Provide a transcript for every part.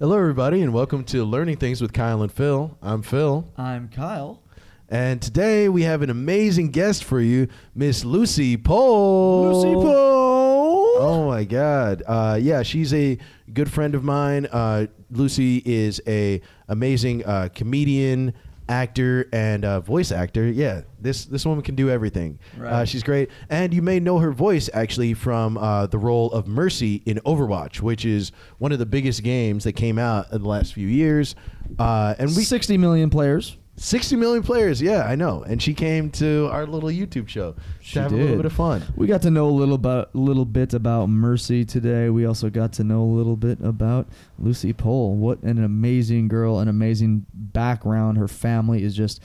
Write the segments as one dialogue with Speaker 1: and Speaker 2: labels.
Speaker 1: Hello, everybody, and welcome to Learning Things with Kyle and Phil. I'm Phil,
Speaker 2: I'm Kyle.
Speaker 1: and today we have an amazing guest for you, Miss Lucy Pohl.
Speaker 2: Lucy Pohl.
Speaker 1: Oh my God! Uh, yeah, she's a good friend of mine. Uh, Lucy is a amazing uh, comedian, actor, and uh, voice actor. Yeah, this this woman can do everything. Uh,
Speaker 2: Right.
Speaker 1: she's great, and you may know her voice actually from uh, the role of Mercy in Overwatch, which is one of the biggest games that came out in the last few years. Uh, and we
Speaker 2: 60 million players.
Speaker 1: 60 million players. Yeah, I know. And she came to our little YouTube show
Speaker 2: She
Speaker 1: to have a little
Speaker 2: did.
Speaker 1: bit of fun.
Speaker 2: We got to know a little about little bit about Mercy today. We also got to know a little bit about Lucy Pohl. What an amazing girl, an amazing background. Her family is just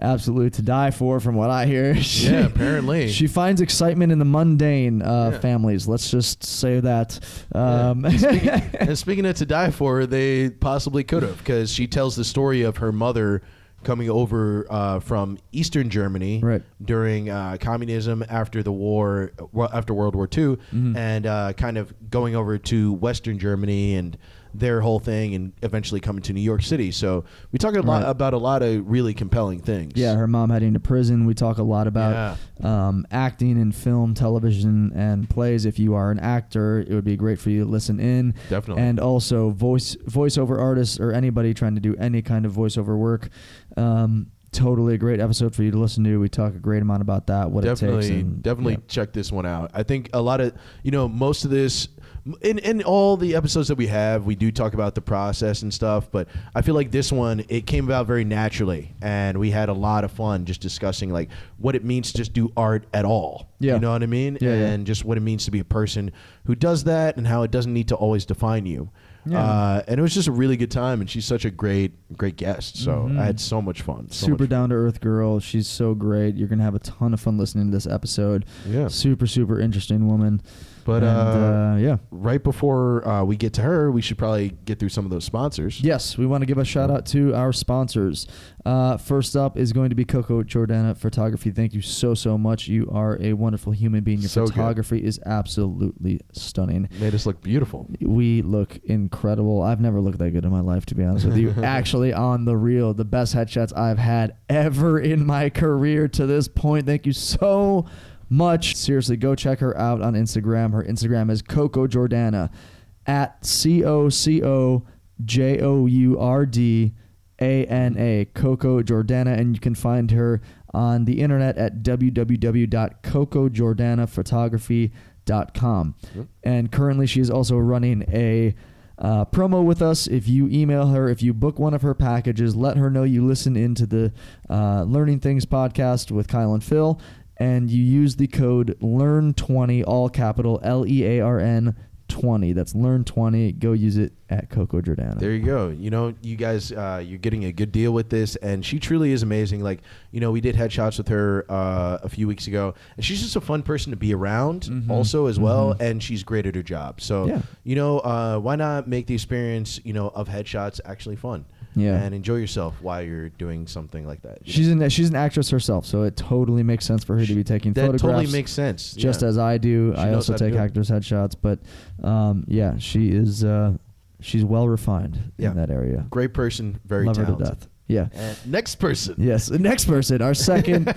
Speaker 2: absolutely to die for from what I hear. She-
Speaker 1: Yeah, apparently.
Speaker 2: She finds excitement in the mundane uh,
Speaker 1: Yeah.
Speaker 2: families. Let's just say that.
Speaker 1: Yeah.
Speaker 2: Um,
Speaker 1: And speaking, and speaking of to die for, they possibly could have because she tells the story of her mother coming over uh, from Eastern Germany
Speaker 2: Right.
Speaker 1: during uh, communism after the war, well, after World War II,
Speaker 2: Mm-hmm.
Speaker 1: and uh, kind of going over to Western Germany and their whole thing, and eventually coming to New York City. So we talk a lot
Speaker 2: Right.
Speaker 1: about a lot of really compelling things.
Speaker 2: Yeah, her mom heading to prison. We talk a lot about um, acting in film, television, and plays. If you are an actor, it would be great for you to listen in.
Speaker 1: Definitely.
Speaker 2: And also voice voiceover artists or anybody trying to do any kind of voiceover work. Um, totally a great episode for you to listen to. We talk a great amount about that, what it
Speaker 1: definitely,
Speaker 2: takes. and-
Speaker 1: definitely
Speaker 2: yeah.
Speaker 1: check this one out. I think a lot of you know most of this. In, in all the episodes that we have, we do talk about the process and stuff, but I feel like this one it came about very naturally, and we had a lot of fun just discussing like what it means to just do art at all.
Speaker 2: Yeah.
Speaker 1: you know what I mean,
Speaker 2: Yeah, yeah.
Speaker 1: and just what it means to be a person who does that, and how it doesn't need to always define you.
Speaker 2: Yeah.
Speaker 1: Uh, and it was just a really good time, and she's such a great, great guest. So I had so much fun. so
Speaker 2: Mm-hmm. super
Speaker 1: much
Speaker 2: down to earth girl. She's so great. You're gonna have a ton of fun listening to this episode.
Speaker 1: Yeah.
Speaker 2: Super, super interesting woman.
Speaker 1: But,
Speaker 2: And,
Speaker 1: uh,
Speaker 2: uh, yeah.
Speaker 1: right before uh, we get to her, we should probably get through some of those sponsors.
Speaker 2: Yes, we want to give a shout out to our sponsors. Uh, first up is going to be Coco Jordana Photography. Thank you so so much. You are a wonderful human being. Your
Speaker 1: So good.
Speaker 2: photography is absolutely stunning.
Speaker 1: Made us look beautiful.
Speaker 2: We look incredible. I've never looked that good in my life, to be honest with you. Actually, on the real, the best headshots I've had ever in my career to this point. Thank you so much. Seriously, go check her out on Instagram. Her Instagram is Coco Jordana at C O C O J O U R D A N A, Coco Jordana, and you can find her on the internet at www.cocojordanaphotography.com. And currently, she is also running a uh, promo with us. If you email her, if you book one of her packages, let her know you listen into the uh, Learning Things podcast with Kyle and Phil, and you use the code LEARN20, all capital L E A R N 20. That's LEARN20. Go use it at Coco Jordana.
Speaker 1: There you go. You know, you guys, uh, you're getting a good deal with this, and she truly is amazing. Like, you know, we did headshots with her uh, a few weeks ago, and she's just a fun person to be around, also as well. And she's great at her job. So,
Speaker 2: Mm-hmm. Yeah.
Speaker 1: you know, uh, why not make the experience, you know, of headshots actually fun?
Speaker 2: Yeah.
Speaker 1: and enjoy yourself while you're doing something like that.
Speaker 2: She's an she's an actress herself, so it totally makes sense for her to be taking
Speaker 1: that
Speaker 2: photographs.
Speaker 1: totally makes sense.
Speaker 2: just
Speaker 1: Yeah.
Speaker 2: as I do.
Speaker 1: She
Speaker 2: I
Speaker 1: knows
Speaker 2: also
Speaker 1: how to
Speaker 2: take
Speaker 1: do it.
Speaker 2: actors headshots, but um, yeah, she is uh, she's well refined
Speaker 1: Yeah.
Speaker 2: in that area.
Speaker 1: great person, very
Speaker 2: Love
Speaker 1: talented.
Speaker 2: her to death. Yeah.
Speaker 1: And next person.
Speaker 2: Yes. The Next person, our second,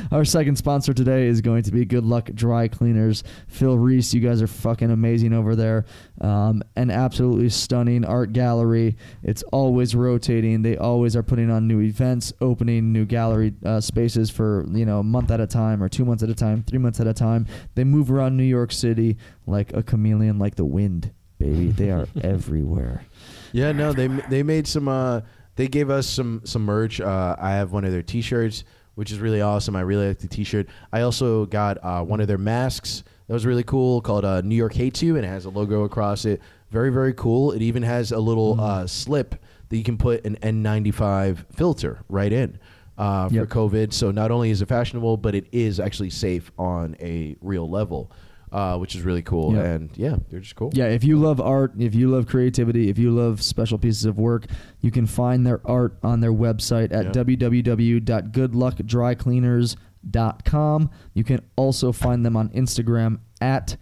Speaker 2: our second sponsor today is going to be Good Luck Dry Cleaners. Phil Reese, you guys are fucking amazing over there. Um, an absolutely stunning art gallery. It's always rotating. They always are putting on new events, opening new gallery uh, spaces for you know a month at a time, or two months at a time, three months at a time. They move around New York City like a chameleon, like the wind, baby. They are everywhere.
Speaker 1: Yeah, no, they they made some. Uh, they gave us some some merch. Uh, I have one of their T-shirts, which is really awesome. I really like the T-shirt. I also got uh, one of their masks that was really cool, called uh, New York Hates You, and it has a logo across it. Very very cool. It even has a little uh, slip that you can put an N95 filter right in. Uh, for
Speaker 2: Yep.
Speaker 1: COVID, so not only is it fashionable, but it is actually safe on a real level, uh, which is really cool.
Speaker 2: Yeah.
Speaker 1: And yeah, they're just cool.
Speaker 2: Yeah, if you love art, if you love creativity, if you love special pieces of work, you can find their art on their website at
Speaker 1: Yeah.
Speaker 2: www.goodluckdrycleaners.com. You can also find them on Instagram at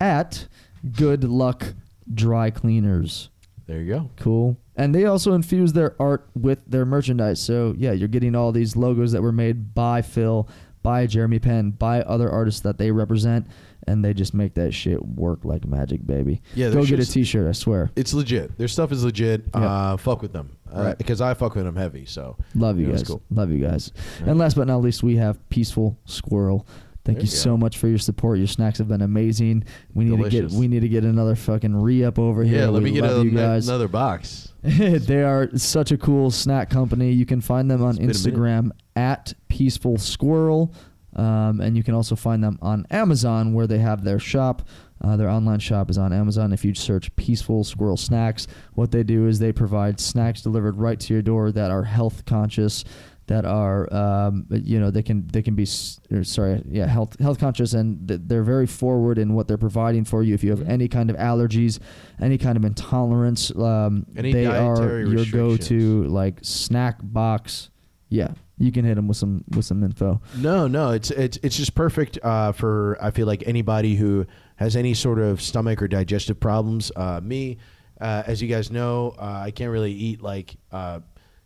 Speaker 2: at good luck dry cleaners.
Speaker 1: There you go.
Speaker 2: Cool. And they also infuse their art with their merchandise. So, yeah, you're getting all these logos that were made by Phil, by Jeremy Penn, by other artists that they represent, and they just make that shit work like magic, baby.
Speaker 1: Yeah,
Speaker 2: Go
Speaker 1: there's
Speaker 2: get a
Speaker 1: just-
Speaker 2: t shirt, I swear.
Speaker 1: It's legit. Their stuff is legit.
Speaker 2: Yeah.
Speaker 1: Uh, fuck with them
Speaker 2: Right.
Speaker 1: because I fuck with them heavy. So
Speaker 2: Love you
Speaker 1: Yeah, that's
Speaker 2: guys.
Speaker 1: cool.
Speaker 2: Love you guys.
Speaker 1: All
Speaker 2: And last but not least, we have Peaceful Squirrel. Thank
Speaker 1: There
Speaker 2: you
Speaker 1: you go.
Speaker 2: so much for your support. Your snacks have been amazing. We need to
Speaker 1: Delicious.
Speaker 2: get we need to get another fucking re up over here.
Speaker 1: yeah, let
Speaker 2: we
Speaker 1: me get
Speaker 2: love
Speaker 1: a-
Speaker 2: you
Speaker 1: na-
Speaker 2: guys.
Speaker 1: another box.
Speaker 2: they are such a cool snack company. You can find them
Speaker 1: It's
Speaker 2: on
Speaker 1: been a
Speaker 2: Instagram at Peaceful Squirrel, um, and you can also find them on Amazon where they have their shop. Uh, their online shop is on Amazon. If you search Peaceful Squirrel Snacks, what they do is they provide snacks delivered right to your door that are health conscious, that are um, you know they can they can be s- or sorry yeah health health conscious and th- they're very forward in what they're providing for you. If you have
Speaker 1: Yeah.
Speaker 2: any kind of allergies, any kind of intolerance, um,
Speaker 1: Any
Speaker 2: they are
Speaker 1: dietary
Speaker 2: your go-to
Speaker 1: restrictions?
Speaker 2: like snack box. Yeah, you can hit them with some with some info.
Speaker 1: No, no, it's it's it's just perfect uh, for I feel like anybody who has any sort of stomach or digestive problems. Uh, me, uh, as you guys know, uh, I can't really eat like uh,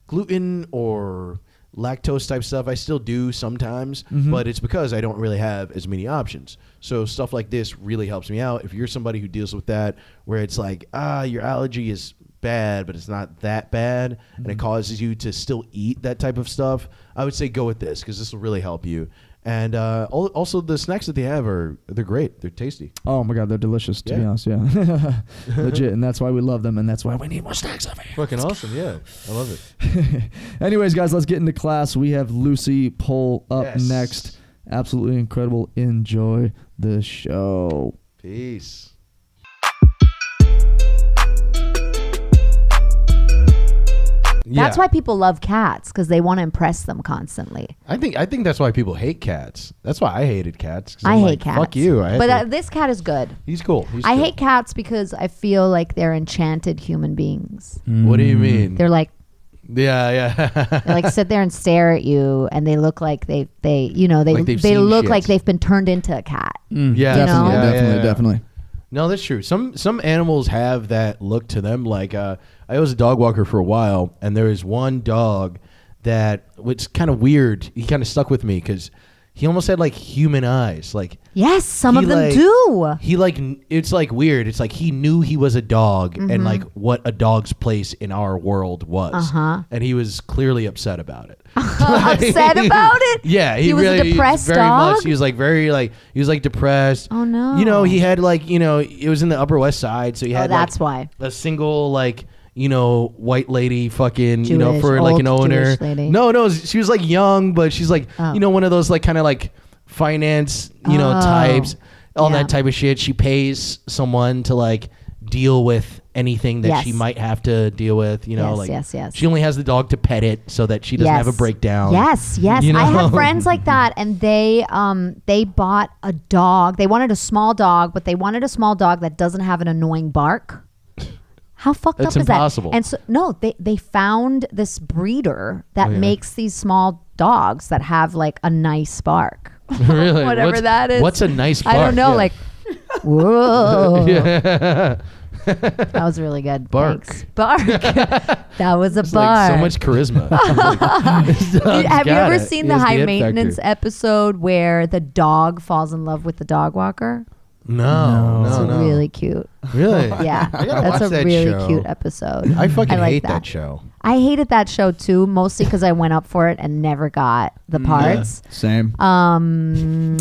Speaker 1: gluten or lactose type stuff. I still do sometimes,
Speaker 2: Mhm.
Speaker 1: but it's because I don't really have as many options. So stuff like this really helps me out. If you're somebody who deals with that, where it's like ah, your allergy is bad, but it's not that bad, and it causes you to still eat that type of stuff, I would say go with this because this will really help you. And uh, al- also the snacks that they have are they're great. They're tasty.
Speaker 2: Oh my god, they're delicious. To be
Speaker 1: Yeah.
Speaker 2: honest, yeah, legit, and that's why we love them, and that's why we need more snacks over here.
Speaker 1: Fucking awesome, yeah. I love it.
Speaker 2: Anyways, guys, let's get into class. We have Lucy Poll up
Speaker 1: Yes.
Speaker 2: next. Absolutely incredible. Enjoy the show.
Speaker 1: Peace.
Speaker 3: That's why people love cats because they want to impress them constantly.
Speaker 1: I think I think that's why people hate cats. That's why I hated cats. 'cause
Speaker 3: I
Speaker 1: I'm
Speaker 3: hate
Speaker 1: like,
Speaker 3: cats.
Speaker 1: Fuck you. I hate
Speaker 3: but
Speaker 1: the-
Speaker 3: uh, this cat is good.
Speaker 1: he's cool. He's
Speaker 3: I
Speaker 1: cool.
Speaker 3: hate cats because I feel like they're enchanted human beings.
Speaker 1: What do you mean?
Speaker 3: Mm. They're like
Speaker 1: yeah, yeah.
Speaker 3: they like sit there and stare at you, and they look like they they you know they
Speaker 1: Like they've
Speaker 3: they
Speaker 1: seen
Speaker 3: look
Speaker 1: shit. Hmm.
Speaker 3: like they've been turned into a cat.
Speaker 1: Yeah.
Speaker 2: definitely,
Speaker 3: You know?
Speaker 2: definitely,
Speaker 1: Yeah, yeah, yeah.
Speaker 2: definitely.
Speaker 1: No, that's true. Some some animals have that look to them. Like uh, I was a dog walker for a while, and there was one dog that was kind of weird. He kind of stuck with me because he almost had like human eyes. Like
Speaker 3: Yes, some
Speaker 1: he,
Speaker 3: of them
Speaker 1: like-
Speaker 3: do.
Speaker 1: He like kn- it's like weird. It's like he knew he was a dog
Speaker 3: Mm-hmm.
Speaker 1: and like what a dog's place in our world was.
Speaker 3: Uh-huh.
Speaker 1: And he was clearly upset about it.
Speaker 3: Upset about it.
Speaker 1: Yeah, he,
Speaker 3: he, was
Speaker 1: really
Speaker 3: a depressed
Speaker 1: very
Speaker 3: dog.
Speaker 1: much. He was like very like he was like depressed.
Speaker 3: Oh, no.
Speaker 1: You know, he had like you know it was in the Upper West Side, so he
Speaker 3: oh,
Speaker 1: had like,
Speaker 3: that's why.
Speaker 1: a single like you know white lady fucking you know
Speaker 3: Jewish,
Speaker 1: for like an
Speaker 3: old
Speaker 1: owner
Speaker 3: Jewish lady.
Speaker 1: no no she was like young but she's like
Speaker 3: Oh.
Speaker 1: you know one of those like kind of like finance you know
Speaker 3: Oh.
Speaker 1: types all
Speaker 3: Yeah.
Speaker 1: that type of shit she pays someone to like deal with anything that
Speaker 3: Yes.
Speaker 1: she might have to deal with you know
Speaker 3: Yes,
Speaker 1: like
Speaker 3: yes, yes.
Speaker 1: she only has the dog to pet it so that she doesn't have a
Speaker 3: Yes.
Speaker 1: breakdown
Speaker 3: Yes, yes.
Speaker 1: You
Speaker 3: I
Speaker 1: know?
Speaker 3: have friends like that, and they um they bought a dog. They wanted a small dog, but they wanted a small dog that doesn't have an annoying bark. How fucked
Speaker 1: That's
Speaker 3: up is
Speaker 1: impossible.
Speaker 3: that? And so no, they they found this breeder that
Speaker 1: Oh, yeah.
Speaker 3: makes these small dogs that have like a nice bark.
Speaker 1: really
Speaker 3: Whatever
Speaker 1: What's-
Speaker 3: that is.
Speaker 1: what's a nice
Speaker 3: I
Speaker 1: bark?
Speaker 3: don't know,
Speaker 1: Yeah.
Speaker 3: like oh. whoa.
Speaker 1: yeah.
Speaker 3: That was really good.
Speaker 1: Bark.
Speaker 3: Thanks. Bark. that was a
Speaker 1: It's like
Speaker 3: bark.
Speaker 1: so much charisma This dog's
Speaker 3: Have you
Speaker 1: got
Speaker 3: ever
Speaker 1: it.
Speaker 3: seen
Speaker 1: He
Speaker 3: the
Speaker 1: has
Speaker 3: high
Speaker 1: it
Speaker 3: maintenance
Speaker 1: factor.
Speaker 3: episode where the dog falls in love with the dog walker?
Speaker 1: No,
Speaker 3: It's
Speaker 1: no, no.
Speaker 3: really cute.
Speaker 1: Really?
Speaker 3: Yeah,
Speaker 1: I gotta
Speaker 3: that's
Speaker 1: watch
Speaker 3: a
Speaker 1: that
Speaker 3: really
Speaker 1: show.
Speaker 3: cute episode.
Speaker 1: I fucking
Speaker 3: like
Speaker 1: hate that.
Speaker 3: that.
Speaker 1: show.
Speaker 3: I hated that show too, mostly because I went up for it and never got
Speaker 1: Mm,
Speaker 3: the parts.
Speaker 2: Same.
Speaker 3: Um,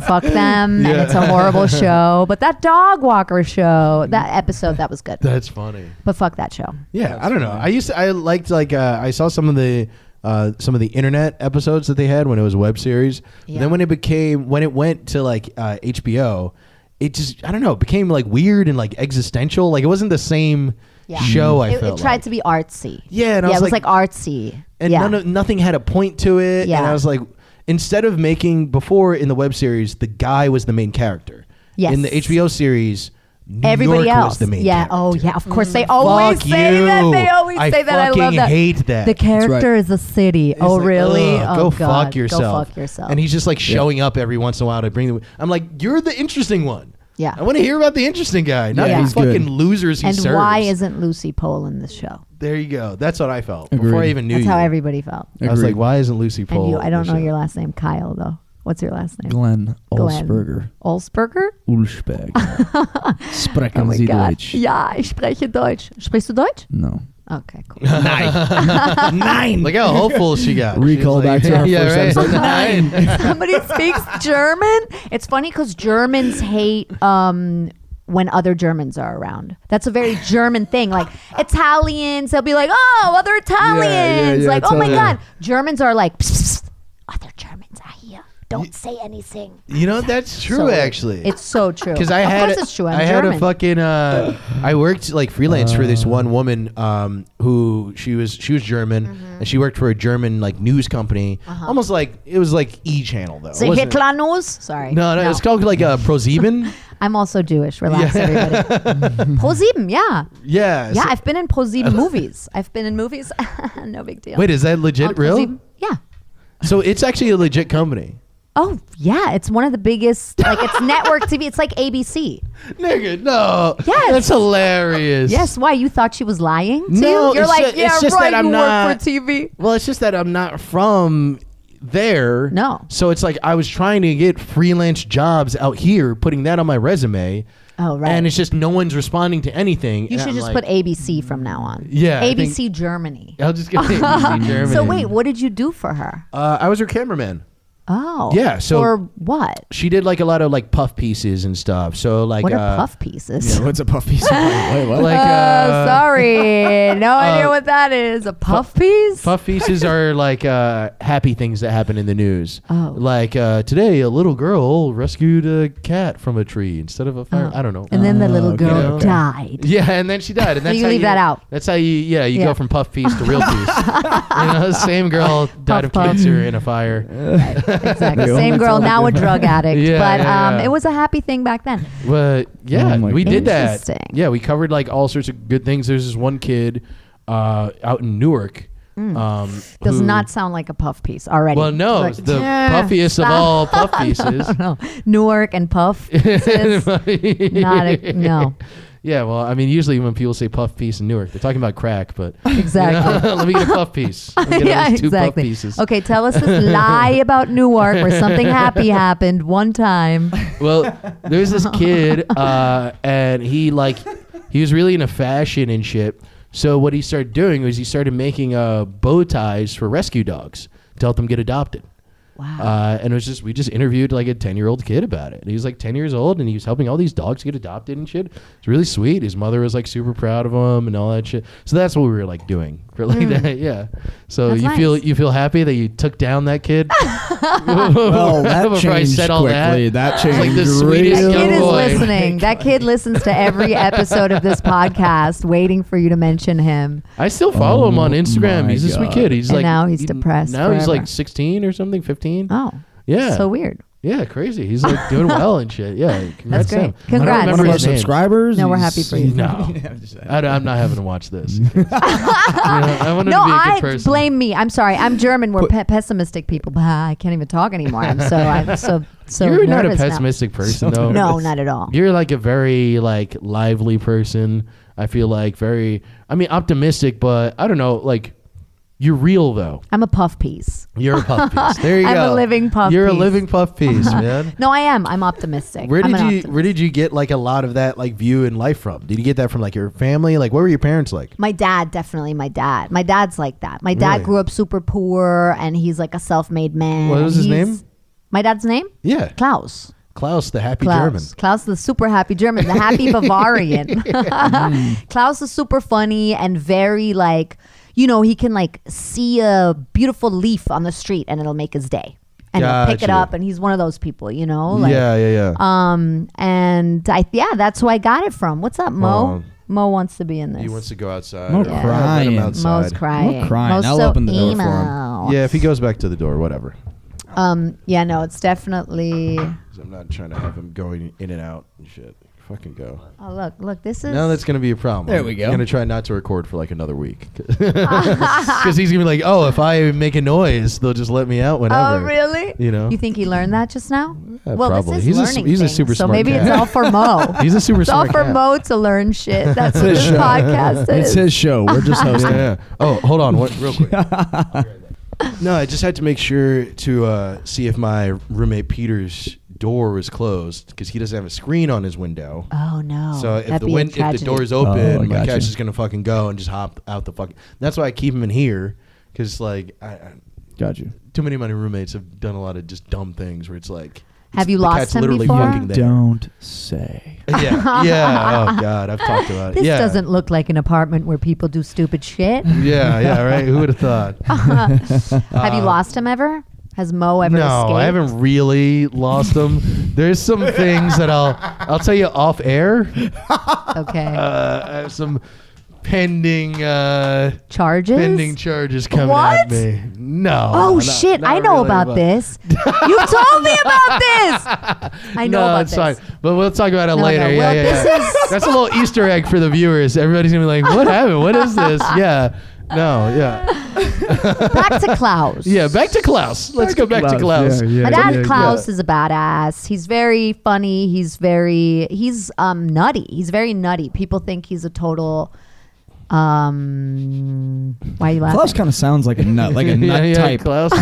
Speaker 3: fuck them, and
Speaker 1: Yeah.
Speaker 3: it's a horrible show. But that dog walker show, that episode, that was good.
Speaker 1: That's funny.
Speaker 3: But fuck that show.
Speaker 1: Yeah, I don't know. I used to. I liked like uh, I saw some of the. Uh, some of the internet episodes that they had when it was a web series.
Speaker 3: Yeah.
Speaker 1: Then when it became when it went to like uh, HBO, it just I don't know it became like weird and like existential. Like it wasn't the same
Speaker 3: Yeah.
Speaker 1: show. I
Speaker 3: it,
Speaker 1: felt
Speaker 3: it tried
Speaker 1: like.
Speaker 3: to be artsy.
Speaker 1: Yeah, and I
Speaker 3: yeah,
Speaker 1: was
Speaker 3: it was
Speaker 1: like-
Speaker 3: like, artsy.
Speaker 1: and
Speaker 3: yeah.
Speaker 1: none of, nothing had a point to it. And
Speaker 3: Yeah.
Speaker 1: I was like, instead of making before in the web series, the guy was the main character.
Speaker 3: Yes.
Speaker 1: In the HBO series, New
Speaker 3: Everybody
Speaker 1: York
Speaker 3: else.
Speaker 1: was the main
Speaker 3: yeah.
Speaker 1: character. Mm.
Speaker 3: Oh yeah. Of course they always
Speaker 1: Fuck
Speaker 3: say
Speaker 1: you.
Speaker 3: that. They always
Speaker 1: I
Speaker 3: say that. I love
Speaker 1: fucking
Speaker 3: that.
Speaker 1: hate that.
Speaker 3: The
Speaker 1: It's
Speaker 3: character is the city. oh
Speaker 1: like,
Speaker 3: really?
Speaker 1: ugh,
Speaker 3: oh
Speaker 1: go
Speaker 3: God.
Speaker 1: fuck yourself.
Speaker 3: Go fuck yourself.
Speaker 1: And he's just like showing up every once in a while to bring the. I'm like, you're the interesting one.
Speaker 3: Yeah.
Speaker 1: I want to hear about the interesting guy, not
Speaker 3: Yeah.
Speaker 1: the
Speaker 3: He's
Speaker 2: good.
Speaker 1: fucking losers he
Speaker 3: and
Speaker 1: serves.
Speaker 3: why isn't Lucy Pole in this show?
Speaker 1: there you go. That's what I felt before I
Speaker 2: Agreed.
Speaker 1: even knew
Speaker 3: That's
Speaker 1: you.
Speaker 3: how everybody felt.
Speaker 1: I was
Speaker 2: Agreed.
Speaker 1: like, why isn't Lucy Pole?
Speaker 3: And you, I
Speaker 1: in
Speaker 3: don't
Speaker 1: the
Speaker 3: know
Speaker 1: show?
Speaker 3: your last name, Kyle though. What's your last name?
Speaker 2: Glenn
Speaker 3: Glenn.
Speaker 2: Olsberger.
Speaker 3: Olsberger?
Speaker 2: Ulsberg.
Speaker 3: Oh
Speaker 2: Sprechen
Speaker 3: my
Speaker 2: Sie
Speaker 3: God.
Speaker 2: Deutsch?
Speaker 3: Ja, ich spreche Deutsch. Sprichst du Deutsch?
Speaker 2: No.
Speaker 3: Okay, cool.
Speaker 1: Nine. Nine. Look how hopeful she got. She was
Speaker 2: Recall
Speaker 1: like,
Speaker 2: back to our
Speaker 1: yeah,
Speaker 2: first
Speaker 1: right.
Speaker 2: episode.
Speaker 1: Nine.
Speaker 3: somebody speaks German. It's funny because Germans hate um, when other Germans are around. That's a very German thing. Like Italians, they'll be like, "Oh, other Italians!"
Speaker 2: yeah,
Speaker 3: like, "Oh my
Speaker 2: Italian.
Speaker 3: god!" Germans are like, "Psst, psst, "Other Germans are here. Don't say anything."
Speaker 1: You know that's true
Speaker 3: So
Speaker 1: actually.
Speaker 3: It's so true.
Speaker 1: Because I
Speaker 3: Oh, of
Speaker 1: had,
Speaker 3: course it's true. I'm
Speaker 1: I had
Speaker 3: German.
Speaker 1: a fucking. Uh, I worked like freelance for this one woman um, who she was she was German
Speaker 3: Mm-hmm.
Speaker 1: and she worked for a German like news company,
Speaker 3: Uh-huh.
Speaker 1: almost like it was like E Channel though. It
Speaker 3: Say
Speaker 1: wasn't-
Speaker 3: Hitler news? Sorry.
Speaker 1: no, no, it's called like uh, a ProSieben.
Speaker 3: I'm also Jewish. Relax, everybody. ProSieben, yeah.
Speaker 1: yeah.
Speaker 3: Yeah,
Speaker 1: so-
Speaker 3: I've been in ProSieben movies. I've been in movies. no big deal.
Speaker 1: wait, is that legit?
Speaker 3: On
Speaker 1: real?
Speaker 3: ProSieben? Yeah.
Speaker 1: So it's actually a legit company.
Speaker 3: Oh yeah, it's one of the biggest. Like it's network TV. It's like ABC.
Speaker 1: Nigga, no.
Speaker 3: Yes.
Speaker 1: That's hilarious.
Speaker 3: Yes. Why you thought she was lying? To
Speaker 1: No,
Speaker 3: you? you're
Speaker 1: it's
Speaker 3: like
Speaker 1: ju- it's
Speaker 3: yeah,
Speaker 1: just
Speaker 3: right.
Speaker 1: that I'm
Speaker 3: you
Speaker 1: not-
Speaker 3: work for TV.
Speaker 1: Well, it's just that I'm not from there.
Speaker 3: No.
Speaker 1: So it's like I was trying to get freelance jobs out here, putting that on my resume.
Speaker 3: Oh, right.
Speaker 1: And it's just no one's responding to anything.
Speaker 3: You should just put ABC from now on.
Speaker 1: Yeah, I
Speaker 3: ABC Germany.
Speaker 1: I'll just get ABC Germany.
Speaker 3: So wait, what did you do for her?
Speaker 1: Uh, I was her cameraman.
Speaker 3: Oh,
Speaker 1: Yeah, so-
Speaker 3: for what?
Speaker 1: She did like a lot of like puff pieces and stuff. So like
Speaker 3: What
Speaker 1: uh,
Speaker 3: are puff pieces?
Speaker 2: Yeah, what's a puff piece? Wait, what?
Speaker 1: Like
Speaker 3: Uh,
Speaker 1: uh,
Speaker 3: sorry, no idea what that is. A puff piece?
Speaker 1: Puff pieces are like uh, happy things that happen in the news.
Speaker 3: Oh.
Speaker 1: Like uh, today, a little girl rescued a cat from a tree instead of a fire. I don't know. Uh,
Speaker 3: and then the
Speaker 2: Oh,
Speaker 3: little
Speaker 2: okay,
Speaker 3: girl
Speaker 1: okay.
Speaker 3: died.
Speaker 1: Yeah, and then she died. And that's
Speaker 3: you
Speaker 1: how
Speaker 3: leave that out.
Speaker 1: That's how you, yeah, you
Speaker 3: Yeah.
Speaker 1: go from puff piece to real piece. you know, same girl died of
Speaker 3: puff.
Speaker 1: cancer in a fire.
Speaker 3: Exactly.
Speaker 2: Yeah, well,
Speaker 3: Same
Speaker 2: that's
Speaker 3: girl,
Speaker 2: all
Speaker 3: now a
Speaker 2: good.
Speaker 3: drug addict.
Speaker 1: Yeah,
Speaker 3: but
Speaker 1: yeah,
Speaker 3: um,
Speaker 1: yeah.
Speaker 3: it was a happy thing back then.
Speaker 1: But yeah,
Speaker 2: Oh my
Speaker 1: we did that.
Speaker 3: Interesting.
Speaker 1: Yeah, we covered like all sorts of good things. There's this one kid uh, out in Newark. Um,
Speaker 3: Mm. Does
Speaker 1: who-
Speaker 3: not sound like a puff piece already.
Speaker 1: Well, no,
Speaker 3: Like,
Speaker 1: it's the
Speaker 3: "Yeah,
Speaker 1: puffiest of
Speaker 3: stop."
Speaker 1: all puff pieces.
Speaker 3: No, Newark and puff. pieces. not a, no,
Speaker 1: Yeah, well, I mean, usually when people say puff piece in Newark, they're talking about crack, but
Speaker 3: exactly.
Speaker 1: let me get a puff piece. Let me get at
Speaker 3: yeah,
Speaker 1: least two
Speaker 3: exactly.
Speaker 1: puff pieces.
Speaker 3: Okay, tell us this lie about Newark where something happy happened one time.
Speaker 1: Well, there's this kid, uh, and he like he was really into fashion and shit. So what he started doing was he started making uh, bow ties for rescue dogs to help them get adopted.
Speaker 3: Wow.
Speaker 1: Uh, and it was just we just interviewed like a ten year old kid about it. And he was like ten years old, and he was helping all these dogs get adopted and shit. It's really sweet. His mother was like super proud of him and all that shit. So that's what we were like doing for like that. Yeah. So
Speaker 3: Mm. That's
Speaker 1: you feel
Speaker 3: nice.
Speaker 1: you feel happy that you took down that kid.
Speaker 2: well, that
Speaker 1: Before I
Speaker 2: changed
Speaker 1: said all
Speaker 2: quickly.
Speaker 1: that.
Speaker 2: changed
Speaker 1: like the
Speaker 2: real
Speaker 1: sweetest
Speaker 3: that
Speaker 1: young
Speaker 3: kid is
Speaker 1: boy.
Speaker 3: listening. That kid listens to every episode of this podcast, waiting for you to mention him.
Speaker 1: I still follow him
Speaker 2: Oh
Speaker 1: on Instagram.
Speaker 2: my
Speaker 1: He's a sweet
Speaker 2: God.
Speaker 1: kid. He's
Speaker 3: And
Speaker 1: like
Speaker 3: now he's
Speaker 1: he-
Speaker 3: depressed
Speaker 1: Now he's
Speaker 3: forever.
Speaker 1: like 16 or something, 15.
Speaker 3: Oh,
Speaker 1: yeah.
Speaker 3: so weird.
Speaker 1: yeah, crazy. He's like doing well and shit. Yeah, congrats
Speaker 3: That's
Speaker 1: to him.
Speaker 3: great.
Speaker 1: I don't
Speaker 3: Congrats.
Speaker 1: remember
Speaker 2: One of our
Speaker 1: his name.
Speaker 2: subscribers.
Speaker 3: No, we're
Speaker 2: he's-
Speaker 3: happy for you.
Speaker 1: No.
Speaker 2: I'm just saying.
Speaker 1: I don't- I'm not having to watch this. You know, I wanted
Speaker 3: No,
Speaker 1: to be a good
Speaker 3: I
Speaker 1: person.
Speaker 3: blame me. I'm sorry. I'm German. We're pe- pessimistic people. Bah, I can't even talk anymore. I'm so I'm so so
Speaker 1: You're not a
Speaker 3: nervous now.
Speaker 1: pessimistic person, though.
Speaker 3: No, not at all.
Speaker 1: You're like a very like lively person. I feel like very. I mean, optimistic, but I don't know. Like, you're real though.
Speaker 3: I'm a puff piece.
Speaker 1: You're a puff piece. There you
Speaker 3: I'm
Speaker 1: go.
Speaker 3: a living puff
Speaker 1: You're a
Speaker 3: piece.
Speaker 1: living puff piece, man.
Speaker 3: No, I am. I'm optimistic.
Speaker 1: Where
Speaker 3: I'm
Speaker 1: did
Speaker 3: an
Speaker 1: you
Speaker 3: optimist.
Speaker 1: Where did you get like a lot of that like view in life from? Did you get that from like your family? Like, what were your parents like?
Speaker 3: My dad, definitely my dad. My dad's like that. My dad
Speaker 1: Really?
Speaker 3: grew up super poor and he's like a self made man.
Speaker 1: What was his
Speaker 3: He's-
Speaker 1: name?
Speaker 3: My dad's name?
Speaker 1: Yeah,
Speaker 3: Klaus.
Speaker 1: Klaus, the happy
Speaker 3: Klaus.
Speaker 1: German.
Speaker 3: Klaus, the super happy German, the happy Bavarian.
Speaker 1: Mm.
Speaker 3: Klaus is super funny and very like, you know, he can like see a beautiful leaf on the street and it'll make his day. And he'll pick it
Speaker 1: Gotcha.
Speaker 3: up and he's one of those people, you know? Like,
Speaker 1: yeah, yeah.
Speaker 3: Um, and I, yeah, that's who I got it from. What's up, Mo?
Speaker 1: Um,
Speaker 3: Mo wants to be in this.
Speaker 1: he wants to go outside.
Speaker 2: Mo
Speaker 1: or let him
Speaker 2: crying.
Speaker 3: Mo's crying.
Speaker 2: Mo crying.
Speaker 3: Mo's
Speaker 2: I'll
Speaker 3: so
Speaker 2: open the door for
Speaker 3: emo.
Speaker 2: him.
Speaker 1: Yeah, if he goes back to the door, whatever.
Speaker 3: Um, yeah, no, it's definitely.
Speaker 1: 'Cause I'm not trying to have him going in and out and shit. Fucking go.
Speaker 3: Oh look, look. This is
Speaker 1: Now that's gonna be a problem.
Speaker 2: There we go.
Speaker 1: I'm gonna try not to record for like another week, because he's gonna be like, "Oh, if I make a noise, they'll just let me out whenever."
Speaker 3: Oh really?
Speaker 1: You know.
Speaker 3: You think he learned that just now?
Speaker 1: Yeah,
Speaker 3: well,
Speaker 1: probably.
Speaker 3: this is
Speaker 1: He's a su-
Speaker 3: learning.
Speaker 1: he's a
Speaker 3: things,
Speaker 1: super
Speaker 3: so
Speaker 1: smart
Speaker 3: maybe
Speaker 1: cat.
Speaker 3: it's all for Mo.
Speaker 1: He's a super
Speaker 3: it's all
Speaker 1: smart
Speaker 3: for
Speaker 1: cat.
Speaker 3: Mo to learn shit. That's what
Speaker 2: It's
Speaker 3: this
Speaker 2: his show.
Speaker 3: podcast
Speaker 2: It's
Speaker 3: is.
Speaker 2: his show. We're just hosting.
Speaker 1: Yeah, yeah. Oh, hold on, what, real quick. no, I just had to make sure to uh, see if my roommate Peter's door was closed because he doesn't have a screen on his window.
Speaker 3: Oh no.
Speaker 1: so if
Speaker 3: That'd
Speaker 1: the
Speaker 3: be a
Speaker 1: win- if the
Speaker 3: tragedy.
Speaker 1: door is
Speaker 2: Oh,
Speaker 1: open,
Speaker 2: I
Speaker 1: my
Speaker 2: gotcha.
Speaker 1: cat's just gonna fucking go and just hop out the fucking. That's why I keep him in here because like I, I,
Speaker 2: Got you.
Speaker 1: too many of my roommates have done a lot of just dumb things where it's like.
Speaker 3: Have
Speaker 1: it's-
Speaker 3: you
Speaker 1: the
Speaker 3: lost
Speaker 1: cat's
Speaker 3: him
Speaker 1: literally
Speaker 3: before?
Speaker 1: Fucking there.
Speaker 2: Don't say.
Speaker 1: Yeah, yeah. Oh god, I've talked about it.
Speaker 3: this
Speaker 1: yeah.
Speaker 3: doesn't look like an apartment where people do stupid shit.
Speaker 1: Yeah, yeah. Right. Who would have thought?
Speaker 3: Have you lost him ever? Has Mo ever
Speaker 1: no,
Speaker 3: escaped?
Speaker 1: I haven't really lost them. There's some things that I'll I'll tell you off air.
Speaker 3: Okay.
Speaker 1: Uh, I have some pending uh,
Speaker 3: Charges?
Speaker 1: pending charges coming
Speaker 3: What?
Speaker 1: at me. No.
Speaker 3: Oh
Speaker 1: not-
Speaker 3: shit!
Speaker 1: not
Speaker 3: I know
Speaker 1: really,
Speaker 3: about
Speaker 1: but-
Speaker 3: this. you told me about this. I know
Speaker 1: no,
Speaker 3: about
Speaker 1: it's
Speaker 3: this.
Speaker 1: fine. But we'll talk about it
Speaker 3: No,
Speaker 1: later.
Speaker 3: no,
Speaker 1: Yeah,
Speaker 3: well,
Speaker 1: yeah,
Speaker 3: this
Speaker 1: yeah.
Speaker 3: is-
Speaker 1: That's a little Easter egg for the viewers. Everybody's gonna be like, "What happened? What is this?" Yeah. No. Yeah.
Speaker 3: Back to Klaus.
Speaker 1: Yeah. Back to Klaus. Let's go back to Klaus.
Speaker 2: Yeah, yeah,
Speaker 3: My
Speaker 2: yeah,
Speaker 3: dad
Speaker 2: yeah.
Speaker 3: Klaus is a badass. He's very funny. He's very he's um nutty. He's very nutty. People think he's a total um why are you laughing?
Speaker 2: Klaus kind of sounds like a nut, like a nut
Speaker 1: yeah,
Speaker 2: type.
Speaker 1: Klaus.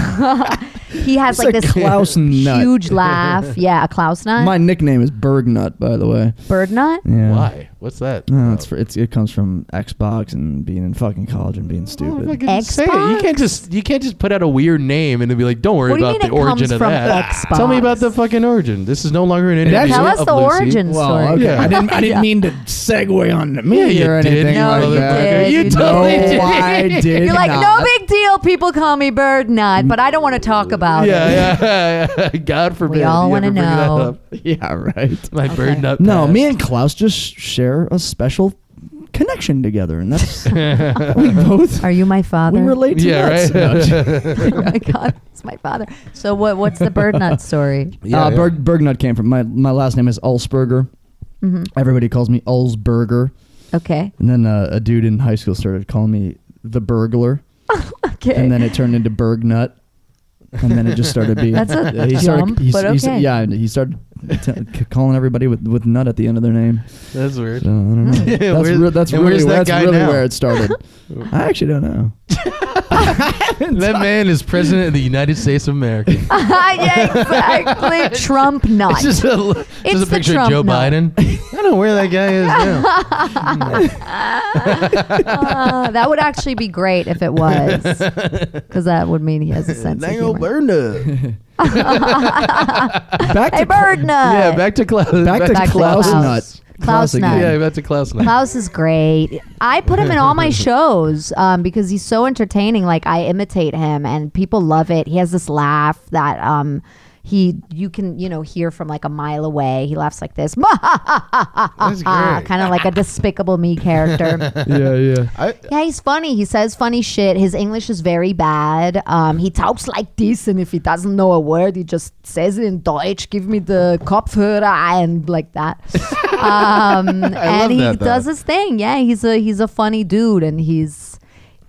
Speaker 3: He has
Speaker 2: It's
Speaker 3: like
Speaker 2: a
Speaker 3: this
Speaker 2: Klaus nut.
Speaker 3: huge laugh. Yeah, a Klaus nut.
Speaker 2: My nickname is Berg Nut, by the way.
Speaker 3: Bird nut?
Speaker 2: Yeah.
Speaker 1: Why? What's that?
Speaker 2: No, it's, for, it's it comes from Xbox and being in fucking college and being
Speaker 1: Oh,
Speaker 2: stupid.
Speaker 1: fucking say it. You can't
Speaker 3: Xbox?
Speaker 1: just you can't just put out a weird name and then be like, "Don't worry
Speaker 3: What do you
Speaker 1: about
Speaker 3: mean
Speaker 1: the
Speaker 3: it
Speaker 1: origin
Speaker 3: comes
Speaker 1: of
Speaker 3: from
Speaker 1: that."
Speaker 3: Xbox?
Speaker 1: Tell me about the fucking origin. This is no longer an interview.
Speaker 2: Tell
Speaker 3: us
Speaker 1: of
Speaker 3: the
Speaker 1: Lucy.
Speaker 3: origin. Sorry.
Speaker 2: well, okay.
Speaker 1: Yeah.
Speaker 2: I didn't I
Speaker 3: Yeah.
Speaker 2: didn't mean to segue on to
Speaker 1: Yeah,
Speaker 2: me
Speaker 1: you
Speaker 2: or
Speaker 1: did,
Speaker 2: anything
Speaker 1: you
Speaker 2: like
Speaker 1: motherfucker.
Speaker 2: that.
Speaker 3: did, you
Speaker 2: no,
Speaker 3: did.
Speaker 2: I did.
Speaker 3: You're like,
Speaker 2: not.
Speaker 3: no big deal. People call me bird nut, but I don't want to talk about it.
Speaker 1: Yeah, yeah, yeah. God forbid.
Speaker 3: all
Speaker 1: you
Speaker 3: wanna
Speaker 1: ever bring that
Speaker 3: know.
Speaker 1: up.
Speaker 2: Yeah, right.
Speaker 1: My
Speaker 3: Okay.
Speaker 1: bird nut.
Speaker 2: No,
Speaker 1: past.
Speaker 2: me and Klaus just share a special connection together, and that's we both
Speaker 3: Are you my
Speaker 2: we
Speaker 3: father?
Speaker 2: relate to
Speaker 1: Yeah,
Speaker 2: nuts.
Speaker 1: right.
Speaker 2: Uh,
Speaker 3: oh my god, it's my father. So what? What's the bird nut story?
Speaker 1: Yeah,
Speaker 2: uh,
Speaker 1: yeah.
Speaker 2: Berg, Bergnut came from my my last name is Ulsberger.
Speaker 3: Mhm.
Speaker 2: Everybody calls me Ulsberger,
Speaker 3: Okay.
Speaker 2: and then uh, a dude in high school started calling me the burglar,
Speaker 3: Okay.
Speaker 2: and then it turned into Bergnut, and then it just started being.
Speaker 3: That's a
Speaker 2: he
Speaker 3: jump,
Speaker 2: started, he,
Speaker 3: but
Speaker 2: he s-
Speaker 3: okay.
Speaker 2: yeah, and he started t- c- calling everybody with, with nut at the end of their name.
Speaker 1: That's weird.
Speaker 2: So I don't know. That's,
Speaker 1: Where's-
Speaker 2: re- that's
Speaker 1: and
Speaker 2: really,
Speaker 1: where's that
Speaker 2: that's
Speaker 1: guy
Speaker 2: really
Speaker 1: now?
Speaker 2: where it started. I actually don't know.
Speaker 1: That man is president of the United States of America.
Speaker 3: yeah, exactly. Trump nut.
Speaker 1: It's just a, l- just
Speaker 3: Oh, It's
Speaker 1: a
Speaker 3: the
Speaker 1: picture
Speaker 3: Trump
Speaker 1: of Joe
Speaker 3: nut.
Speaker 1: Biden. I don't know where that guy is now.
Speaker 3: Uh, that would actually be great if it was, because that would mean he has a sense of
Speaker 1: Dang old
Speaker 3: humor.
Speaker 1: bird nut.
Speaker 2: Back
Speaker 3: Hey,
Speaker 2: to
Speaker 3: bird nut.
Speaker 1: Yeah, back to Klaus.
Speaker 2: back, to
Speaker 3: Back to
Speaker 2: Klaus,
Speaker 3: Klaus.
Speaker 2: Nut.
Speaker 3: Klaus
Speaker 2: Klaus again.
Speaker 3: Nut.
Speaker 1: Yeah, back to Klaus. now.
Speaker 3: Oh, Klaus is great. I put him in all my shows um, because he's so entertaining. Like I imitate him, and people love it. He has this laugh that um, he you can you know hear from like a mile away. He laughs like this,
Speaker 1: That's great.
Speaker 3: uh, kind of like a Despicable Me character.
Speaker 2: yeah, yeah.
Speaker 1: I,
Speaker 3: Yeah, he's funny. He says funny shit. His English is very bad. Um, he talks like this, and if he doesn't know a word, he just says it in Deutsch. Give me the Kopfhörer and like that. Um,
Speaker 1: love
Speaker 3: and he
Speaker 1: that, though.
Speaker 3: does his thing. Yeah, he's a he's a funny dude, and he's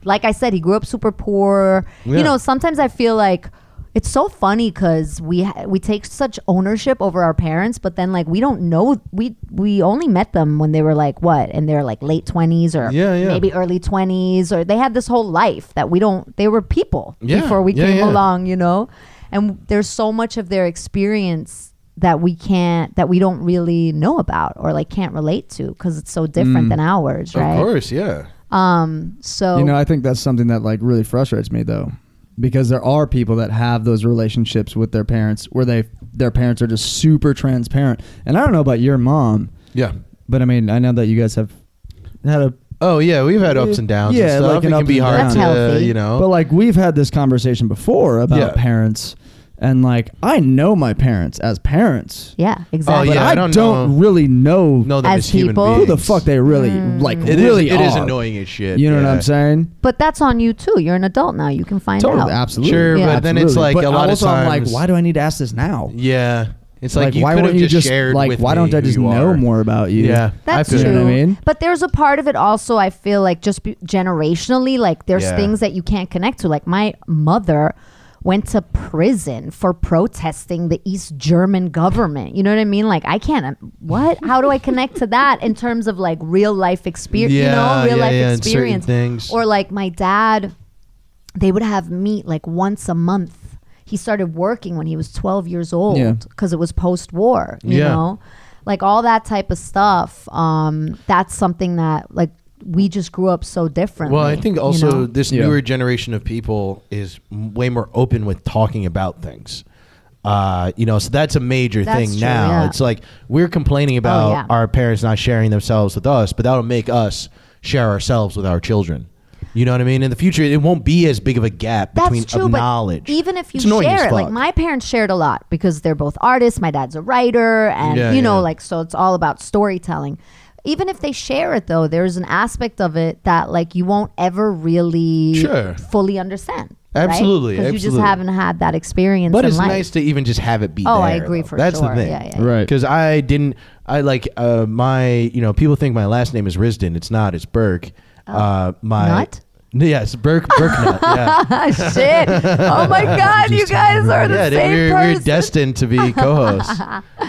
Speaker 3: like I said, he grew up super poor.
Speaker 1: Yeah.
Speaker 3: You know, sometimes I feel like. It's so funny because we ha- we take such ownership over our parents, but then like we don't know we we only met them when they were like what in their like late twenties or
Speaker 1: Yeah, yeah.
Speaker 3: maybe early 20s or they had this whole life that we don't they were people
Speaker 1: Yeah,
Speaker 3: before we
Speaker 1: yeah,
Speaker 3: came
Speaker 1: yeah.
Speaker 3: along you know and there's so much of their experience that we can't that we don't really know about or like can't relate to because it's so different than ours
Speaker 1: Mm. Of
Speaker 3: right
Speaker 1: course, yeah.
Speaker 3: um so
Speaker 2: You know, I think that's something that like really frustrates me though, because there are people that have those relationships with their parents where they their parents are just super transparent. And I don't know about your mom,
Speaker 1: Yeah.
Speaker 2: but I mean, I know that you guys have had a
Speaker 1: Oh yeah, we've had ups and downs and
Speaker 2: Yeah,
Speaker 1: stuff.
Speaker 2: like
Speaker 1: it
Speaker 2: an
Speaker 1: can
Speaker 2: up
Speaker 1: be
Speaker 2: and
Speaker 1: hard
Speaker 3: down.
Speaker 1: to, uh,
Speaker 3: That's healthy.
Speaker 1: you know.
Speaker 2: But like we've had this conversation before about
Speaker 1: Yeah.
Speaker 2: parents and like I know my parents as parents.
Speaker 3: yeah
Speaker 1: Oh,
Speaker 3: exactly
Speaker 2: But
Speaker 1: yeah, I
Speaker 2: I,
Speaker 1: don't
Speaker 2: don't,
Speaker 1: know-
Speaker 2: really know
Speaker 1: know them
Speaker 3: As
Speaker 1: as human
Speaker 3: people- Mm.
Speaker 1: beings.
Speaker 2: who the fuck they really like
Speaker 1: It is-
Speaker 2: really
Speaker 1: it is
Speaker 2: are.
Speaker 1: annoying as shit.
Speaker 2: You know what
Speaker 1: yeah.
Speaker 2: I'm saying?
Speaker 3: but that's on you too you're an adult now you can find
Speaker 2: Totally,
Speaker 3: out
Speaker 2: absolutely.
Speaker 1: Sure,
Speaker 3: Yeah.
Speaker 1: but then it's
Speaker 2: Absolutely.
Speaker 1: like
Speaker 2: But
Speaker 1: a lot
Speaker 2: also
Speaker 1: of
Speaker 2: I'm
Speaker 1: times.
Speaker 2: like, why do I need to ask this now?
Speaker 1: Yeah, It's like, you
Speaker 2: why
Speaker 1: could
Speaker 2: wouldn't
Speaker 1: have
Speaker 2: you
Speaker 1: just
Speaker 2: just
Speaker 1: shared
Speaker 2: like
Speaker 1: with
Speaker 2: why
Speaker 1: me
Speaker 2: don't I
Speaker 1: who
Speaker 2: just
Speaker 1: you
Speaker 2: know
Speaker 1: are.
Speaker 2: more about you?
Speaker 4: Yeah.
Speaker 3: That's
Speaker 4: I
Speaker 2: feel
Speaker 3: true.
Speaker 2: you. You know what I mean?
Speaker 3: But there's a part of it also I feel like just be- generationally like there's
Speaker 4: Yeah.
Speaker 3: things that you can't connect to. Like my mother went to prison for protesting the East German government. You know what I mean? Like I can't um, what? How do I connect to that in terms of like real life experience,
Speaker 1: Yeah,
Speaker 3: you know, real
Speaker 1: yeah,
Speaker 3: life
Speaker 1: yeah, and certain
Speaker 3: experience
Speaker 1: things.
Speaker 3: or like my dad they would have meat like once a month. He started working when he was 12 years
Speaker 2: Yeah.
Speaker 3: old because it was post war, you
Speaker 1: Yeah.
Speaker 3: know? Like all that type of stuff. Um, that's something that, like, we just grew up so differently.
Speaker 1: Well, I think
Speaker 3: you
Speaker 1: also
Speaker 3: know?
Speaker 1: this
Speaker 2: Yeah.
Speaker 1: newer generation of people is m- way more open with talking about things. Uh, you know, so that's a major
Speaker 3: That's
Speaker 1: thing
Speaker 3: true,
Speaker 1: now.
Speaker 3: yeah. Oh,
Speaker 1: It's like we're complaining about
Speaker 3: yeah.
Speaker 1: our parents not sharing themselves with us, but that'll make us share ourselves with our children. You know what I mean? In the future, it won't be as big of a gap
Speaker 3: that's
Speaker 1: between
Speaker 3: true,
Speaker 1: of
Speaker 3: but
Speaker 1: knowledge.
Speaker 3: even if you
Speaker 1: It's annoying
Speaker 3: share
Speaker 1: as
Speaker 3: it, like
Speaker 1: fuck.
Speaker 3: my parents shared a lot because they're both artists. My dad's a writer, and
Speaker 1: Yeah,
Speaker 3: you know,
Speaker 1: yeah.
Speaker 3: like so, it's all about storytelling. Even if they share it, though, there's an aspect of it that like you won't ever really
Speaker 1: Sure.
Speaker 3: fully understand.
Speaker 1: Absolutely,
Speaker 3: because you just
Speaker 1: absolutely.
Speaker 3: haven't had that experience.
Speaker 1: But
Speaker 3: in
Speaker 1: it's
Speaker 3: life.
Speaker 1: nice to even just have it be.
Speaker 3: Oh,
Speaker 1: there,
Speaker 3: I agree
Speaker 1: though.
Speaker 3: for
Speaker 1: That's
Speaker 3: sure.
Speaker 1: the thing,
Speaker 3: Yeah, yeah,
Speaker 2: yeah. Right.
Speaker 1: Because I didn't. I like uh, my. You know, people think my last name is Risden. It's not. It's Burke.
Speaker 3: Oh.
Speaker 1: Uh, my
Speaker 3: Nut?
Speaker 1: N- Yes, Burke Burknut. Yeah,
Speaker 3: Ah, shit! Oh my god, you guys are the
Speaker 1: yeah. dude,
Speaker 3: same
Speaker 1: we're, we're
Speaker 3: person.
Speaker 1: destined to be co-hosts.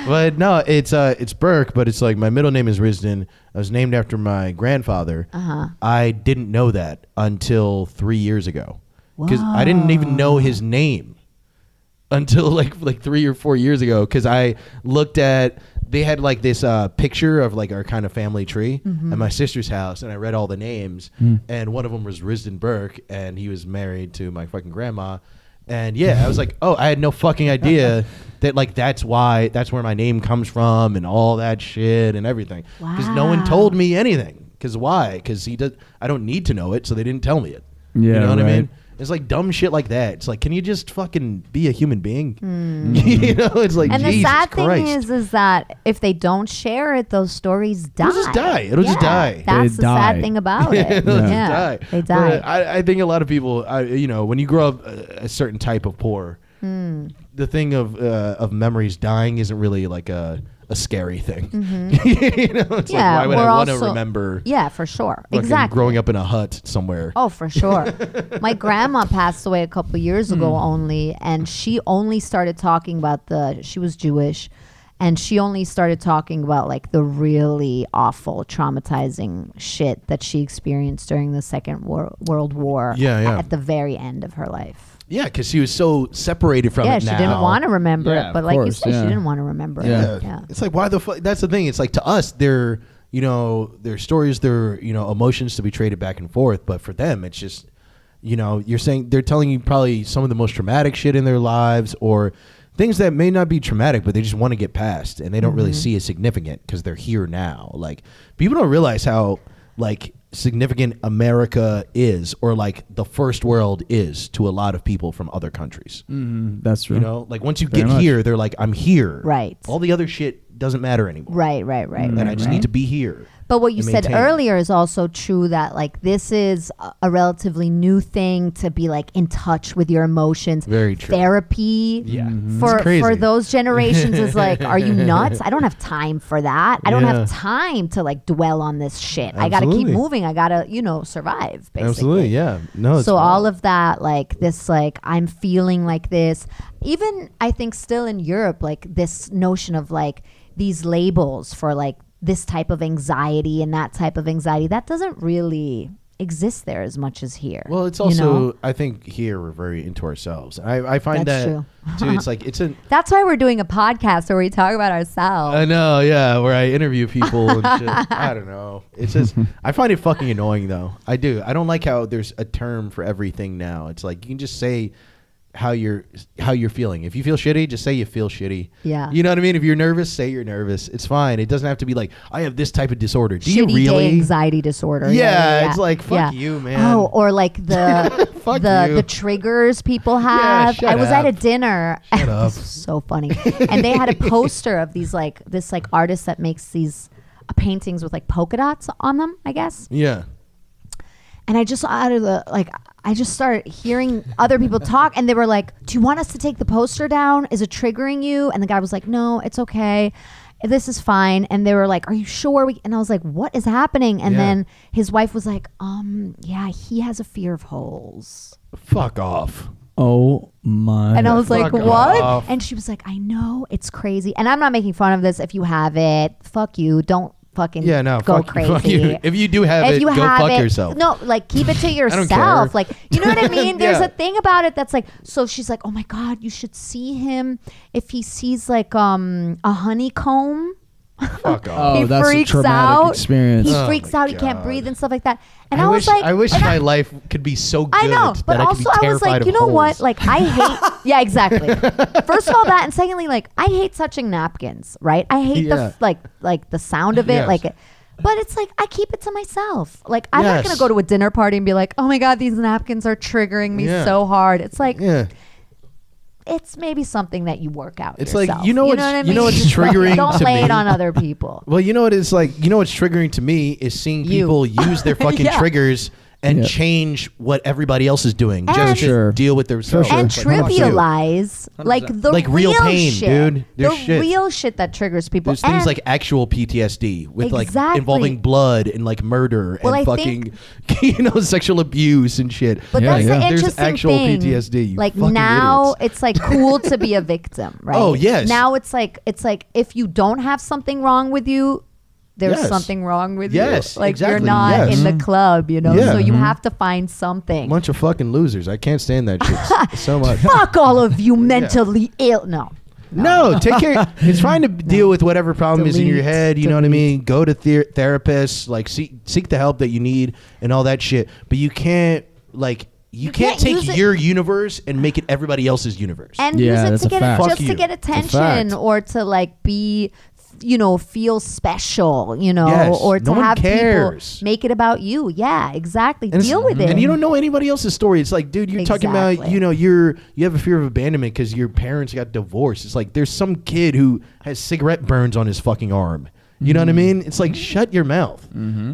Speaker 1: but no, it's uh, it's Burke. But it's like my middle name is Risden. I was named after my grandfather. Uh-huh. I didn't know that until three years ago because I didn't even know his name. until like like three or four years ago because I looked at they had like this uh, picture of like our kind of family tree at my sister's house and I read all the names and one of them was Risden Burke and he was married to my fucking grandma and yeah I was like oh I had no fucking idea that like that's why that's where my name comes from and all that shit and everything because no one
Speaker 3: Wow.
Speaker 1: told me anything because why because he does I don't need to know it so they didn't tell me it you
Speaker 2: Yeah,
Speaker 1: know what I
Speaker 2: right.
Speaker 1: mean it's like dumb shit like that. It's like, can you just fucking be a human being? you know, it's like,
Speaker 3: Hmm. and the
Speaker 1: Jesus
Speaker 3: sad
Speaker 1: Christ.
Speaker 3: thing is, is that if they don't share it, those stories die.
Speaker 1: just die. It'll just die.
Speaker 3: That's
Speaker 2: They
Speaker 3: the
Speaker 2: die.
Speaker 3: sad thing about it.
Speaker 1: They'll just
Speaker 3: yeah,
Speaker 1: die.
Speaker 3: they
Speaker 1: But
Speaker 3: die.
Speaker 1: I, I think a lot of people, I, you know, when you grow up uh, a, a certain type of poor,
Speaker 3: Hmm.
Speaker 1: the thing of uh, of memories dying isn't really like a, a scary thing. you know, it's
Speaker 3: Mm-hmm. Yeah,
Speaker 1: like, why would
Speaker 3: we're
Speaker 1: I want to
Speaker 3: also-
Speaker 1: remember
Speaker 3: yeah, for sure.
Speaker 1: fucking
Speaker 3: Exactly.
Speaker 1: growing up in a hut somewhere?
Speaker 3: Oh, for sure. My grandma passed away a couple years ago
Speaker 1: Hmm.
Speaker 3: only, and she only started talking about the. She was Jewish, and she only started talking about like the really awful, traumatizing shit that she experienced during the Second Wor- World War.
Speaker 1: Yeah, yeah.
Speaker 3: At the very end of her life.
Speaker 1: Yeah, because she was so separated from
Speaker 3: yeah,
Speaker 1: it
Speaker 3: she
Speaker 1: now.
Speaker 3: didn't want to remember
Speaker 2: Yeah,
Speaker 3: it,
Speaker 2: of
Speaker 3: but like you
Speaker 2: course,
Speaker 3: said,
Speaker 2: yeah.
Speaker 3: she didn't want to remember
Speaker 2: Yeah.
Speaker 3: it. Yeah.
Speaker 1: It's like why the fuck? That's the thing. It's like to us, they're you know their stories, their you know emotions to be traded back and forth. But for them, it's just you know you're saying they're telling you probably some of the most traumatic shit in their lives or things that may not be traumatic, but they just want to get past and they don't really see as significant because they're here now. Like people don't realize how like significant America is or like the first world is to a lot of people from other countries.
Speaker 2: Mm, that's true.
Speaker 1: You know, like once you
Speaker 2: Very
Speaker 1: get
Speaker 2: much.
Speaker 1: here, they're like, I'm here.
Speaker 3: Right.
Speaker 1: All the other shit doesn't matter anymore.
Speaker 3: Right, right, right.
Speaker 1: And
Speaker 3: right,
Speaker 1: I just
Speaker 3: right.
Speaker 1: need to be here.
Speaker 3: But what you
Speaker 1: and
Speaker 3: said
Speaker 1: maintain.
Speaker 3: earlier is also true that like this is a- a relatively new thing to be like in touch with your emotions.
Speaker 1: Very true.
Speaker 3: Therapy.
Speaker 1: Yeah. Mhm.
Speaker 3: For
Speaker 1: It's crazy.
Speaker 3: for those generations is like, are you nuts? I don't have time for that. I don't
Speaker 1: Yeah.
Speaker 3: have time to like dwell on this shit. I gotta keep
Speaker 1: Absolutely.
Speaker 3: moving. I gotta, you know, survive basically
Speaker 1: Yeah. No.
Speaker 3: so all of that like this like i'm feeling like this even i think still in europe like this notion of like these labels for like this type of anxiety and that type of anxiety that doesn't really exist there as much as here
Speaker 1: Well, it's
Speaker 3: you
Speaker 1: also
Speaker 3: know?
Speaker 1: I think here we're very into ourselves. I, I find
Speaker 3: That's
Speaker 1: that too. It's like it's an
Speaker 3: that's why we're doing a podcast where we talk about ourselves
Speaker 1: I know, yeah, where I interview people and shit. I don't know. It's just I find it fucking annoying though. I do. I don't like how there's a term for everything now. It's like you can just say how you're how you're feeling. If you feel shitty, just say you feel shitty.
Speaker 3: Yeah.
Speaker 1: You know what I mean? If you're nervous, say you're nervous. It's fine. It doesn't have to be like I have this type of disorder. Do
Speaker 3: Shitty
Speaker 1: you really?
Speaker 3: day anxiety disorder.
Speaker 1: Yeah, it's like, fuck you, man.
Speaker 3: Oh, or like the
Speaker 1: Fuck
Speaker 3: the
Speaker 1: you.
Speaker 3: the triggers people have.
Speaker 1: shut
Speaker 3: I was at a
Speaker 1: up.
Speaker 3: dinner.
Speaker 1: Shut up.
Speaker 3: this was so funny, and they had a poster of these like this like artist that makes these uh, paintings with like polka dots on them. I guess
Speaker 1: Yeah.
Speaker 3: and I just out of the like I just started hearing other people talk, and they were like, "Do you want us to take the poster down? Is it triggering you?" And the guy was like, "No, it's okay. This is fine." And they were like, "Are you sure?" We and I was like, "What is happening?" And
Speaker 1: Yeah.
Speaker 3: then his wife was like, "Um, yeah, he has a fear of holes."
Speaker 1: Fuck off.
Speaker 2: Oh my!
Speaker 3: And I was like,
Speaker 1: fuck
Speaker 3: "What?"
Speaker 1: off.
Speaker 3: And she was like, "I know, it's crazy." And I'm not making fun of this. If you have it, fuck you. Don't fucking
Speaker 1: Yeah, no.
Speaker 3: go
Speaker 1: fuck,
Speaker 3: crazy
Speaker 1: fuck you. If you do have
Speaker 3: if
Speaker 1: it,
Speaker 3: you
Speaker 1: go
Speaker 3: have
Speaker 1: fuck
Speaker 3: it,
Speaker 1: yourself.
Speaker 3: No, like keep it to
Speaker 1: care.
Speaker 3: yourself. Like you know what I mean? There's
Speaker 1: Yeah.
Speaker 3: a thing about it that's like so she's like, Oh my god, you should see him if he sees like um a honeycomb.
Speaker 1: Fuck off.
Speaker 2: Oh,
Speaker 3: he
Speaker 2: that's a
Speaker 3: freaks
Speaker 2: traumatic
Speaker 3: out.
Speaker 2: experience.
Speaker 3: He
Speaker 2: Oh
Speaker 3: freaks
Speaker 1: my
Speaker 3: out, he can't
Speaker 1: God.
Speaker 3: breathe and stuff like that. And
Speaker 1: I,
Speaker 3: I,
Speaker 1: wish,
Speaker 3: was like
Speaker 1: I wish
Speaker 3: and
Speaker 1: my life could be so good
Speaker 3: I know, but
Speaker 1: that I could be
Speaker 3: also I was
Speaker 1: terrified
Speaker 3: like,
Speaker 1: of
Speaker 3: you know what?
Speaker 1: holes.
Speaker 3: Like I hate. yeah, exactly. First of all, that, and secondly, like I hate touching napkins. Right? I hate the
Speaker 1: Yeah.
Speaker 3: f- like like the sound of it.
Speaker 1: Yes.
Speaker 3: Like, it- but it's like I keep it to myself. Like I'm not
Speaker 1: Yes.
Speaker 3: gonna go to a dinner party and be like, oh my god, these napkins are triggering me
Speaker 1: Yeah.
Speaker 3: so hard. It's like
Speaker 1: yeah.
Speaker 3: it's maybe something that you work out.
Speaker 1: It's like,
Speaker 3: yourself.
Speaker 1: you know
Speaker 3: you
Speaker 1: what's-
Speaker 3: know what I mean?
Speaker 1: you know what's
Speaker 3: Just like,
Speaker 1: triggering
Speaker 3: Don't
Speaker 1: to
Speaker 3: lay it
Speaker 1: me?
Speaker 3: on other people.
Speaker 1: Well, you know what it's like. You know what's triggering to me is seeing
Speaker 3: You.
Speaker 1: people use their fucking
Speaker 3: Yeah.
Speaker 1: triggers and
Speaker 2: Yeah.
Speaker 1: change what everybody else is doing.
Speaker 3: And-
Speaker 1: just to
Speaker 2: Sure.
Speaker 1: deal with themselves.
Speaker 3: and
Speaker 1: It's like, fuck you.
Speaker 3: trivialize like the
Speaker 1: Like real pain,
Speaker 3: shit,
Speaker 1: dude. There's
Speaker 3: the
Speaker 1: shit.
Speaker 3: real shit that triggers people.
Speaker 1: There's things
Speaker 3: And-
Speaker 1: like actual PTSD with like
Speaker 3: Exactly.
Speaker 1: involving blood and like murder
Speaker 3: Well,
Speaker 1: and
Speaker 3: I
Speaker 1: fucking you know sexual abuse and shit.
Speaker 3: But
Speaker 2: Yeah,
Speaker 3: that's
Speaker 2: yeah.
Speaker 3: the
Speaker 1: There's
Speaker 3: interesting
Speaker 1: actual
Speaker 3: thing.
Speaker 1: PTSD, you
Speaker 3: like
Speaker 1: fucking
Speaker 3: now,
Speaker 1: idiots.
Speaker 3: it's like cool to be a victim, right?
Speaker 1: Oh, yes.
Speaker 3: Now it's like it's like if you don't have something wrong with you, there's
Speaker 1: Yes.
Speaker 3: something wrong with you.
Speaker 1: Yes,
Speaker 3: like you're
Speaker 1: exactly,
Speaker 3: not
Speaker 1: yes.
Speaker 3: in the club, you know.
Speaker 1: Yeah. Mm-hmm.
Speaker 3: So you have to find something.
Speaker 1: bunch of fucking losers. I can't stand that shit s- so much.
Speaker 3: Fuck all of you mentally ill. No,
Speaker 1: No, take care. It's fine to deal with whatever problem is in your
Speaker 3: Delete,
Speaker 1: head. You know what I mean. Go to ther- therapists. Like seek seek the help that you need and all that shit. But you can't like you, can't,
Speaker 3: can't use
Speaker 1: take
Speaker 3: it-
Speaker 1: your universe and make it everybody else's universe.
Speaker 3: and
Speaker 2: Yeah,
Speaker 3: use
Speaker 2: that's
Speaker 3: it
Speaker 2: a
Speaker 3: to get
Speaker 2: fact.
Speaker 3: just
Speaker 1: Fuck
Speaker 3: to
Speaker 1: you.
Speaker 3: get
Speaker 1: a
Speaker 3: attention
Speaker 1: fact.
Speaker 3: or to like be you know feel special you know
Speaker 1: Yes,
Speaker 3: or
Speaker 1: no
Speaker 3: to
Speaker 1: one
Speaker 3: have
Speaker 1: cares.
Speaker 3: people make it about you yeah exactly
Speaker 1: And it's-
Speaker 3: deal with it
Speaker 1: And you don't know anybody else's story. It's like, dude, you're talking about,
Speaker 3: Exactly.
Speaker 1: you know, you're you have a fear of abandonment because your parents got divorced. It's like there's some kid who has cigarette burns on his fucking arm. You know what I
Speaker 3: Mm-hmm.
Speaker 1: mean? It's like shut your mouth.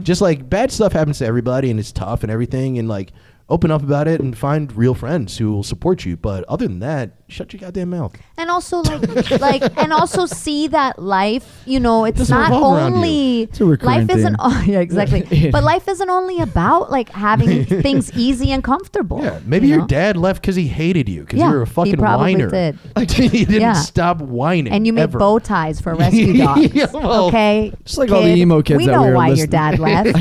Speaker 1: Just like bad stuff happens to everybody, and it's tough and everything, and like open up about it and find real friends who will support you. But other than that, shut your goddamn mouth.
Speaker 3: and also like like and also see that life you know it's
Speaker 1: Doesn't
Speaker 3: not
Speaker 1: revolve around you.
Speaker 3: only
Speaker 2: a recurring
Speaker 3: life isn't
Speaker 2: theme.
Speaker 3: oh, yeah exactly but life isn't only about like having things easy and comfortable
Speaker 1: Yeah, maybe
Speaker 3: you
Speaker 1: your
Speaker 3: know?
Speaker 1: dad left because he hated you because
Speaker 3: Yeah,
Speaker 1: you were a
Speaker 3: he
Speaker 1: fucking
Speaker 3: probably
Speaker 1: whiner.
Speaker 3: did.
Speaker 1: Like, he didn't
Speaker 3: Yeah.
Speaker 1: stop whining.
Speaker 3: and you made
Speaker 1: ever.
Speaker 3: bow ties for rescue dogs
Speaker 1: Yeah, well,
Speaker 3: okay
Speaker 2: just like all the emo kids
Speaker 3: we
Speaker 2: that
Speaker 3: know
Speaker 2: we were
Speaker 3: why your
Speaker 2: listening-
Speaker 3: dad left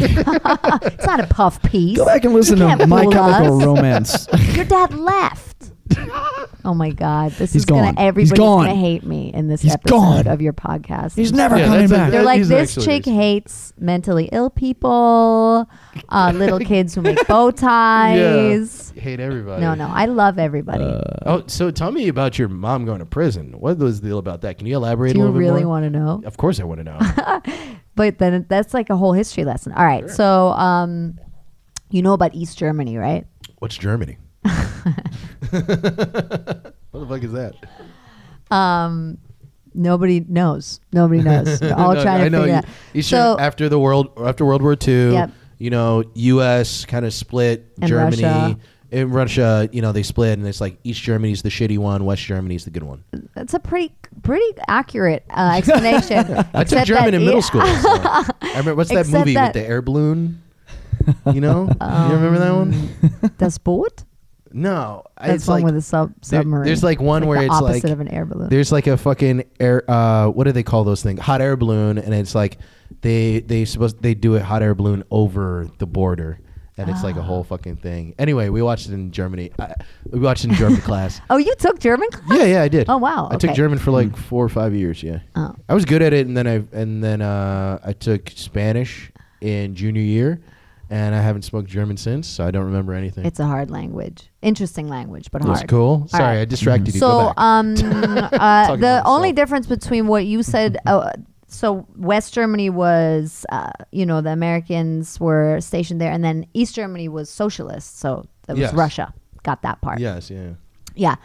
Speaker 3: it's not a puff piece
Speaker 2: Go back and listen
Speaker 3: You
Speaker 2: to
Speaker 3: can't
Speaker 2: My
Speaker 3: fool
Speaker 2: Chemical
Speaker 3: us.
Speaker 2: Romance.
Speaker 3: your dad left oh my god this
Speaker 2: He's
Speaker 3: is gonna
Speaker 2: gone. He's
Speaker 3: everybody's
Speaker 2: gone.
Speaker 3: gonna hate me in this
Speaker 2: He's
Speaker 3: episode
Speaker 2: gone.
Speaker 3: of your podcast
Speaker 2: He's never
Speaker 1: Yeah,
Speaker 2: coming
Speaker 1: that's a-
Speaker 2: back.
Speaker 3: They're
Speaker 1: That
Speaker 3: like,
Speaker 1: is an
Speaker 3: this
Speaker 1: excellent
Speaker 3: chick
Speaker 1: reason."
Speaker 3: hates mentally ill people, uh, little kids who make bow ties.
Speaker 1: hate everybody.
Speaker 3: No, no, I love everybody.
Speaker 1: Oh, so tell me about your mom going to prison. What was the deal about that? Can you elaborate
Speaker 3: Do
Speaker 1: a
Speaker 3: you
Speaker 1: little
Speaker 3: really
Speaker 1: bit more?
Speaker 3: want to know?
Speaker 1: Of course, I want to know.
Speaker 3: But then that's like a whole history lesson. All right, so um, you know about East Germany, right?
Speaker 1: What's Germany? what the fuck is that?
Speaker 3: Um, nobody knows. Nobody knows. We're all
Speaker 1: No,
Speaker 3: trying to
Speaker 1: I know E- you-
Speaker 3: figure it out.
Speaker 1: you should-
Speaker 3: so
Speaker 1: after the world, after World War II,
Speaker 3: Yep.
Speaker 1: you know, U.S. kind of split
Speaker 3: And
Speaker 1: Germany.
Speaker 3: Russia.
Speaker 1: In Russia, you know, they split, and it's like East Germany's the shitty one, West Germany's the good one.
Speaker 3: that's a pretty, pretty accurate uh, explanation.
Speaker 1: I took
Speaker 3: Except
Speaker 1: German
Speaker 3: that
Speaker 1: in
Speaker 3: it-
Speaker 1: middle school. so. I remember what's that
Speaker 3: Except
Speaker 1: movie
Speaker 3: that-
Speaker 1: with the air balloon? You know, you remember that one?
Speaker 3: Das Boot.
Speaker 1: No, I-
Speaker 3: Um, That's
Speaker 1: it's
Speaker 3: one
Speaker 1: like
Speaker 3: with a sub
Speaker 1: there-
Speaker 3: submarine.
Speaker 1: there's like one
Speaker 3: It's
Speaker 1: where
Speaker 3: the
Speaker 1: it's
Speaker 3: opposite
Speaker 1: like
Speaker 3: of an air balloon.
Speaker 1: there's like a fucking air. Uh, what do they call those things? Hot air balloon, and it's like they they supposed they do it hot air balloon over the border, and it's like a whole
Speaker 3: Ah.
Speaker 1: fucking thing. Anyway, we watched it in Germany. I, we watched it in German class.
Speaker 3: Oh, you took German class?
Speaker 1: Yeah, yeah, I did.
Speaker 3: Oh, wow,
Speaker 1: I took
Speaker 3: okay.
Speaker 1: German for like four or five years. Yeah,
Speaker 3: Oh.
Speaker 1: I was good at it, and then I and then uh, I took Spanish in junior year, and I haven't spoke German since, so I don't remember anything.
Speaker 3: It's a hard language. Interesting language, but hard.
Speaker 1: That's cool. Sorry,
Speaker 3: right.
Speaker 1: I distracted you. Go
Speaker 3: So,
Speaker 1: back.
Speaker 3: um, uh,
Speaker 1: about
Speaker 3: the
Speaker 1: myself.
Speaker 3: only difference between what you said, uh, so West Germany was, uh, you know, the Americans were stationed there, and then East Germany was socialist, so it was
Speaker 1: Yes.
Speaker 3: uh, Russia. Got that part.
Speaker 1: yes, yeah.
Speaker 3: Yeah.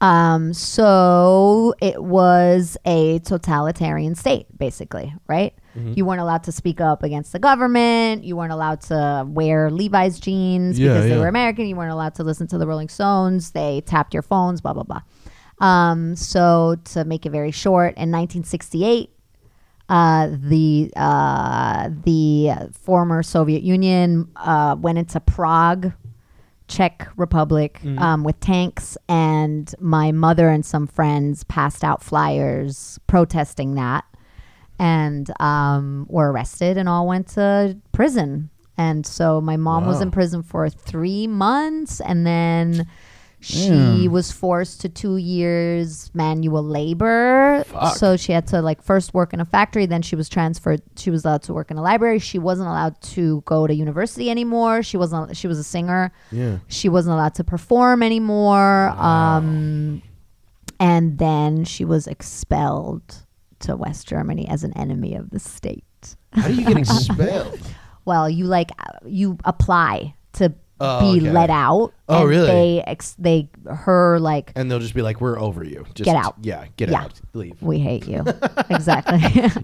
Speaker 3: Um, so it was a totalitarian state, basically, right?
Speaker 1: Mm-hmm.
Speaker 3: You weren't allowed to speak up against the government. You weren't allowed to wear Levi's jeans
Speaker 1: Yeah,
Speaker 3: because they
Speaker 1: yeah.
Speaker 3: were American. You weren't allowed to listen to the Rolling Stones. They tapped your phones, blah, blah, blah. Um, so to make it very short, in 1968, uh, the uh, the former Soviet Union uh, went into Prague, Czech Republic, um, with tanks, and my mother and some friends passed out flyers protesting that, and um, were arrested and all went to prison. And so my mom was in prison for three months, and then. She was forced to two years manual labor. So she had to like first work in a factory, then she was transferred. She was allowed to work in a library. She wasn't allowed to go to university anymore. She wasn't. She was a singer.
Speaker 1: Yeah.
Speaker 3: She wasn't allowed to perform anymore. Um, and then she was expelled to West Germany as an enemy of the state.
Speaker 1: How do you get expelled?
Speaker 3: Well, you like uh, you apply to
Speaker 1: Oh,
Speaker 3: be
Speaker 1: okay.
Speaker 3: let out.
Speaker 1: Oh,
Speaker 3: and
Speaker 1: really?
Speaker 3: They ex- they her like
Speaker 1: and they'll just be like, "We're over you. Just
Speaker 3: Get out.
Speaker 1: Yeah, get
Speaker 3: Yeah.
Speaker 1: out. Leave.
Speaker 3: we hate you. exactly.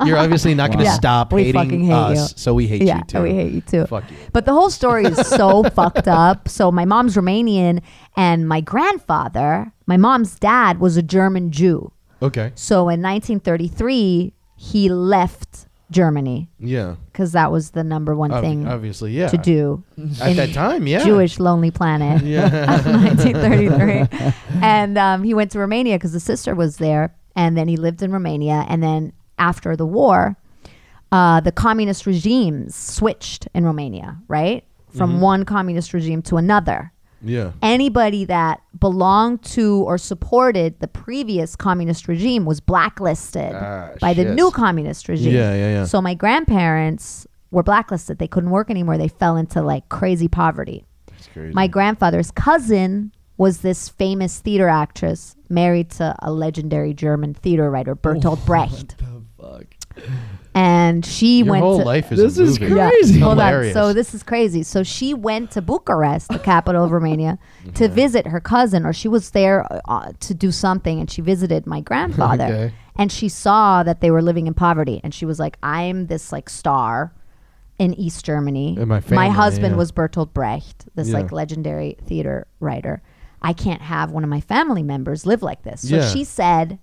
Speaker 1: You're obviously not going to
Speaker 3: Yeah,
Speaker 1: stop
Speaker 3: we
Speaker 1: hating
Speaker 3: fucking hate
Speaker 1: us,
Speaker 3: you.
Speaker 1: so we hate
Speaker 3: yeah,
Speaker 1: you too.
Speaker 3: we hate you too.
Speaker 1: Fuck you.
Speaker 3: But the whole story is so fucked up. So my mom's Romanian, and my grandfather, my mom's dad, was a German Jew.
Speaker 1: Okay.
Speaker 3: So in 1933, he left Germany
Speaker 1: Yeah.
Speaker 3: because that was the number one
Speaker 1: Ob-
Speaker 3: thing
Speaker 1: obviously, yeah. Mm-hmm.
Speaker 3: to do
Speaker 1: at that time, yeah.
Speaker 3: Jewish Lonely Planet,
Speaker 1: Yeah.
Speaker 3: 1933. and um, he went to Romania because his sister was there. And then he lived in Romania. And then after the war, uh, the communist regimes switched in Romania, right? From
Speaker 1: Mm-hmm.
Speaker 3: one communist regime to another.
Speaker 1: yeah.
Speaker 3: Anybody that belonged to or supported the previous communist regime was blacklisted
Speaker 1: Ah,
Speaker 3: by the
Speaker 1: shit.
Speaker 3: new communist regime.
Speaker 1: Yeah, yeah, yeah.
Speaker 3: So my grandparents were blacklisted. They couldn't work anymore. They fell into like crazy poverty.
Speaker 1: That's crazy.
Speaker 3: My grandfather's cousin was this famous theater actress married to a legendary German theater writer,
Speaker 1: Oh,
Speaker 3: Bertolt Brecht. And she
Speaker 1: Your
Speaker 3: went
Speaker 1: whole
Speaker 3: to,
Speaker 1: life is
Speaker 2: This
Speaker 1: a
Speaker 2: is
Speaker 1: movie.
Speaker 2: crazy. Yeah.
Speaker 3: Hold on.
Speaker 1: Hilarious.
Speaker 3: So this is crazy. So she went to Bucharest, the capital of Romania, to visit her cousin, or she was there uh, to do something, and she visited my grandfather,
Speaker 1: Okay.
Speaker 3: and she saw that they were living in poverty, and she was like, "I'm this like star." In East Germany,
Speaker 1: In my family,
Speaker 3: husband
Speaker 1: yeah.
Speaker 3: was Bertolt Brecht, this
Speaker 1: Yeah.
Speaker 3: like legendary theater writer. I can't have one of my family members live like this. So
Speaker 1: Yeah.
Speaker 3: she said,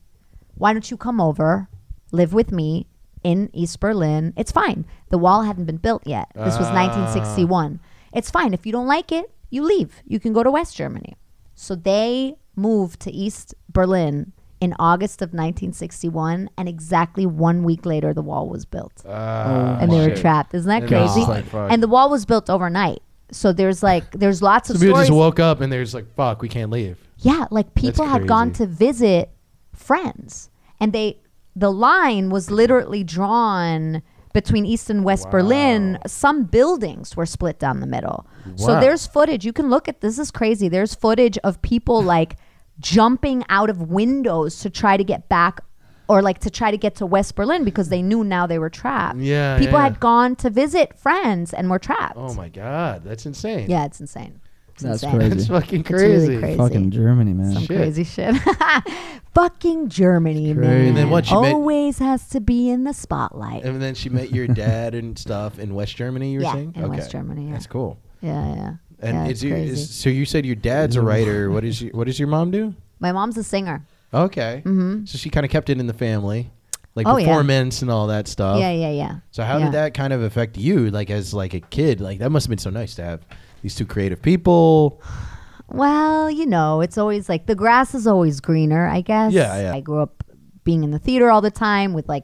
Speaker 3: why don't you come over, live with me in East Berlin? It's fine. The wall hadn't been built yet. This
Speaker 1: Ah.
Speaker 3: was 1961. It's fine. If you don't like it, you leave. You can go to West Germany. So they moved to East Berlin in August of 1961, and exactly one week later, the wall was built.
Speaker 1: Oh, Uh,
Speaker 3: and they were trapped. Isn't that
Speaker 1: And they're
Speaker 3: crazy?
Speaker 1: just like, fuck.
Speaker 3: and the wall was built overnight. So there's like there's lots of
Speaker 1: Some people
Speaker 3: stories.
Speaker 1: just woke up and they're just like, "Fuck, we can't leave."
Speaker 3: Yeah, like people had gone to
Speaker 1: crazy.
Speaker 3: visit friends, and they the line was literally drawn between East and West Berlin. Some buildings were split down the middle. So
Speaker 1: Wow.
Speaker 3: there's footage you can look at. This is crazy. There's footage of people like jumping out of windows to try to get back. Or like to try to get to West Berlin because they knew now they were trapped.
Speaker 1: Yeah, yeah,
Speaker 3: people
Speaker 1: yeah.
Speaker 3: had gone to visit friends and were trapped.
Speaker 1: Oh my god, that's insane.
Speaker 3: Yeah, it's insane. It's
Speaker 2: That's
Speaker 3: insane.
Speaker 2: crazy.
Speaker 1: It's fucking
Speaker 3: It's really
Speaker 1: crazy.
Speaker 3: crazy.
Speaker 2: Fucking Germany, man.
Speaker 3: Some
Speaker 1: Shit.
Speaker 3: crazy shit. Fucking Germany, man.
Speaker 2: crazy. And then
Speaker 1: what, she made-
Speaker 3: Always has to be in the spotlight.
Speaker 1: And then she met your dad and stuff in West Germany. You were
Speaker 3: yeah,
Speaker 1: saying?
Speaker 3: in West Germany. Yeah,
Speaker 1: That's cool.
Speaker 3: yeah, yeah.
Speaker 1: And
Speaker 3: yeah,
Speaker 1: is
Speaker 3: it's
Speaker 1: you,
Speaker 3: crazy.
Speaker 1: is, so you said your dad's a writer. What is your, what does your mom do?
Speaker 3: My mom's a singer.
Speaker 1: Okay. So she kind of kept it in the family, like
Speaker 3: Mm-hmm. Oh, yeah.
Speaker 1: performance and all that stuff.
Speaker 3: yeah, yeah, yeah.
Speaker 1: So how
Speaker 3: Yeah.
Speaker 1: did that kind of affect you, like as like a kid? Like that must have been so nice to have these two creative people.
Speaker 3: Well, you know, it's always like the grass is always greener, I guess.
Speaker 1: Yeah, yeah.
Speaker 3: I grew up being in the theater all the time with like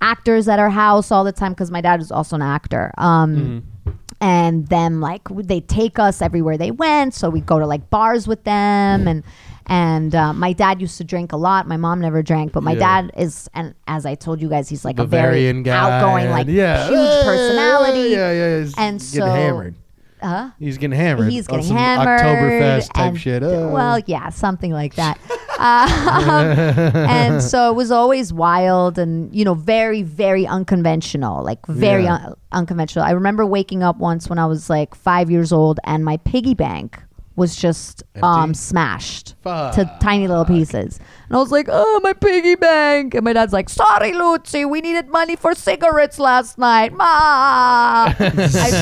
Speaker 3: actors at our house all the time because my dad is also an actor. Um,
Speaker 1: Mm-hmm.
Speaker 3: And them like would they take us everywhere they went, so we'd go to like bars with
Speaker 1: Mm.
Speaker 3: them and. And uh, my dad used to drink a lot. My mom never drank, but my
Speaker 1: Yeah.
Speaker 3: dad is, and as I told you guys, he's like
Speaker 1: Bavarian
Speaker 3: a very
Speaker 1: guy,
Speaker 3: outgoing,
Speaker 1: and-
Speaker 3: like
Speaker 1: yeah.
Speaker 3: huge personality. Uh-huh.
Speaker 1: Yeah, yeah. He's
Speaker 3: And
Speaker 1: getting
Speaker 3: so-
Speaker 1: hammered.
Speaker 3: Huh?
Speaker 1: He's getting hammered.
Speaker 3: He's
Speaker 1: on
Speaker 3: getting
Speaker 1: some
Speaker 3: hammered.
Speaker 1: Oktoberfest type
Speaker 3: and-
Speaker 1: shit. Oh.
Speaker 3: Well, yeah, something like that. um, and so it was always wild and, you know, very, very unconventional, like very
Speaker 1: Yeah.
Speaker 3: un- unconventional. I remember waking up once when I was like five years old and my piggy bank was just um, smashed to
Speaker 1: Fuck.
Speaker 3: tiny little pieces. And I was like, oh, my piggy bank. And my dad's like, sorry, Lucy, we needed money for cigarettes last night. Ma. I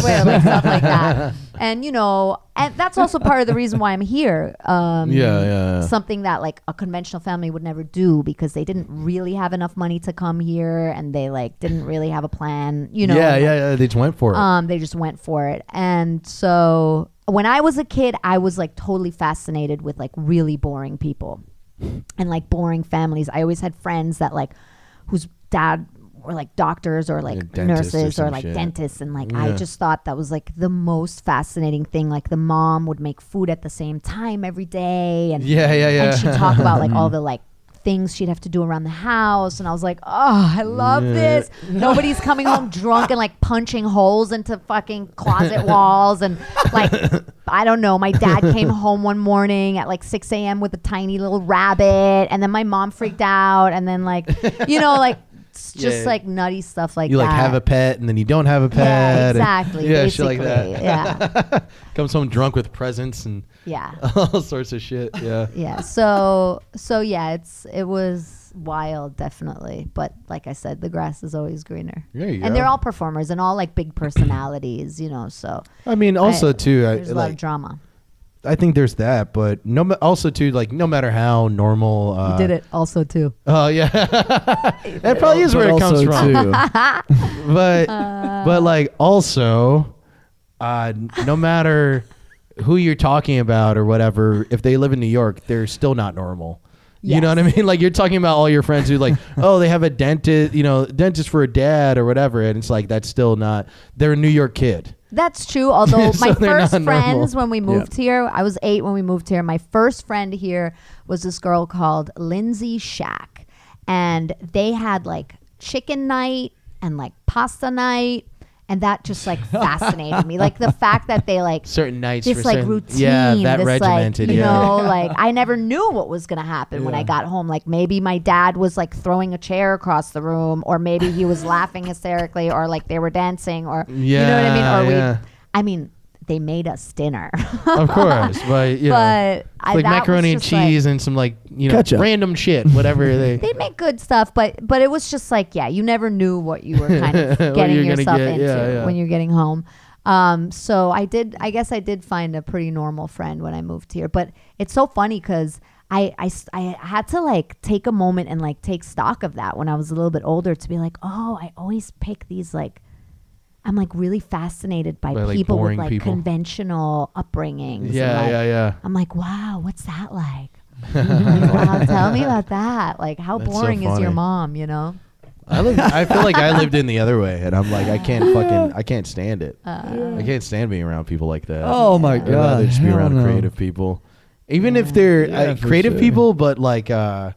Speaker 3: swear, like stuff like that. And, you know, and that's also part of the reason why I'm here. Um,
Speaker 1: Yeah, yeah, yeah.
Speaker 3: Something that, like, a conventional family would never do because they didn't really have enough money to come here and they, like, didn't really have a plan, you know?
Speaker 1: yeah,
Speaker 3: and,
Speaker 1: yeah, yeah. They just went for it.
Speaker 3: um, they just went for it. And so when I was a kid, I was like totally fascinated with like really boring people and like boring families. I always had friends that like whose dad were like doctors or like
Speaker 1: Yeah, dentists or
Speaker 3: nurses or,
Speaker 1: some
Speaker 3: like
Speaker 1: shit.
Speaker 3: dentists and like I
Speaker 1: Yeah.
Speaker 3: just thought that was like the most fascinating thing. Like the mom would make food at the same time every day and
Speaker 1: yeah, yeah, yeah. Mm-hmm.
Speaker 3: and she'd talk about like all the like things she'd have to do around the house and i was like oh i love this nobody's coming home drunk and like punching holes into fucking closet walls and like i don't know my dad came home one morning at like 6 a.m with a tiny little rabbit and then my mom freaked out and then like you know like it's just
Speaker 1: Yeah.
Speaker 3: like nutty stuff like
Speaker 1: you
Speaker 3: that
Speaker 1: like have a pet and then you don't have a pet.
Speaker 3: yeah,
Speaker 1: and-
Speaker 3: exactly
Speaker 1: yeah,
Speaker 3: basically.
Speaker 1: shit like that.
Speaker 3: yeah
Speaker 1: Comes home drunk with presents and
Speaker 3: yeah
Speaker 1: all sorts of shit. Yeah.
Speaker 3: yeah so so yeah it's it was wild definitely but like i said the grass is always greener
Speaker 1: There you
Speaker 3: and they're
Speaker 1: go.
Speaker 3: all performers and all like big personalities you know so
Speaker 1: I mean, also
Speaker 3: I-
Speaker 1: too, I,
Speaker 3: there's a lot of
Speaker 1: like,
Speaker 3: drama
Speaker 1: I think there's that, but no, ma- also too, like no matter how normal. Uh,
Speaker 3: it also too
Speaker 1: Oh yeah, that probably is
Speaker 2: But
Speaker 1: where it comes
Speaker 2: also,
Speaker 1: from.
Speaker 2: too,
Speaker 1: But
Speaker 3: Uh.
Speaker 1: but like also, uh, no matter who you're talking about or whatever, if they live in New York, they're still not normal. You know what I mean? Like you're talking about all your friends who like, oh, they have a dentist, you know, dentist for a dad or whatever, and it's like that's still not. They're a New York kid.
Speaker 3: that's true although
Speaker 1: So
Speaker 3: my
Speaker 1: they're
Speaker 3: first
Speaker 1: not normal.
Speaker 3: friends when we moved here i was eight when we moved here my first friend here was this girl called lindsay shack and they had like chicken night and like pasta night and that just like fascinated me like the fact that they like
Speaker 1: Certain nights,
Speaker 3: this
Speaker 1: for
Speaker 3: like
Speaker 1: certain,
Speaker 3: routine,
Speaker 1: yeah, that
Speaker 3: this
Speaker 1: regimented,
Speaker 3: like you
Speaker 1: yeah.
Speaker 3: know, like I never knew what was gonna happen when I got home. Like maybe my dad was like throwing a chair across the room, or maybe he was laughing hysterically, or like they were dancing, or you know what I mean, or
Speaker 1: Yeah, yeah.
Speaker 3: we, I mean, they made us dinner,
Speaker 1: of course, but yeah,
Speaker 3: but I,
Speaker 1: like
Speaker 3: that was
Speaker 1: macaroni and
Speaker 3: just, like-
Speaker 1: cheese and some like you know
Speaker 2: Ketchup.
Speaker 1: random shit, whatever they.
Speaker 3: they make good stuff, but but it was just like yeah, you never knew what you were kind of
Speaker 1: What
Speaker 3: getting
Speaker 1: you're gonna
Speaker 3: yourself
Speaker 1: get,
Speaker 3: into
Speaker 1: yeah, yeah.
Speaker 3: when you're getting home. Um, so I did. I guess I did find a pretty normal friend when I moved here, but it's so funny because. I, I, s- I had to like take a moment and like take stock of that when I was a little bit older to be like, oh, I always pick these like, I'm like really fascinated by,
Speaker 1: By, like,
Speaker 3: people with
Speaker 1: boring
Speaker 3: like
Speaker 1: people.
Speaker 3: conventional upbringings. and,
Speaker 1: yeah,
Speaker 3: like,
Speaker 1: yeah, yeah.
Speaker 3: I'm like, wow, what's that like? Like, wow, tell me about that. Like, how
Speaker 1: That's so
Speaker 3: boring is your
Speaker 1: funny.
Speaker 3: mom? You know?
Speaker 1: I lived, I feel like I lived in the other way, and I'm like, I can't fucking, I can't stand it.
Speaker 3: Uh,
Speaker 1: I can't stand being around people like that.
Speaker 2: Oh my
Speaker 1: I'd rather
Speaker 2: god!
Speaker 1: just be
Speaker 2: hell
Speaker 1: around
Speaker 2: no.
Speaker 1: creative people, even if they're
Speaker 2: Yeah,
Speaker 1: uh,
Speaker 2: for
Speaker 1: creative
Speaker 2: sure.
Speaker 1: people, but like, uh,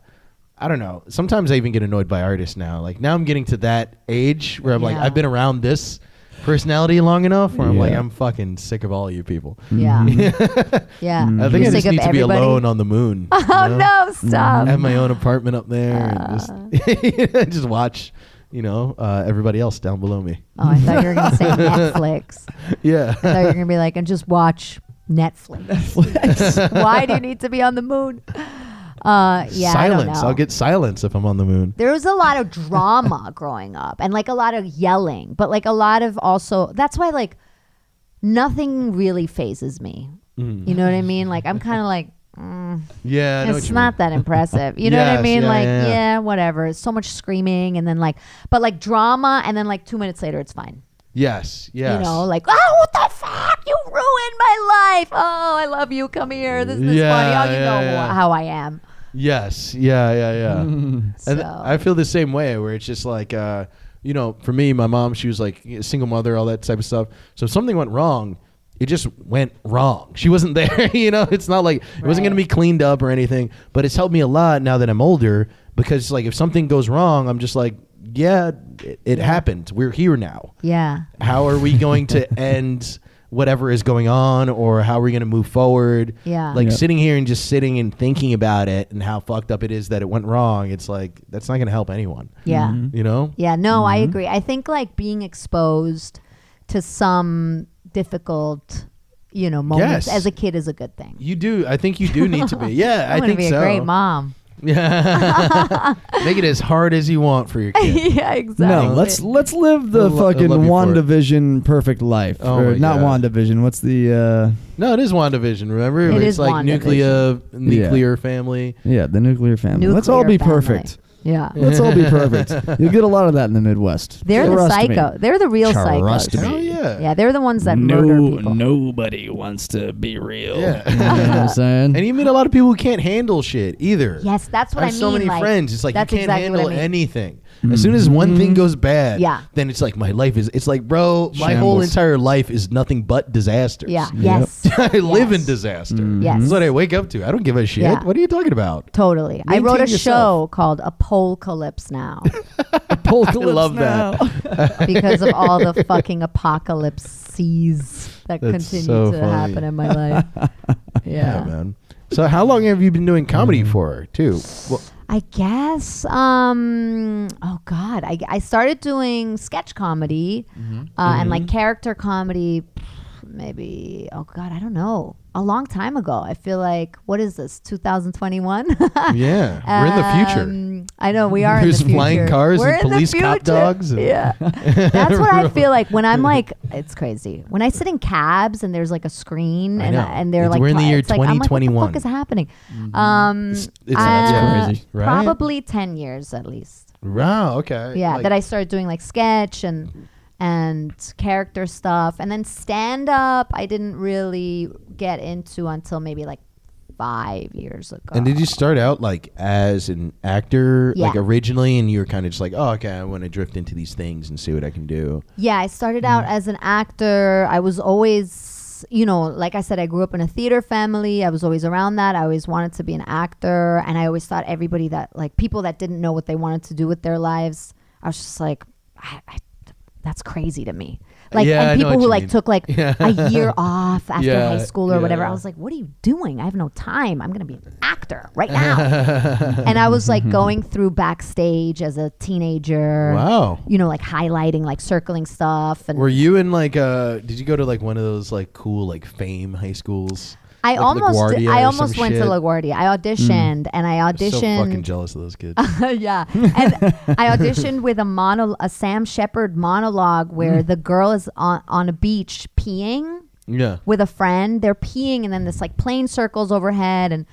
Speaker 1: I don't know. Sometimes I even get annoyed by artists now. Like now, I'm getting to that age where I'm like,
Speaker 3: Yeah.
Speaker 1: I've been around this personality long enough where I'm like,
Speaker 2: Yeah.
Speaker 1: I'm fucking sick of all you people.
Speaker 3: Yeah. yeah.
Speaker 2: Mm-hmm.
Speaker 1: I think
Speaker 3: You're
Speaker 1: I just
Speaker 3: sick of
Speaker 1: need to be
Speaker 3: everybody?
Speaker 1: alone on Mm-hmm. the moon.
Speaker 3: Oh, no, stop.
Speaker 1: I have my own apartment up there and just just watch, you know, uh, everybody else down below me.
Speaker 3: Oh, I thought you were going to say Netflix. I
Speaker 1: Yeah.
Speaker 3: thought you were going to be like, and just watch Netflix. Why do you need to be on the moon? Uh, yeah. I don't
Speaker 1: silence.
Speaker 3: know.
Speaker 1: I'll get silence if I'm on the moon.
Speaker 3: there was a lot of drama growing up and like a lot of yelling, but like a lot of also that's why like nothing really phases me. You know what I mean? Like I'm kind of like mm,
Speaker 1: Yeah. Mm. I know what
Speaker 3: it's
Speaker 1: you
Speaker 3: not that impressive. You know what I
Speaker 1: Yes,
Speaker 3: mean?
Speaker 1: yeah,
Speaker 3: like
Speaker 1: yeah,
Speaker 3: yeah,
Speaker 1: yeah.
Speaker 3: whatever. So much screaming and then like but like drama and then like 2 minutes later it's fine.
Speaker 1: mean. Yes. Yes.
Speaker 3: You know, like, oh, what the fuck? You ruined my life. Oh, I love you. Come here. This is
Speaker 1: Yeah,
Speaker 3: funny. Oh, you
Speaker 1: yeah,
Speaker 3: know
Speaker 1: yeah.
Speaker 3: how I am.
Speaker 1: Yes. Yeah. Yeah. Yeah. and th-
Speaker 3: So-
Speaker 1: I feel the same way where it's just like, uh, you know, for me, my mom, she was like a single mother, all that type of stuff. So if something went wrong, it just went wrong. She wasn't there. you know, it's not like it wasn't
Speaker 3: Right.
Speaker 1: going to be cleaned up or anything, but it's helped me a lot now that I'm older because, like, if something goes wrong, I'm just like, yeah, it, it happened. We're here now.
Speaker 3: Yeah.
Speaker 1: how are we going to end whatever is going on or how are we going to move forward
Speaker 3: Yeah.
Speaker 1: like
Speaker 2: Yeah.
Speaker 1: sitting here and just sitting and thinking about it and how fucked up it is that it went wrong it's like that's not going to help anyone
Speaker 3: Yeah.
Speaker 1: you know
Speaker 3: Yeah, no, I
Speaker 2: Mm-hmm.
Speaker 3: agree. I think like being exposed to some difficult you know, moments
Speaker 1: Yes.
Speaker 3: as a kid is a good thing.
Speaker 1: You do. I think you do need to be. Yeah,
Speaker 3: I'm
Speaker 1: I
Speaker 3: gonna
Speaker 1: think
Speaker 3: be
Speaker 1: so.
Speaker 3: a great mom.
Speaker 1: Yeah. Make it as hard as you want for your kid.
Speaker 3: yeah, exactly.
Speaker 2: No, let's let's live the
Speaker 1: I lo- I
Speaker 2: fucking
Speaker 1: love you for it.
Speaker 2: WandaVision perfect life.
Speaker 1: Oh
Speaker 2: or
Speaker 1: my
Speaker 2: not
Speaker 1: God.
Speaker 2: WandaVision. What's the uh
Speaker 1: No, it is WandaVision, remember?
Speaker 3: It
Speaker 1: it's
Speaker 3: is
Speaker 1: like nuclear nuclear family.
Speaker 2: yeah, the nuclear family. let's all be
Speaker 3: Nuclear family.
Speaker 2: perfect.
Speaker 3: Yeah.
Speaker 2: Let's all be perfect. You'll get a lot of that in the Midwest.
Speaker 3: They're the
Speaker 2: Trust me.
Speaker 3: psycho. They're the real
Speaker 2: Trust
Speaker 3: psychos.
Speaker 2: me.
Speaker 1: Hell Oh, yeah.
Speaker 3: Yeah, they're the ones that murder people.
Speaker 2: nobody wants to be real.
Speaker 1: Yeah.
Speaker 2: You know what I'm saying?
Speaker 1: And you meet a lot of people who can't handle shit either.
Speaker 3: Yes, that's what
Speaker 1: I
Speaker 3: I,
Speaker 1: have
Speaker 3: mean.
Speaker 1: so many
Speaker 3: like,
Speaker 1: friends. It's like you
Speaker 3: that's
Speaker 1: can't
Speaker 3: exactly what I
Speaker 1: handle
Speaker 3: mean. Mm-hmm.
Speaker 1: anything. As soon as one thing goes bad,
Speaker 3: Yeah.
Speaker 1: then it's like my life is. It's like, bro, my
Speaker 2: Shambles.
Speaker 1: whole entire life is nothing but disasters.
Speaker 3: Yeah.
Speaker 2: Yep.
Speaker 3: Yes.
Speaker 1: I live in
Speaker 3: Yes.
Speaker 1: disaster.
Speaker 3: Yes.
Speaker 1: Mm-hmm. That's what I wake up to. I don't give a shit.
Speaker 3: Yeah.
Speaker 1: What are you talking about?
Speaker 3: Totally. I
Speaker 1: Maintain
Speaker 3: wrote a show
Speaker 1: yourself.
Speaker 3: called A Apocalypse Now
Speaker 2: I
Speaker 1: love that.
Speaker 3: because of all the fucking apocalypses that
Speaker 1: That's
Speaker 3: continue
Speaker 1: so
Speaker 3: to
Speaker 1: funny.
Speaker 3: happen in my life.
Speaker 1: Yeah,
Speaker 3: yeah. Mm.
Speaker 1: man. So how long have you been doing comedy for, too? Well,
Speaker 3: I guess. Um, oh God, I, I started doing sketch comedy
Speaker 1: Mm-hmm.
Speaker 3: uh, and like character comedy. Maybe. Oh God, I don't know. A long time ago. I feel like what is this? 2021.
Speaker 1: yeah, we're in the future.
Speaker 3: Um, I know we are.
Speaker 1: There's
Speaker 3: in the future.
Speaker 1: flying cars
Speaker 3: We're
Speaker 1: and
Speaker 3: in the
Speaker 1: police cop
Speaker 3: future.
Speaker 1: dogs and-
Speaker 3: yeah, that's what I feel like when I'm like, it's crazy. When I sit in cabs and there's like a screen
Speaker 1: I
Speaker 3: and
Speaker 1: know.
Speaker 3: and they're
Speaker 1: It's-
Speaker 3: like,
Speaker 1: we're in the
Speaker 3: try-
Speaker 1: year
Speaker 3: it's like, I'm like, what the
Speaker 1: 2021.
Speaker 3: fuck is happening? Um,
Speaker 1: It's- Mm-hmm. it's- that's
Speaker 2: crazy.
Speaker 1: Right?
Speaker 3: Probably ten years at least.
Speaker 1: Wow. Okay.
Speaker 3: Yeah,
Speaker 1: Like-
Speaker 3: that I started doing like sketch and and character stuff, and then stand up. I didn't really get into until maybe like five years ago.
Speaker 1: And did you start out like as an actor,
Speaker 3: Yeah.
Speaker 1: like originally, and you were kind of just like, oh, okay, I want to drift into these things and see what I can do.
Speaker 3: Yeah, I started
Speaker 1: Mm.
Speaker 3: out as an actor. I was always, you know, like I said, I grew up in a theater family. I was always around that. I always wanted to be an actor. And I always thought everybody that, like, people that didn't know what they wanted to do with their lives, I was just like, I, I, that's crazy to me. Like,
Speaker 1: Yeah, I
Speaker 3: and
Speaker 1: know
Speaker 3: people
Speaker 1: what
Speaker 3: who,
Speaker 1: you
Speaker 3: like,
Speaker 1: mean.
Speaker 3: took, like, a year off after
Speaker 1: Yeah,
Speaker 3: high school or whatever.
Speaker 1: yeah.
Speaker 3: I was like, what are you doing? I have no time. I'm going to be an actor right now. and I was, like, going through backstage as a teenager
Speaker 1: Wow.
Speaker 3: you know, like highlighting, like circling stuff. And
Speaker 1: Were you in like uh did you go to like one of those like cool like fame high schools?
Speaker 3: I
Speaker 1: Like
Speaker 3: almost,
Speaker 1: LaGuardia
Speaker 3: did-
Speaker 1: or
Speaker 3: I
Speaker 1: some
Speaker 3: almost went
Speaker 1: shit?
Speaker 3: to LaGuardia. I auditioned and I
Speaker 1: I'm So fucking
Speaker 3: auditioned.
Speaker 1: jealous of those kids.
Speaker 3: yeah, and I auditioned with a mono, a Sam Shepard monologue where
Speaker 1: Mm.
Speaker 3: the girl is on, on a beach peeing
Speaker 1: yeah.
Speaker 3: with a friend. They're peeing, and then this like plane circles overhead, and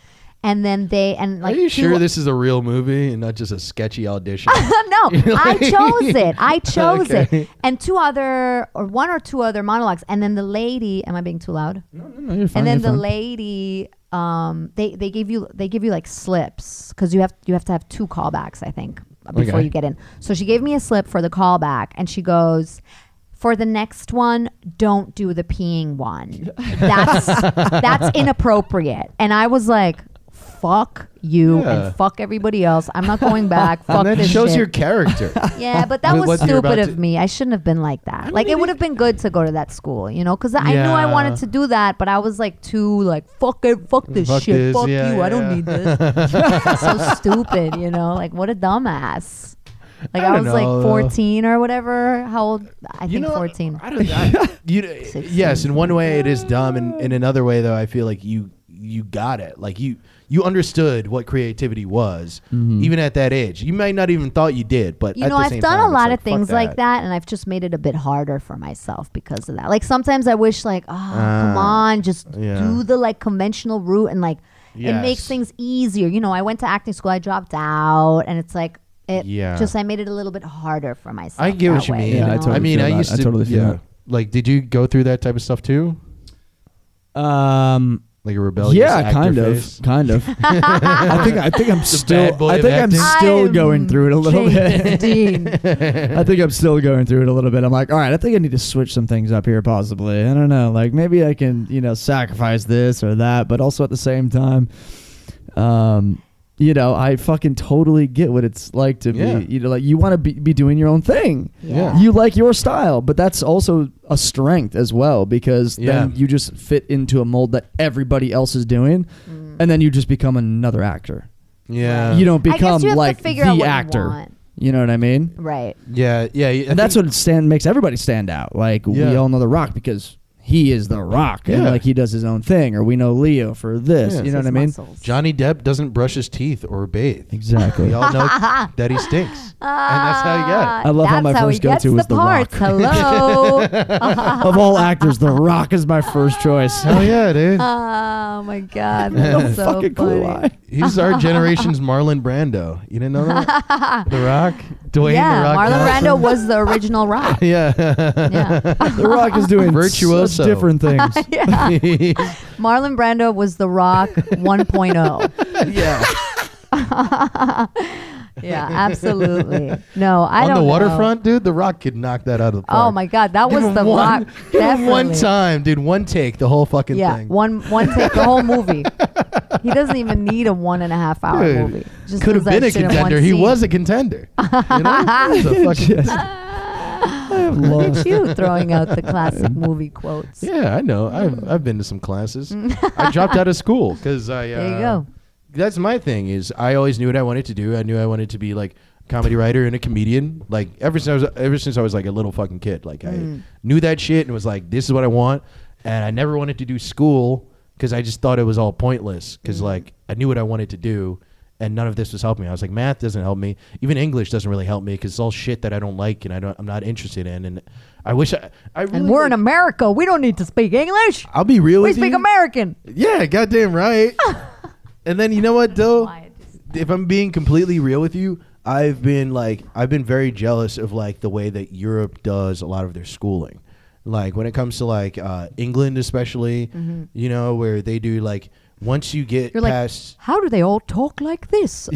Speaker 3: and then they and like
Speaker 1: Are you
Speaker 3: two-
Speaker 1: sure this is a real movie and not just a sketchy audition?
Speaker 3: no, I chose it. I chose
Speaker 1: Okay.
Speaker 3: it. And two other, or one or two other monologues. And then the lady, am I being too loud? and then the lady um they they give you they give you like slips because you have you have to have two callbacks i think before
Speaker 1: Okay.
Speaker 3: you get in so she gave me a slip for the callback and she goes for the next one don't do the peeing one that's that's inappropriate and i was like fuck you
Speaker 1: Yeah.
Speaker 3: and fuck everybody else i'm not going back fuck
Speaker 1: and that
Speaker 3: this
Speaker 1: shows
Speaker 3: shit.
Speaker 1: your character.
Speaker 3: yeah, but that
Speaker 1: With
Speaker 3: was
Speaker 1: what you're
Speaker 3: stupid
Speaker 1: about
Speaker 3: of
Speaker 1: to-
Speaker 3: me. I shouldn't have been like that. Like it would have been good to go to that school, you know, because I knew I
Speaker 1: Yeah.
Speaker 3: wanted to do that, but I was like too like fuck it, fuck this
Speaker 1: Fuck
Speaker 3: shit,
Speaker 1: this,
Speaker 3: fuck
Speaker 1: yeah,
Speaker 3: you, I
Speaker 1: yeah.
Speaker 3: don't need this. so stupid, you know, like what a dumbass. Like
Speaker 1: I
Speaker 3: I,
Speaker 1: don't
Speaker 3: was like
Speaker 1: know, though.
Speaker 3: 14 or whatever. How old? I think 14.
Speaker 1: I don't, I, you, yes, in one way it is dumb, and in another way though, I feel like you you got it. Like you you understood what creativity was,
Speaker 2: Mm-hmm.
Speaker 1: even at that age. You might not even thought you did, but
Speaker 3: you
Speaker 1: at
Speaker 3: know,
Speaker 1: the
Speaker 3: I've
Speaker 1: same
Speaker 3: done
Speaker 1: time,
Speaker 3: a
Speaker 1: it's
Speaker 3: lot
Speaker 1: like,
Speaker 3: of
Speaker 1: fuck
Speaker 3: things like
Speaker 1: that.
Speaker 3: that, and I've just made it a bit harder for myself because of that. Like sometimes I wish, like, oh, come on, just
Speaker 1: Ah, yeah.
Speaker 3: do the like conventional route, and like it makes
Speaker 1: Yes.
Speaker 3: things easier. You know, I went to acting school, I dropped out, and it's like it
Speaker 1: Yeah.
Speaker 3: just I made it a little bit harder for myself.
Speaker 1: I get
Speaker 3: that
Speaker 1: what you
Speaker 3: way,
Speaker 1: mean.
Speaker 2: Yeah, I
Speaker 3: know?
Speaker 2: totally
Speaker 1: I mean,
Speaker 2: feel
Speaker 1: I
Speaker 2: that.
Speaker 1: used
Speaker 2: I
Speaker 1: to.
Speaker 2: totally feel
Speaker 1: yeah.
Speaker 2: that.
Speaker 1: Like, did you go through that type of stuff too?
Speaker 2: um
Speaker 1: Like a rebellious
Speaker 2: yeah,
Speaker 1: actor
Speaker 2: kind of,
Speaker 1: phase?
Speaker 2: kind of. I think I think I'm
Speaker 1: bad
Speaker 2: still
Speaker 1: boy
Speaker 2: I
Speaker 1: of
Speaker 2: think I'm
Speaker 1: acting.
Speaker 2: still
Speaker 3: I'm
Speaker 2: going through it a little bit.
Speaker 3: James Dean.
Speaker 2: I think I'm still going through it a little bit. I'm like, all right, I think I need to switch some things up here, possibly. I don't know, like maybe I can, you know, sacrifice this or that, but also at the same time, um, you know, I fucking totally get what it's like to
Speaker 1: Yeah.
Speaker 2: be, you know, like you want to be, be doing your own thing.
Speaker 3: Yeah.
Speaker 2: You like your style, but that's also a strength as well because then
Speaker 1: Yeah.
Speaker 2: you just fit into a mold that everybody else is doing, and then you just become another actor.
Speaker 1: Yeah.
Speaker 2: you don't
Speaker 3: Mm. I guess
Speaker 2: become
Speaker 3: you have to
Speaker 2: like
Speaker 3: figure out
Speaker 2: the
Speaker 3: what you
Speaker 2: actor.
Speaker 3: want.
Speaker 2: You, know what I mean?
Speaker 3: right.
Speaker 1: Yeah. Yeah. I
Speaker 2: and that's
Speaker 1: think-
Speaker 2: what stand makes everybody stand out. Like
Speaker 1: Yeah.
Speaker 2: we all know The Rock because he is the rock and
Speaker 1: Yeah.
Speaker 2: like he does his own thing or we know Leo for this.
Speaker 1: Yeah.
Speaker 2: You know what I
Speaker 3: His
Speaker 2: mean?
Speaker 3: muscles.
Speaker 1: Johnny Depp doesn't brush his teeth or bathe.
Speaker 2: Exactly.
Speaker 1: We all know that he stinks, and that's how you got it.
Speaker 2: I love how
Speaker 3: Uh, That's
Speaker 2: my
Speaker 3: he
Speaker 2: first go-to
Speaker 3: gets
Speaker 2: was
Speaker 3: the
Speaker 2: The Rock.
Speaker 3: parts. Hello.
Speaker 2: of all actors, The Rock is my first choice.
Speaker 1: Hell yeah, dude.
Speaker 3: oh my god, that's so
Speaker 2: fucking
Speaker 3: funny.
Speaker 2: cool eye.
Speaker 1: He's our generation's Marlon Brando. You didn't know that? the Rock, Dwayne
Speaker 3: yeah,
Speaker 1: the Rock.
Speaker 3: Marlon
Speaker 1: Johnson.
Speaker 3: Brando was the original Rock.
Speaker 1: Yeah.
Speaker 3: Yeah.
Speaker 2: The Rock is doing
Speaker 1: Virtuoso.
Speaker 2: such different things.
Speaker 3: yeah. Marlon Brando was the Rock oh. 1.0.
Speaker 1: yeah.
Speaker 3: yeah, absolutely. No, I
Speaker 1: On
Speaker 3: don't
Speaker 1: the
Speaker 3: know.
Speaker 1: waterfront, dude, the Rock could knock that out of the park.
Speaker 3: Oh my god, that was
Speaker 1: Give him
Speaker 3: the
Speaker 1: one,
Speaker 3: Rock.
Speaker 1: give him one
Speaker 3: definitely.
Speaker 1: time, dude, one take, the whole fucking
Speaker 3: Yeah,
Speaker 1: thing.
Speaker 3: one one take the whole movie. He doesn't even need a one and a half hour
Speaker 1: Dude,
Speaker 3: movie. Just
Speaker 1: Could have
Speaker 3: does that
Speaker 1: been a
Speaker 3: shit in one
Speaker 1: contender. He
Speaker 3: scene.
Speaker 1: was a contender. You know? He's a fucking-
Speaker 2: Yes. I have
Speaker 3: Look at
Speaker 2: lost.
Speaker 3: you throwing out the classic movie quotes.
Speaker 1: Yeah, I know.
Speaker 3: Mm.
Speaker 1: I've, I've been to some classes. I dropped out of school because I. Uh,
Speaker 3: There you go.
Speaker 1: That's my thing. Is I always knew what I wanted to do. I knew I wanted to be like a comedy writer and a comedian. Like ever since I was ever since I was like a little fucking kid. Like
Speaker 3: Mm.
Speaker 1: I knew that shit and was like, this is what I want. And I never wanted to do school because I just thought it was all pointless. Because
Speaker 3: Mm.
Speaker 1: like I knew what I wanted to do. And none of this was helping me. I was like, math doesn't help me. Even English doesn't really help me because it's all shit that I don't like and I don't. I'm not interested in. And I wish I. I really
Speaker 3: And we're in
Speaker 1: like-
Speaker 3: America. We don't need to speak English.
Speaker 1: I'll be real
Speaker 3: We
Speaker 1: with you.
Speaker 3: speak American.
Speaker 1: Yeah, goddamn right. and then you know what though? If I'm being completely real with you, I've been like I've been very jealous of like the way that Europe does a lot of their schooling. Like when it comes to like uh, England especially, you know, where they do like once you get
Speaker 3: Mm-hmm. You're like,
Speaker 1: past
Speaker 3: How do they all talk like this?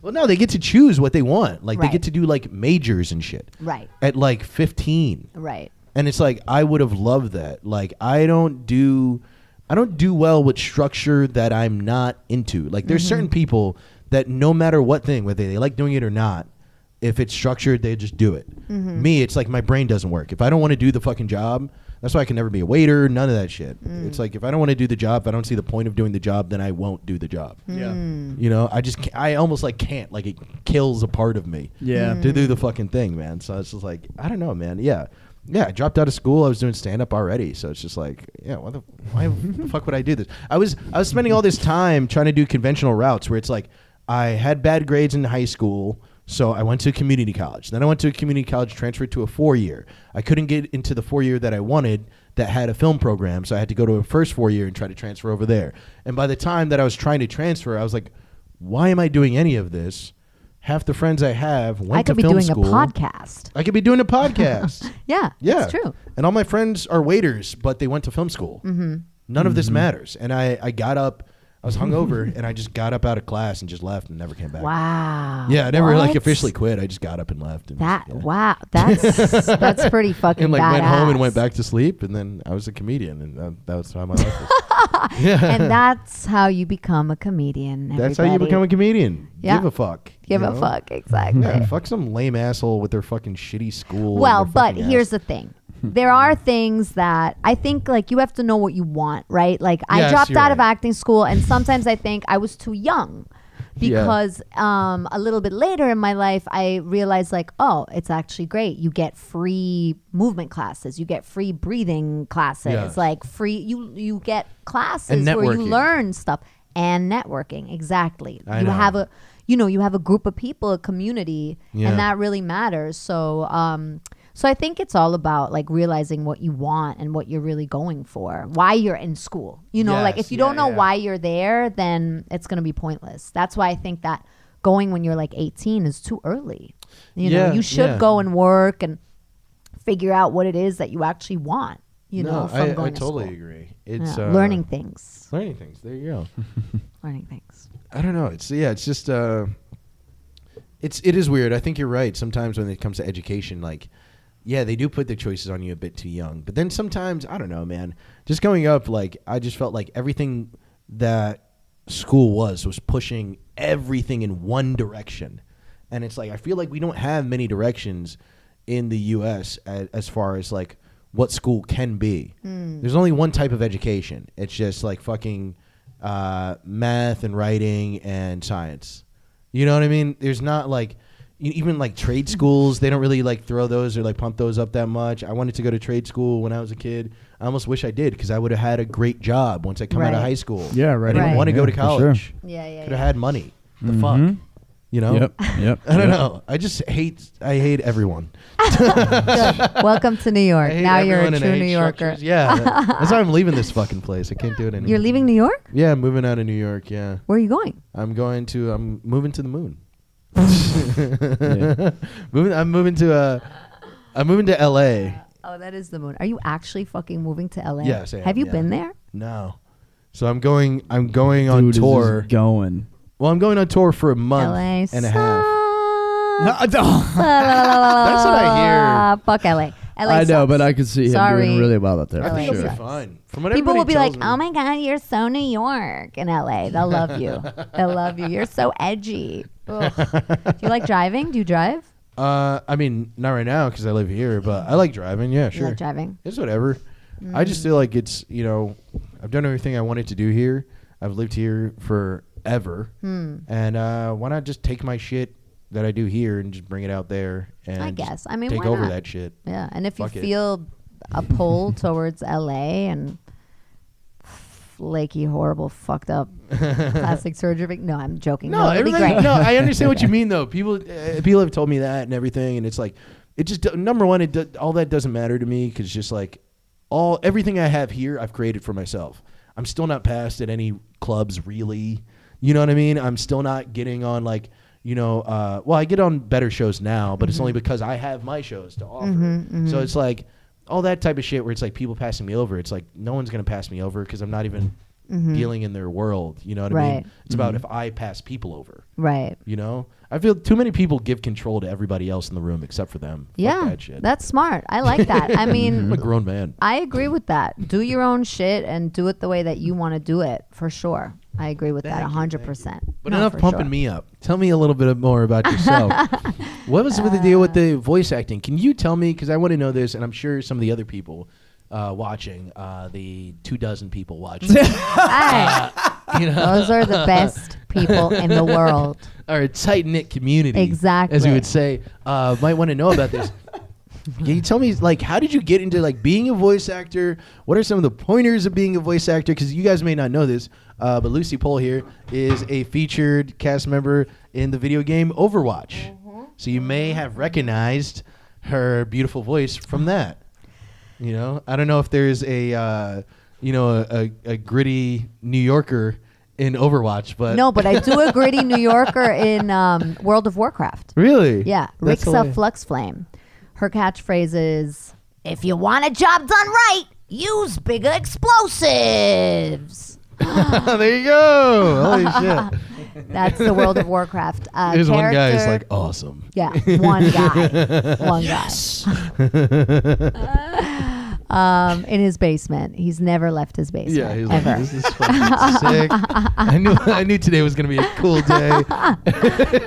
Speaker 1: Well, no, they get to choose what they want. Like
Speaker 3: Right.
Speaker 1: they get to do like majors and shit.
Speaker 3: Right.
Speaker 1: At like 15.
Speaker 3: Right.
Speaker 1: And it's like I would have loved that. Like I don't do I don't do well with structure that I'm not into. Like there's certain people that no matter what thing, whether they like doing it or not, if it's structured, they just do it. Me, it's like my brain doesn't work. If I don't want to do the fucking job, that's why I can never be a waiter, none of that shit. It's like if I don't want to do the job, if I don't see the point of doing the job, then I won't do the job. Yeah. You know, I just ca I almost like can't. Like it kills a part of me
Speaker 2: Yeah.
Speaker 1: to do the fucking thing, man. So it's just like I don't know, man. Yeah, yeah. I dropped out of school. I was doing stand up already, so it's just like, yeah, why the why the fuck would I do this? I was I was spending all this time trying to do conventional routes where it's like I had bad grades in high school. So I went to community college. Then I went to a community college, transferred to a four year. I couldn't get into the four year that I wanted that had a film program, so I had to go to a first four year and try to transfer over there. And by the time that I was trying to transfer, I was like, why am I doing any of this? Half the friends I have went
Speaker 3: I
Speaker 1: to
Speaker 3: could be
Speaker 1: film
Speaker 3: doing
Speaker 1: school.
Speaker 3: a podcast.
Speaker 1: I could be doing a podcast.
Speaker 3: Yeah.
Speaker 1: yeah,
Speaker 3: It's true.
Speaker 1: And all my friends are waiters, but they went to film school. Mm-hmm. None of this matters. And I, I got up. I was hungover, and I just got up out of class and just left and never came back.
Speaker 3: Wow.
Speaker 1: Yeah, I never like
Speaker 3: What?
Speaker 1: officially quit. I just got up and left. And
Speaker 3: That
Speaker 1: yeah.
Speaker 3: wow, that's that's pretty fucking
Speaker 1: And like went home and went
Speaker 3: badass.
Speaker 1: back to sleep, and then I was a comedian, and that, that was how my life was.
Speaker 3: and that's how you become a comedian.
Speaker 1: That's how you
Speaker 3: everybody.
Speaker 1: become a comedian.
Speaker 3: Yeah.
Speaker 1: Give a fuck.
Speaker 3: Give
Speaker 1: you
Speaker 3: a
Speaker 1: know?
Speaker 3: fuck, exactly.
Speaker 1: Yeah, fuck some lame asshole with their fucking shitty school. and
Speaker 3: Well,
Speaker 1: their
Speaker 3: but
Speaker 1: fucking
Speaker 3: here's
Speaker 1: ass-
Speaker 3: the thing. There are things that I think like you have to know what you want, right? Like I
Speaker 1: Yes,
Speaker 3: dropped out
Speaker 1: you're
Speaker 3: of
Speaker 1: right.
Speaker 3: acting school and sometimes I think I was too young
Speaker 1: Yeah.
Speaker 3: because um, a little bit later in my life I realized like, oh, it's actually great. You get free movement classes, you get free breathing classes,
Speaker 1: Yes.
Speaker 3: like free you you get classes
Speaker 1: And
Speaker 3: where you
Speaker 1: networking.
Speaker 3: learn stuff and networking. Exactly.
Speaker 1: I
Speaker 3: you
Speaker 1: know.
Speaker 3: have a you know, you have a group of people, a community,
Speaker 1: Yeah.
Speaker 3: and that really matters. So, um, so I think it's all about like realizing what you want and what you're really going for, why you're in school. You know, like
Speaker 1: Yes,
Speaker 3: if you
Speaker 1: yeah,
Speaker 3: don't know
Speaker 1: yeah.
Speaker 3: why you're there, then it's gonna be pointless. That's why I think that going when you're like 18 is too early. You know,
Speaker 1: Yeah,
Speaker 3: you should
Speaker 1: yeah.
Speaker 3: go and work and figure out what it is that you actually want. You know,
Speaker 1: no,
Speaker 3: from
Speaker 1: I, I
Speaker 3: going to
Speaker 1: totally
Speaker 3: school.
Speaker 1: agree. It's
Speaker 3: Yeah.
Speaker 1: uh,
Speaker 3: learning things,
Speaker 1: learning things. There you go.
Speaker 3: learning things.
Speaker 1: I don't know. It's yeah. It's just uh, it's it is weird. I think you're right. Sometimes when it comes to education, like yeah, they do put the choices on you a bit too young. But then sometimes I don't know, man. Just going up, like I just felt like everything that school was was pushing everything in one direction, and it's like I feel like we don't have many directions in the U.S. a- as far as like what school can be. There's only one type of education. It's just like fucking uh, math and writing and science. You know what I mean? There's not like e- even like trade schools, they don't really like throw those or like pump those up that much. I wanted to go to trade school when I was a kid. I almost wish I did because I would have had a great job once I come out
Speaker 3: Right.
Speaker 1: of high school.
Speaker 2: Yeah, right
Speaker 1: I didn't
Speaker 3: on,
Speaker 1: want to
Speaker 2: yeah,
Speaker 1: go to
Speaker 2: for sure.
Speaker 1: college.
Speaker 3: Yeah, yeah,
Speaker 1: Could have
Speaker 3: yeah.
Speaker 1: had money. The
Speaker 2: Mhm.
Speaker 1: fuck, you know?
Speaker 2: Yep. Yep.
Speaker 1: I don't
Speaker 2: yep.
Speaker 1: know. I just hate. I hate everyone.
Speaker 3: Good. Welcome to New
Speaker 1: I
Speaker 3: York.
Speaker 1: hate
Speaker 3: Now you're
Speaker 1: everyone
Speaker 3: a
Speaker 1: and I hate
Speaker 3: true New Yorker.
Speaker 1: structures. Yeah, that- that's why I'm leaving this fucking place. I can't do it anymore.
Speaker 3: You're leaving New York?
Speaker 1: Yeah, I'm moving out of New York. Yeah,
Speaker 3: Where are you going?
Speaker 1: I'm going to. I'm moving to the moon.
Speaker 2: Yeah.
Speaker 1: moving. I'm moving to. Uh, I'm moving to L.A.
Speaker 3: Oh, that is the moon. Are you actually fucking moving to LA?
Speaker 1: Yes, I am,
Speaker 3: Have you
Speaker 1: yeah.
Speaker 3: been there?
Speaker 1: No, so I'm going. I'm going on
Speaker 2: Dude is
Speaker 1: tour.
Speaker 2: just going.
Speaker 1: well, I'm going on tour for a month
Speaker 3: LA
Speaker 1: and a half.
Speaker 3: sucks. That's
Speaker 1: what I
Speaker 3: Fuck LA. LA
Speaker 2: I know,
Speaker 3: sucks.
Speaker 2: but I could see him
Speaker 3: Sorry.
Speaker 2: doing really well out there
Speaker 3: I
Speaker 2: for
Speaker 3: think
Speaker 2: sure.
Speaker 3: it'll be
Speaker 1: It'll be fun. From what
Speaker 3: People
Speaker 1: everybody
Speaker 3: will be
Speaker 1: tells
Speaker 3: like,
Speaker 1: me-
Speaker 3: "Oh my God, you're so New York in LA. They'll love you. They'll love you. You're so edgy." Ugh. Do you like driving? Do you drive?
Speaker 1: Uh, I mean, not right now because I live here, but I like driving. Yeah,
Speaker 3: You
Speaker 1: sure.
Speaker 3: like driving?
Speaker 1: It's whatever. I
Speaker 3: Mm.
Speaker 1: just feel like it's you know, I've done everything I wanted to do here. I've lived here forever,
Speaker 3: Hmm.
Speaker 1: and uh, why not just take my shit that I do here and just bring it out there and just
Speaker 3: guess. I mean,
Speaker 1: take
Speaker 3: why
Speaker 1: over
Speaker 3: not?
Speaker 1: that shit.
Speaker 3: Yeah, and if
Speaker 1: Fuck
Speaker 3: you
Speaker 1: it.
Speaker 3: feel a pull towards LA and flaky, horrible, fucked up plastic surgery, no, I'm joking. No,
Speaker 1: No,
Speaker 3: it'll be
Speaker 1: everybody.
Speaker 3: great.
Speaker 1: No, I understand what you mean though. People, uh, people have told me that and everything, and it's like, it just do- number one, it do, all that doesn't matter to me because just like all everything I have here, I've created for myself. I'm still not passed at any clubs really. You know what I mean? I'm still not getting on like. You know, uh, well, I get on better shows now, but
Speaker 3: Mm-hmm.
Speaker 1: it's only because I have my shows to offer. So it's like all that type of shit where it's like people passing me over. It's like no one's gonna pass me over because I'm not even
Speaker 3: Mm-hmm.
Speaker 1: dealing in their world. You know what I
Speaker 3: Right.
Speaker 1: mean? It's about if I pass people over.
Speaker 3: Right.
Speaker 1: You know, I feel too many people give control to everybody else in the room except for them. Fuck
Speaker 3: Yeah,
Speaker 1: that shit. Mm-hmm.
Speaker 3: that's smart. I like that. I
Speaker 1: I'm
Speaker 3: mean,
Speaker 1: a grown man.
Speaker 3: I agree with that. Do your own shit and do it the way that you want to do it for sure. I agree with that
Speaker 1: Thank
Speaker 3: that
Speaker 1: you,
Speaker 3: hundred
Speaker 1: thank
Speaker 3: percent.
Speaker 1: But enough pumping me up. Tell me a little bit more about yourself. what was with the deal with
Speaker 3: Uh.
Speaker 1: the voice acting? Can you tell me? Because I want to know this, and I'm sure some of the other people uh, watching, uh, the two dozen people watching, you know,
Speaker 3: Those are the best people in the world.
Speaker 1: are a tight knit community, as
Speaker 3: Exactly.
Speaker 1: you would say, uh, might want to know about this. Can you tell me, like, how did you get into like being a voice actor? What are some of the pointers of being a voice actor? Because you guys may not know this, uh, but Lucy Pohl here is a featured cast member in the video game Overwatch,
Speaker 3: Mm-hmm.
Speaker 1: so you may have recognized her beautiful voice from that. You know, I don't know if there's a uh, you know a, a, a gritty New Yorker in Overwatch, but
Speaker 3: No, but I do a gritty New Yorker in um, World of Warcraft.
Speaker 1: really,
Speaker 3: Yeah,
Speaker 1: That's
Speaker 3: Rixa
Speaker 1: hilarious.
Speaker 3: Flux Flame. Her catchphrase is, "If you want a job done right, use bigger explosives."
Speaker 1: there you go. Holy shit.
Speaker 3: That's the World of Warcraft. Uh,
Speaker 1: There's one guy who's
Speaker 3: character-
Speaker 1: like, awesome.
Speaker 3: Yeah, one guy. One guy. Um, in his basement. He's never left his basement.
Speaker 1: Yeah, he's like,
Speaker 3: ever.
Speaker 1: this is fucking sick. I knew I knew today was gonna be a cool day. but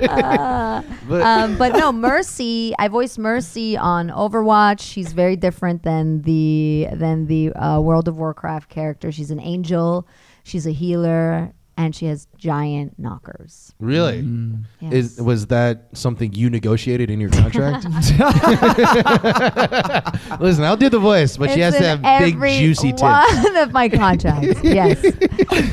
Speaker 3: um, but no, Mercy. I voiced Mercy on Overwatch. She's very different than the than the uh, World of Warcraft character. She's an angel. She's a healer, and she has giant knockers.
Speaker 1: really,
Speaker 3: mm, Yes.
Speaker 1: is was that something you negotiated in your contract? Listen, I'll do the voice, but she has
Speaker 3: It's
Speaker 1: to
Speaker 3: in
Speaker 1: have big,
Speaker 3: every
Speaker 1: juicy tits.
Speaker 3: One of my contracts. yes.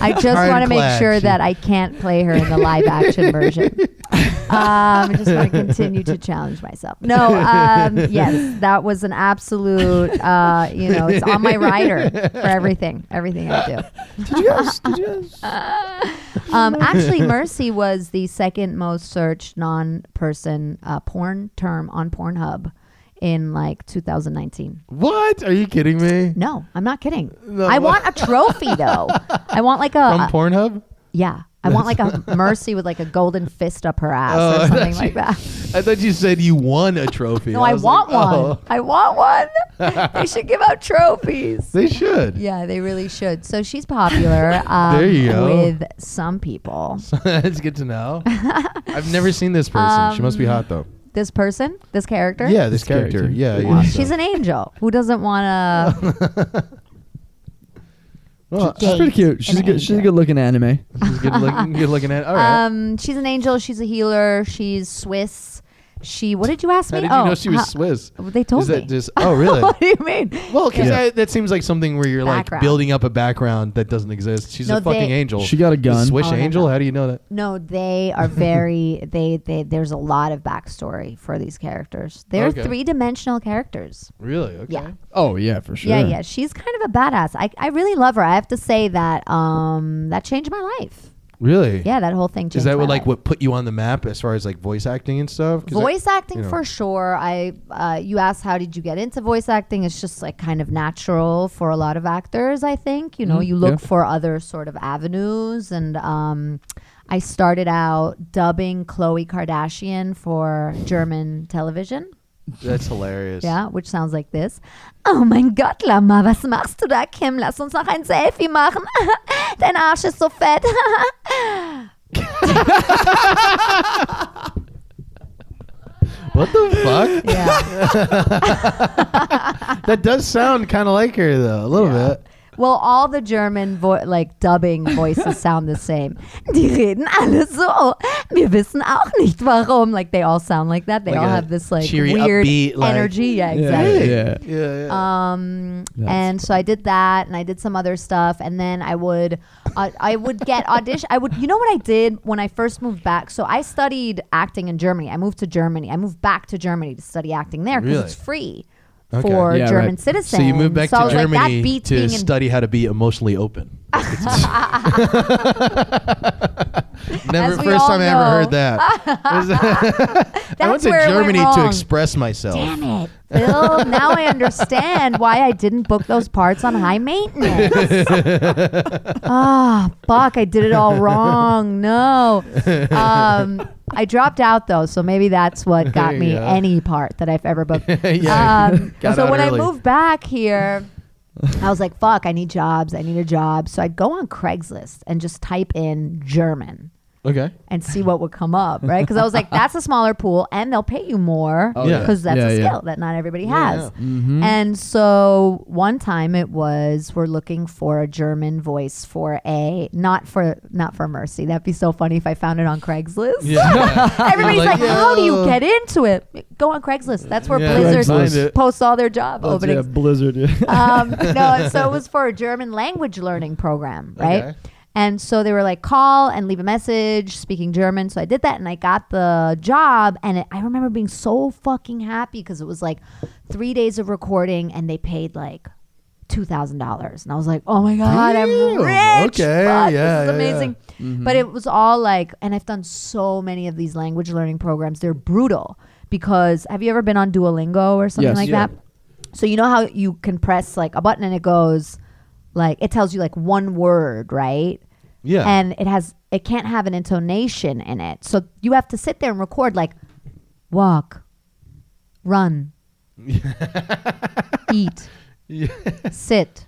Speaker 3: I just want to make
Speaker 1: Ironclad.
Speaker 3: sure that I can't play her in the live action version. Um, I just want to continue to challenge myself. No, um, yes, that was an absolute. Uh, you know, it's on my rider for everything, everything I do.
Speaker 2: Did you guys? Did you guys?
Speaker 3: Uh, Um, actually, Mercy was the second most searched non-person uh, porn term on Pornhub in like 2019.
Speaker 1: What? Are you kidding me?
Speaker 3: No, I'm not kidding. I want a trophy though. I want like a,
Speaker 1: From Pornhub?
Speaker 3: yeah. I want like a mercy with like a golden fist up her ass
Speaker 1: Oh,
Speaker 3: or something like that.
Speaker 1: I thought you said you won a trophy.
Speaker 3: No, I,
Speaker 1: was
Speaker 3: want
Speaker 1: like,
Speaker 3: one.
Speaker 1: oh,
Speaker 3: I want one. they should give out trophies.
Speaker 1: they should.
Speaker 3: Yeah, they really should. So she's popular um,
Speaker 1: There you go.
Speaker 3: with some people.
Speaker 1: That's good to know. I've never seen this person. she must be
Speaker 3: Um,
Speaker 1: hot though.
Speaker 3: This person, this character.
Speaker 1: Yeah, this,
Speaker 2: This
Speaker 1: character.
Speaker 2: character.
Speaker 1: Yeah,
Speaker 2: Wow.
Speaker 1: yeah.
Speaker 3: She's an angel who doesn't want to.
Speaker 1: well,
Speaker 2: She's pretty cute. She's a
Speaker 3: an
Speaker 2: good. She's a
Speaker 3: angel.
Speaker 2: good looking anime.
Speaker 3: Uh,
Speaker 1: she's good looking. Good looking at. All right.
Speaker 3: Um, she's an angel. She's a healer. She's Swiss. She. What did you ask
Speaker 1: How
Speaker 3: me?
Speaker 1: did you know she was
Speaker 3: huh.
Speaker 1: Swiss?
Speaker 3: oh, They told
Speaker 1: Is that
Speaker 3: me.
Speaker 1: just- oh, really?
Speaker 3: what do you mean?
Speaker 1: Well, because
Speaker 2: Yeah.
Speaker 1: that seems like something where you're like
Speaker 3: Background.
Speaker 1: building up a background that doesn't exist. She's
Speaker 3: No,
Speaker 1: a fucking
Speaker 3: they-
Speaker 1: angel.
Speaker 2: She got a gun.
Speaker 1: Swiss
Speaker 3: Oh, no,
Speaker 1: angel?
Speaker 3: no.
Speaker 1: How do you know that?
Speaker 3: No, they are very they they there's a lot of backstory for these characters. They're
Speaker 1: Okay.
Speaker 3: three-dimensional characters.
Speaker 1: Really? Okay.
Speaker 3: Yeah.
Speaker 2: Oh yeah, for sure.
Speaker 3: Yeah, yeah. She's kind of a badass. I I really love her. I have to say that um that changed my life.
Speaker 1: Really?
Speaker 3: Yeah, that whole thing changed
Speaker 1: Is that
Speaker 3: my
Speaker 1: what like
Speaker 3: life.
Speaker 1: what put you on the map as far as like voice acting and stuff? 'Cause that-
Speaker 3: voice acting
Speaker 1: you know.
Speaker 3: for sure i uh, you asked how did you get into voice acting it's just like kind of natural for a lot of actors i think you know
Speaker 1: Mm-hmm.
Speaker 3: you look
Speaker 2: yeah.
Speaker 3: for other sort of avenues and um, i started out dubbing chloe kardashian for german television
Speaker 1: That's hilarious.
Speaker 3: yeah, which sounds like this. Oh mein Gott, Lama, was machst du da, Kim? Lass uns noch ein Selfie machen. Dein Arsch ist so fett.
Speaker 1: What the
Speaker 3: yeah.
Speaker 1: fuck? that does sound kind of like her though, a little bit.
Speaker 3: Well, all the German vo- like dubbing voices sound the same. Die reden alle so. Wir wissen auch nicht warum. Like they all sound like that. They
Speaker 1: Like
Speaker 3: all
Speaker 1: a
Speaker 3: have this like
Speaker 1: cheery,
Speaker 3: weird
Speaker 1: upbeat, like-
Speaker 3: energy. Yeah,
Speaker 2: Yeah,
Speaker 3: exactly.
Speaker 2: Yeah.
Speaker 1: Yeah. yeah.
Speaker 3: Um,
Speaker 2: That's
Speaker 3: and so I did that, and I did some other stuff, and then I would, uh, I would get audition. I would, you know, what I did when I first moved back. So I studied acting in Germany. I moved to Germany. I moved back to Germany to study acting there because
Speaker 1: Really?
Speaker 3: it's free
Speaker 1: Okay.
Speaker 3: for
Speaker 2: Yeah,
Speaker 3: German
Speaker 2: right.
Speaker 3: citizens.
Speaker 1: so you moved back
Speaker 3: So I
Speaker 1: to
Speaker 3: was like, that
Speaker 1: Germany
Speaker 3: beats
Speaker 1: to
Speaker 3: being in
Speaker 1: study how to be emotionally open. Never
Speaker 3: As we
Speaker 1: first
Speaker 3: all
Speaker 1: time I ever
Speaker 3: know.
Speaker 1: heard that. I went
Speaker 3: That's
Speaker 1: to
Speaker 3: where it went
Speaker 1: Germany to
Speaker 3: wrong.
Speaker 1: express myself.
Speaker 3: Damn it, Bill. now I understand why I didn't book those parts on high maintenance. Ah, fuck. I did it all wrong. No. Um, I dropped out, though, so maybe that's what got me
Speaker 1: Yeah.
Speaker 3: any part that I've ever booked.
Speaker 1: Yeah.
Speaker 3: Um,
Speaker 1: Got
Speaker 3: so
Speaker 1: out
Speaker 3: when
Speaker 1: early.
Speaker 3: I moved back here, I was like, fuck, I need jobs. I need a job. So I'd go on Craigslist and just type in German
Speaker 1: Okay.
Speaker 3: and see what would come up, right? Because I was like, that's a smaller pool, and they'll pay you more
Speaker 2: Oh,
Speaker 3: because
Speaker 1: yeah.
Speaker 3: that's
Speaker 2: Yeah,
Speaker 3: a
Speaker 2: yeah.
Speaker 3: skill that not everybody
Speaker 1: Yeah, Mm-hmm.
Speaker 3: has. And so one time it was we're looking for a German voice for a not for not for Mercy. That'd be so funny if I found it on Craigslist.
Speaker 1: Yeah.
Speaker 3: Everybody's
Speaker 1: Like,
Speaker 3: like, how do you
Speaker 1: yo.
Speaker 3: get into it? Go on Craigslist. That's where
Speaker 1: Yeah,
Speaker 3: Blizzard
Speaker 2: Craigslist.
Speaker 1: Find it.
Speaker 3: posts all their job
Speaker 2: yeah,
Speaker 3: openings
Speaker 2: Blizzard. Yeah.
Speaker 3: um, no, so it was for a German language learning program, right?
Speaker 1: Okay.
Speaker 3: And so they were like, call and leave a message speaking German. So I did that and I got the job. And it, I remember being so fucking happy because it was like three days of recording and they paid like $2,000. And I was like, oh my God, I'm
Speaker 1: Damn.
Speaker 3: rich.
Speaker 1: Okay. Yeah,
Speaker 3: Fuck, This
Speaker 1: yeah,
Speaker 3: is amazing.
Speaker 1: Mm-hmm.
Speaker 3: But it was all like, and I've done so many of these language learning programs. They're brutal because have you ever been on Duolingo or something
Speaker 2: Yes.
Speaker 3: like
Speaker 1: Yeah.
Speaker 3: that? So you know how you can press like a button and it goes like it tells you like one word, right?
Speaker 1: Yeah.
Speaker 3: And it has it can't have an intonation in it. So you have to sit there and record like walk, run, eat, sit,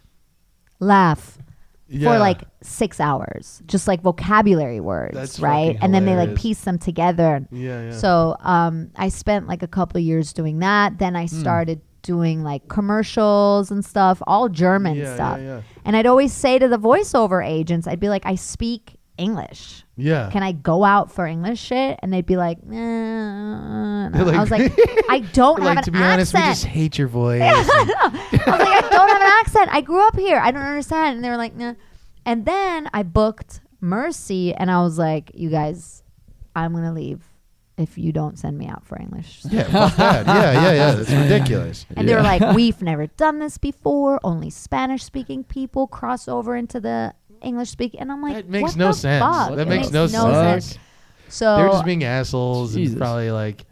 Speaker 3: laugh
Speaker 1: Yeah.
Speaker 3: for like 6 hours. Just like vocabulary words,
Speaker 1: That's
Speaker 3: right?
Speaker 1: fucking
Speaker 3: And then they like
Speaker 1: hilarious.
Speaker 3: piece them together.
Speaker 1: Yeah, yeah.
Speaker 3: So um, I spent like a couple of years doing that. Then I
Speaker 1: Hmm.
Speaker 3: started doing like commercials and stuff, all German
Speaker 1: Yeah, yeah,
Speaker 3: stuff.
Speaker 1: yeah.
Speaker 3: And I'd always say to the voiceover agents, I'd be like, I speak English.
Speaker 1: yeah.
Speaker 3: Can I go out for English shit? And they'd be like, "Eh, uh, uh."
Speaker 1: They're like-
Speaker 3: I was like, I don't
Speaker 1: We're
Speaker 3: have
Speaker 1: like
Speaker 3: an
Speaker 1: to be honest,
Speaker 3: accent.
Speaker 1: we just hate your voice.
Speaker 3: I was like, I don't have an accent. I grew up here. I don't understand. And they were like, nah. And then I booked Mercy, and I was like, you guys, I'm gonna leave if you don't send me out for English.
Speaker 1: yeah, fuck that. Yeah, yeah, yeah. It's ridiculous.
Speaker 3: And they were like, we've never done this before. Only Spanish speaking people cross over into the English speaking. And I'm like,
Speaker 1: That makes
Speaker 3: what
Speaker 1: no
Speaker 3: the
Speaker 1: sense.
Speaker 3: fuck?
Speaker 1: That
Speaker 3: It
Speaker 1: makes no
Speaker 2: sense.
Speaker 3: So
Speaker 1: They're just being assholes
Speaker 2: Jesus.
Speaker 1: and probably like.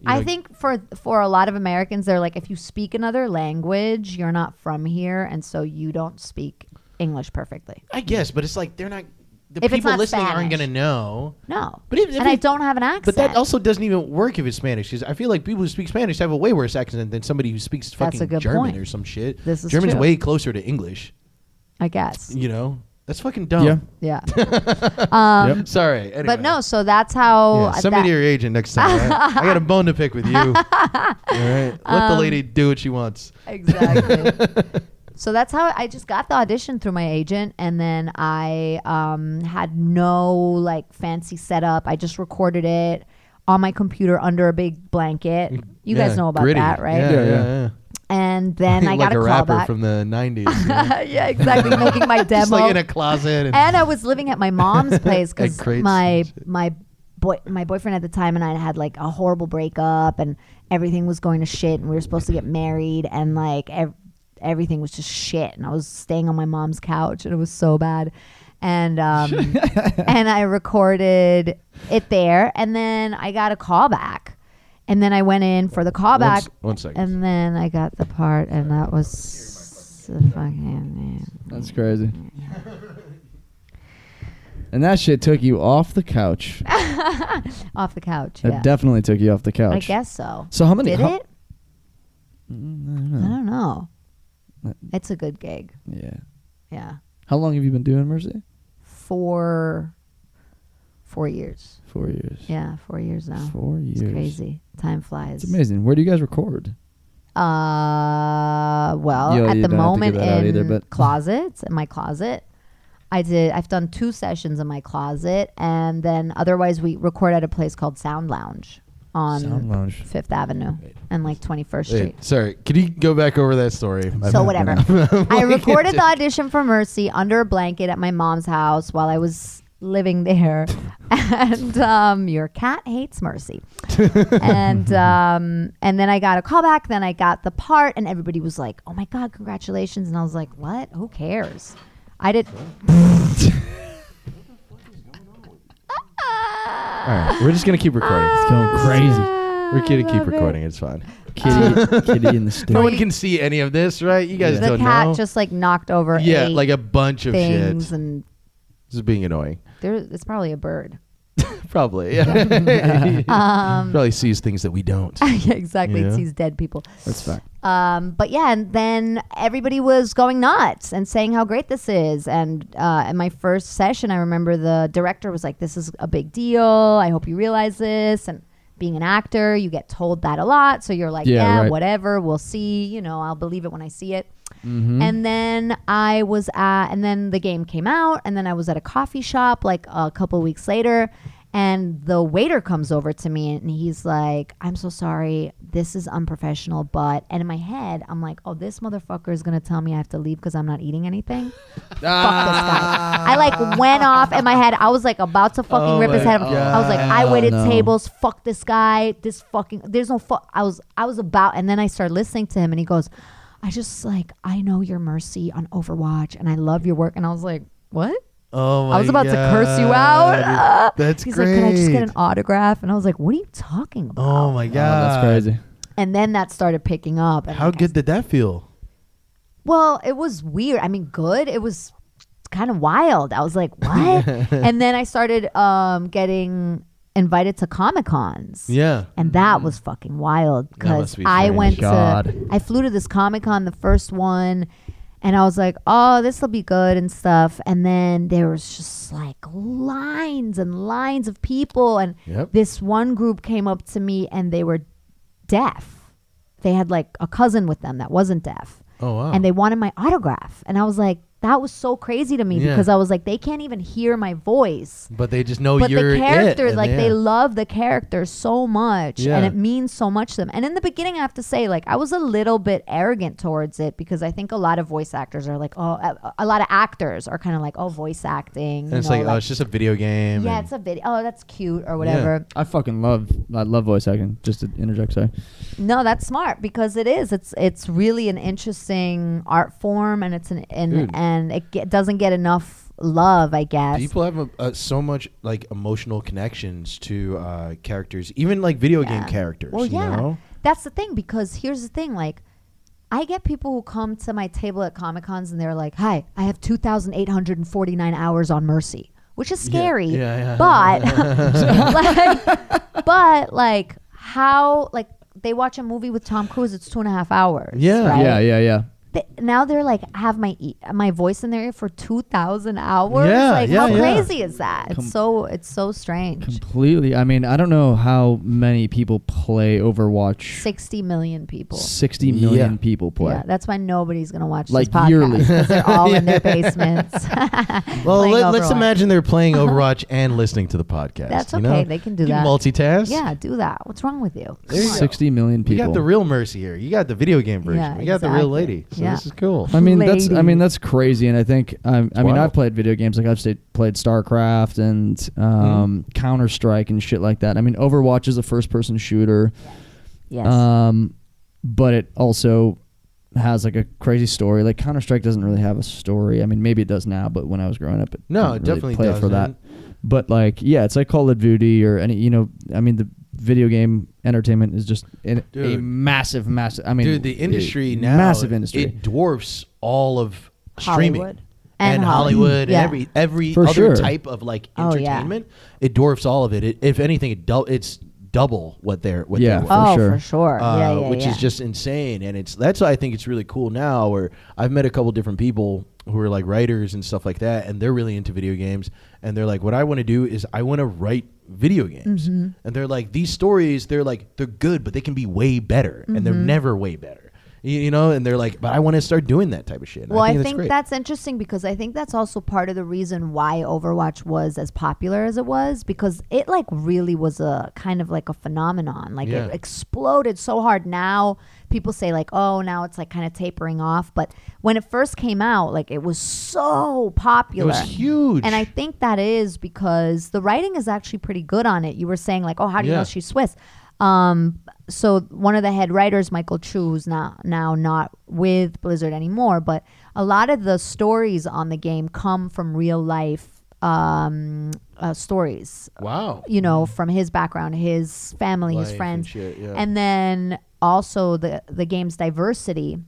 Speaker 1: you
Speaker 3: I
Speaker 1: know,
Speaker 3: think for for a lot of Americans, they're like, if you speak another language, you're not from here, and so you don't speak English perfectly.
Speaker 1: I guess, but it's like they're not. The
Speaker 3: If it's
Speaker 1: people
Speaker 3: not
Speaker 1: listening aren't
Speaker 3: Spanish.
Speaker 1: gonna know.
Speaker 3: No,
Speaker 1: But if- if
Speaker 3: and I
Speaker 1: it-
Speaker 3: don't have an accent.
Speaker 1: But that also doesn't even work if it's Spanish, because I feel like people who speak Spanish have a way worse accent than somebody who speaks
Speaker 3: That's a
Speaker 1: fucking
Speaker 3: good
Speaker 1: German
Speaker 3: point.
Speaker 1: or some shit.
Speaker 3: This is
Speaker 1: German's
Speaker 3: true.
Speaker 1: way closer to English.
Speaker 3: I guess.
Speaker 1: You know, that's fucking dumb.
Speaker 2: Yeah.
Speaker 3: Yeah. um,
Speaker 2: Yep.
Speaker 1: Sorry. Anyway.
Speaker 3: But no, so that's
Speaker 1: Yeah,
Speaker 3: how.
Speaker 1: send me
Speaker 3: that-
Speaker 1: to your agent next time. right? I got a bone to pick with you. All right. Let
Speaker 3: Um,
Speaker 1: the lady do what she wants.
Speaker 3: Exactly. so that's how I just got the audition through my agent, and then I um, had no like fancy setup. I just recorded it. on my computer under a big blanket. You guys know about that, right?
Speaker 1: Mm-hmm. Yeah, yeah,
Speaker 2: yeah.
Speaker 1: yeah.
Speaker 3: And then I
Speaker 1: like
Speaker 3: got
Speaker 1: a
Speaker 3: a, call
Speaker 1: rapper
Speaker 3: back.
Speaker 1: from the '90s, yeah.
Speaker 3: yeah, exactly. Making my demo.
Speaker 1: just like in a closet. And,
Speaker 3: and I was living at my mom's place
Speaker 1: At
Speaker 3: because
Speaker 1: Crates
Speaker 3: my
Speaker 1: and shit.
Speaker 3: my boy my boyfriend at the time and I had like a horrible breakup and everything was going to shit and we were supposed to get married and like ev- everything was just shit and I was staying on my mom's couch and it was so bad and um and I recorded it there and then I got a call back and then I went in for the call
Speaker 1: One
Speaker 3: back
Speaker 1: s- one second.
Speaker 3: and then I got the part and that was the fucking eh,
Speaker 2: That's crazy. and that shit took you off the couch.
Speaker 3: off the couch
Speaker 2: It
Speaker 3: yeah.
Speaker 2: definitely took you off the couch.
Speaker 3: I guess so.
Speaker 2: So how many?
Speaker 3: Did
Speaker 2: how-
Speaker 3: it? I
Speaker 2: Hmm.
Speaker 3: don't know. It's a good gig.
Speaker 2: Yeah.
Speaker 3: Yeah.
Speaker 2: How long have you been doing Mercy?
Speaker 3: Four four years.
Speaker 2: Four years.
Speaker 3: Yeah, four years now.
Speaker 2: Four years.
Speaker 3: It's crazy. Time flies.
Speaker 2: It's amazing. Where do you guys record?
Speaker 3: Uh well,
Speaker 2: Yo,
Speaker 3: at
Speaker 2: you
Speaker 3: the
Speaker 2: don't have to
Speaker 3: moment
Speaker 2: give that out
Speaker 3: in
Speaker 2: either, but-
Speaker 3: closets, in my closet. I did I've done two sessions in my closet and then otherwise we record at a place called Sound Lounge on
Speaker 2: Sound Lounge.
Speaker 3: Fifth Avenue and like twenty first
Speaker 1: Wait,
Speaker 3: Street.
Speaker 1: sorry, could you go back over that story?
Speaker 3: so whatever. I recorded the audition for Mercy under a blanket at my mom's house while I was living there, and um, your cat hates Mercy, and um, and then I got a call back. Then I got the part, and everybody was like, "Oh my god, congratulations!" And I was like, "What? Who cares?" I did.
Speaker 1: All right, we're just gonna keep recording.
Speaker 2: It's going crazy.
Speaker 1: We're gonna
Speaker 3: Ah, I
Speaker 1: keep
Speaker 3: love it.
Speaker 1: recording. It's fine.
Speaker 2: Kitty, kitty in the studio.
Speaker 1: No one can see any of this, right? You guys
Speaker 3: The
Speaker 1: don't
Speaker 3: cat
Speaker 1: know.
Speaker 3: just like knocked over
Speaker 1: yeah,
Speaker 3: eight
Speaker 1: like a bunch of shit.
Speaker 3: things,
Speaker 1: This
Speaker 3: and
Speaker 1: is being annoying.
Speaker 3: there, it's probably a bird.
Speaker 1: Probably. Yeah.
Speaker 3: Um,
Speaker 1: Probably sees things that we don't.
Speaker 3: yeah, exactly. It
Speaker 1: Yeah.
Speaker 3: sees dead people.
Speaker 2: That's fact.
Speaker 3: Um, but yeah, and then everybody was going nuts and saying how great this is. And uh, in my first session, I remember the director was like, "This is a big deal. I hope you realize this." And being an actor, you get told that a lot, so you're like,
Speaker 2: Yeah,
Speaker 3: "Yeah,
Speaker 2: right.
Speaker 3: whatever. We'll see. You know, I'll believe it when I see it." And then I was at, and then the game came out, and then I was at a coffee shop like a couple weeks later, and the waiter comes over to me and he's like, I'm so sorry, this is unprofessional, but, and in my head, I'm like, oh, this motherfucker is gonna tell me I have to leave because I'm not eating anything. Fuck this guy. I like went off in my head. I was like about to fucking
Speaker 1: Oh
Speaker 3: rip his
Speaker 1: my
Speaker 3: head off. I was like, I
Speaker 2: God.
Speaker 3: waited
Speaker 2: No.
Speaker 3: tables. Fuck this guy. This fucking. There's no fuck. I was. I was about, and then I started listening to him, and he goes, "I just like I know your mercy on Overwatch, and I love your work." And I was like, "What?"
Speaker 1: Oh my
Speaker 3: I was about to curse you out. Ah.
Speaker 1: That's
Speaker 3: He's
Speaker 1: great.
Speaker 3: like, "Can I just get an autograph?" And I was like, "What are you talking about?"
Speaker 1: Oh my
Speaker 2: Oh,
Speaker 1: god.
Speaker 2: that's crazy.
Speaker 3: And then that started picking up. and,
Speaker 1: How
Speaker 3: like, I
Speaker 1: good did that feel?
Speaker 3: Well, it was weird. I mean, good. It was kind of wild. I was like, what? and then I started um, getting invited to Comic Cons.
Speaker 1: Yeah. Mm-hmm.
Speaker 3: And that was fucking wild because
Speaker 1: must be
Speaker 3: I
Speaker 1: strange.
Speaker 3: went
Speaker 2: God.
Speaker 3: to, I flew to this Comic Con, the first one, and I was like, oh, this will be good and stuff. And then there was just like lines and lines of people. And
Speaker 1: Yep.
Speaker 3: this one group came up to me and they were deaf. They had like a cousin with them that wasn't deaf
Speaker 1: Oh wow.
Speaker 3: and they wanted my autograph. And I was like, that was so crazy to me
Speaker 1: Yeah.
Speaker 3: because I was like, they can't even hear my voice.
Speaker 1: but they just know
Speaker 3: But
Speaker 1: Oh, you're
Speaker 3: the character,
Speaker 1: it, and
Speaker 3: like
Speaker 1: yeah.
Speaker 3: they love the character so much
Speaker 1: Yeah.
Speaker 3: and it means so much to them. And in the beginning, I have to say, like, I was a little bit arrogant towards it because I think a lot of voice actors are like, oh, a, a lot of actors are kind of like, oh, voice acting.
Speaker 1: And
Speaker 3: you
Speaker 1: it's
Speaker 3: know,
Speaker 1: like, oh, it's just a video game.
Speaker 3: yeah,
Speaker 1: and-
Speaker 3: it's a video. Oh, that's cute or whatever.
Speaker 2: I fucking love. I love voice acting. Just to interject, sorry.
Speaker 3: No, that's smart because it is. It's it's really an interesting art form, and it's an and,
Speaker 1: Dude.
Speaker 3: and it ge- doesn't get enough love, I guess.
Speaker 1: People have a, uh, so much like emotional connections to uh, characters, even like video game
Speaker 3: Yeah.
Speaker 1: characters.
Speaker 3: Well,
Speaker 1: you
Speaker 3: yeah,
Speaker 1: know?
Speaker 3: that's the thing because here's the thing, like. I get people who come to my table at Comic Cons and they're like, "Hi, I have 2,849 hours on Mercy," which is scary.
Speaker 1: yeah, yeah.
Speaker 3: But, like, but like, how like they watch a movie with Tom Cruise? It's two and a half hours.
Speaker 1: Yeah.
Speaker 3: right?
Speaker 2: Yeah, yeah, yeah.
Speaker 3: they, now they're like have my e- my voice in there for two thousand hours.
Speaker 1: Yeah,
Speaker 3: like
Speaker 1: yeah,
Speaker 3: how
Speaker 1: yeah.
Speaker 3: crazy is that? It's
Speaker 2: Com-
Speaker 3: so it's so strange.
Speaker 2: Completely. I mean, I don't know how many people play Overwatch.
Speaker 3: Sixty million people.
Speaker 2: 60 million
Speaker 1: Yeah.
Speaker 2: people play.
Speaker 3: Yeah, that's why nobody's gonna watch
Speaker 2: Like
Speaker 3: this podcast
Speaker 2: yearly.
Speaker 3: 'cause they're all in their basements.
Speaker 1: Well,
Speaker 3: playing
Speaker 1: let, us
Speaker 3: Overwatch.
Speaker 1: imagine they're playing Overwatch and listening to the podcast.
Speaker 3: That's
Speaker 1: you
Speaker 3: okay.
Speaker 1: know?
Speaker 3: They can do
Speaker 1: You
Speaker 3: that.
Speaker 1: Multitask.
Speaker 3: Yeah, do that. What's wrong with you?
Speaker 1: There you
Speaker 3: Come on.
Speaker 1: go.
Speaker 2: 60 million
Speaker 1: We
Speaker 2: people.
Speaker 1: got the real Mercy here. You got the video game version.
Speaker 3: Yeah,
Speaker 1: we got the real
Speaker 3: exactly.
Speaker 1: lady. So
Speaker 3: Yeah.
Speaker 1: this is cool.
Speaker 2: I mean that's I
Speaker 3: Lady.
Speaker 2: mean that's crazy, and I think um, I mean
Speaker 1: wild.
Speaker 2: I've played video games like I've stayed, played StarCraft and
Speaker 1: Mm-hmm.
Speaker 2: um, Counter Strike and shit like that. I mean Overwatch is a first person shooter,
Speaker 3: Yes.
Speaker 1: Uh,
Speaker 2: um, but it also has like a crazy story. Like Counter Strike doesn't really have a story. I mean maybe it does now, but when I was growing up, it
Speaker 1: No, it
Speaker 2: didn't really
Speaker 1: definitely
Speaker 2: play it for that.
Speaker 1: doesn't.
Speaker 2: But like yeah, it's like Call of Duty or any you know I mean the video game entertainment is just in a
Speaker 1: Dude.
Speaker 2: massive massive. I mean
Speaker 1: Dude, the
Speaker 2: a
Speaker 1: industry now
Speaker 2: massive industry.
Speaker 1: It dwarfs all of streaming
Speaker 3: Hollywood.
Speaker 1: and,
Speaker 3: And Hollywood.
Speaker 1: Hollywood and
Speaker 3: Yeah.
Speaker 1: every every
Speaker 2: For
Speaker 1: other
Speaker 2: sure.
Speaker 1: type of like
Speaker 3: Oh, yeah.
Speaker 1: entertainment. It dwarfs all of it. it if anything, it dou- it's double what they're what
Speaker 2: Yeah.
Speaker 1: they were.
Speaker 2: for
Speaker 3: oh,
Speaker 2: sure.
Speaker 3: for sure. yeah,
Speaker 1: uh,
Speaker 3: yeah,
Speaker 1: which
Speaker 3: yeah.
Speaker 1: is just insane. And it's that's why I think it's really cool now. Where I've met a couple different people who are like writers and stuff like that, and they're really into video games. And they're like, what I want to do is I want to write video games.
Speaker 3: Mm-hmm.
Speaker 1: And they're like, these stories, they're like they're good, but they can be way better, and
Speaker 3: Mm-hmm.
Speaker 1: they're never way better. You, you know, and they're like, but I want to start doing that type of shit. And
Speaker 3: Well, I think,
Speaker 1: that's great.
Speaker 3: that's interesting because I think that's also part of the reason why Overwatch was as popular as it was because it like really was a kind of like a phenomenon. Like
Speaker 1: Yeah.
Speaker 3: it exploded so hard. Now people say like, "Oh, now it's like kind of tapering off," but when it first came out, like it was so
Speaker 1: it
Speaker 3: popular.
Speaker 1: was huge.
Speaker 3: And I think that is because the writing is actually pretty good on it. You were saying like, oh, how do you
Speaker 1: Yeah.
Speaker 3: know she's Swiss? Um, so one of the head writers, Michael Chu, who's now now not with Blizzard anymore, but a lot of the stories on the game come from real life um, uh, stories
Speaker 1: wow.
Speaker 3: you know, from his background, his family,
Speaker 1: Mm-hmm. Life
Speaker 3: his
Speaker 1: and
Speaker 3: friends,
Speaker 1: shit, yeah.
Speaker 3: and then also the the game's diversity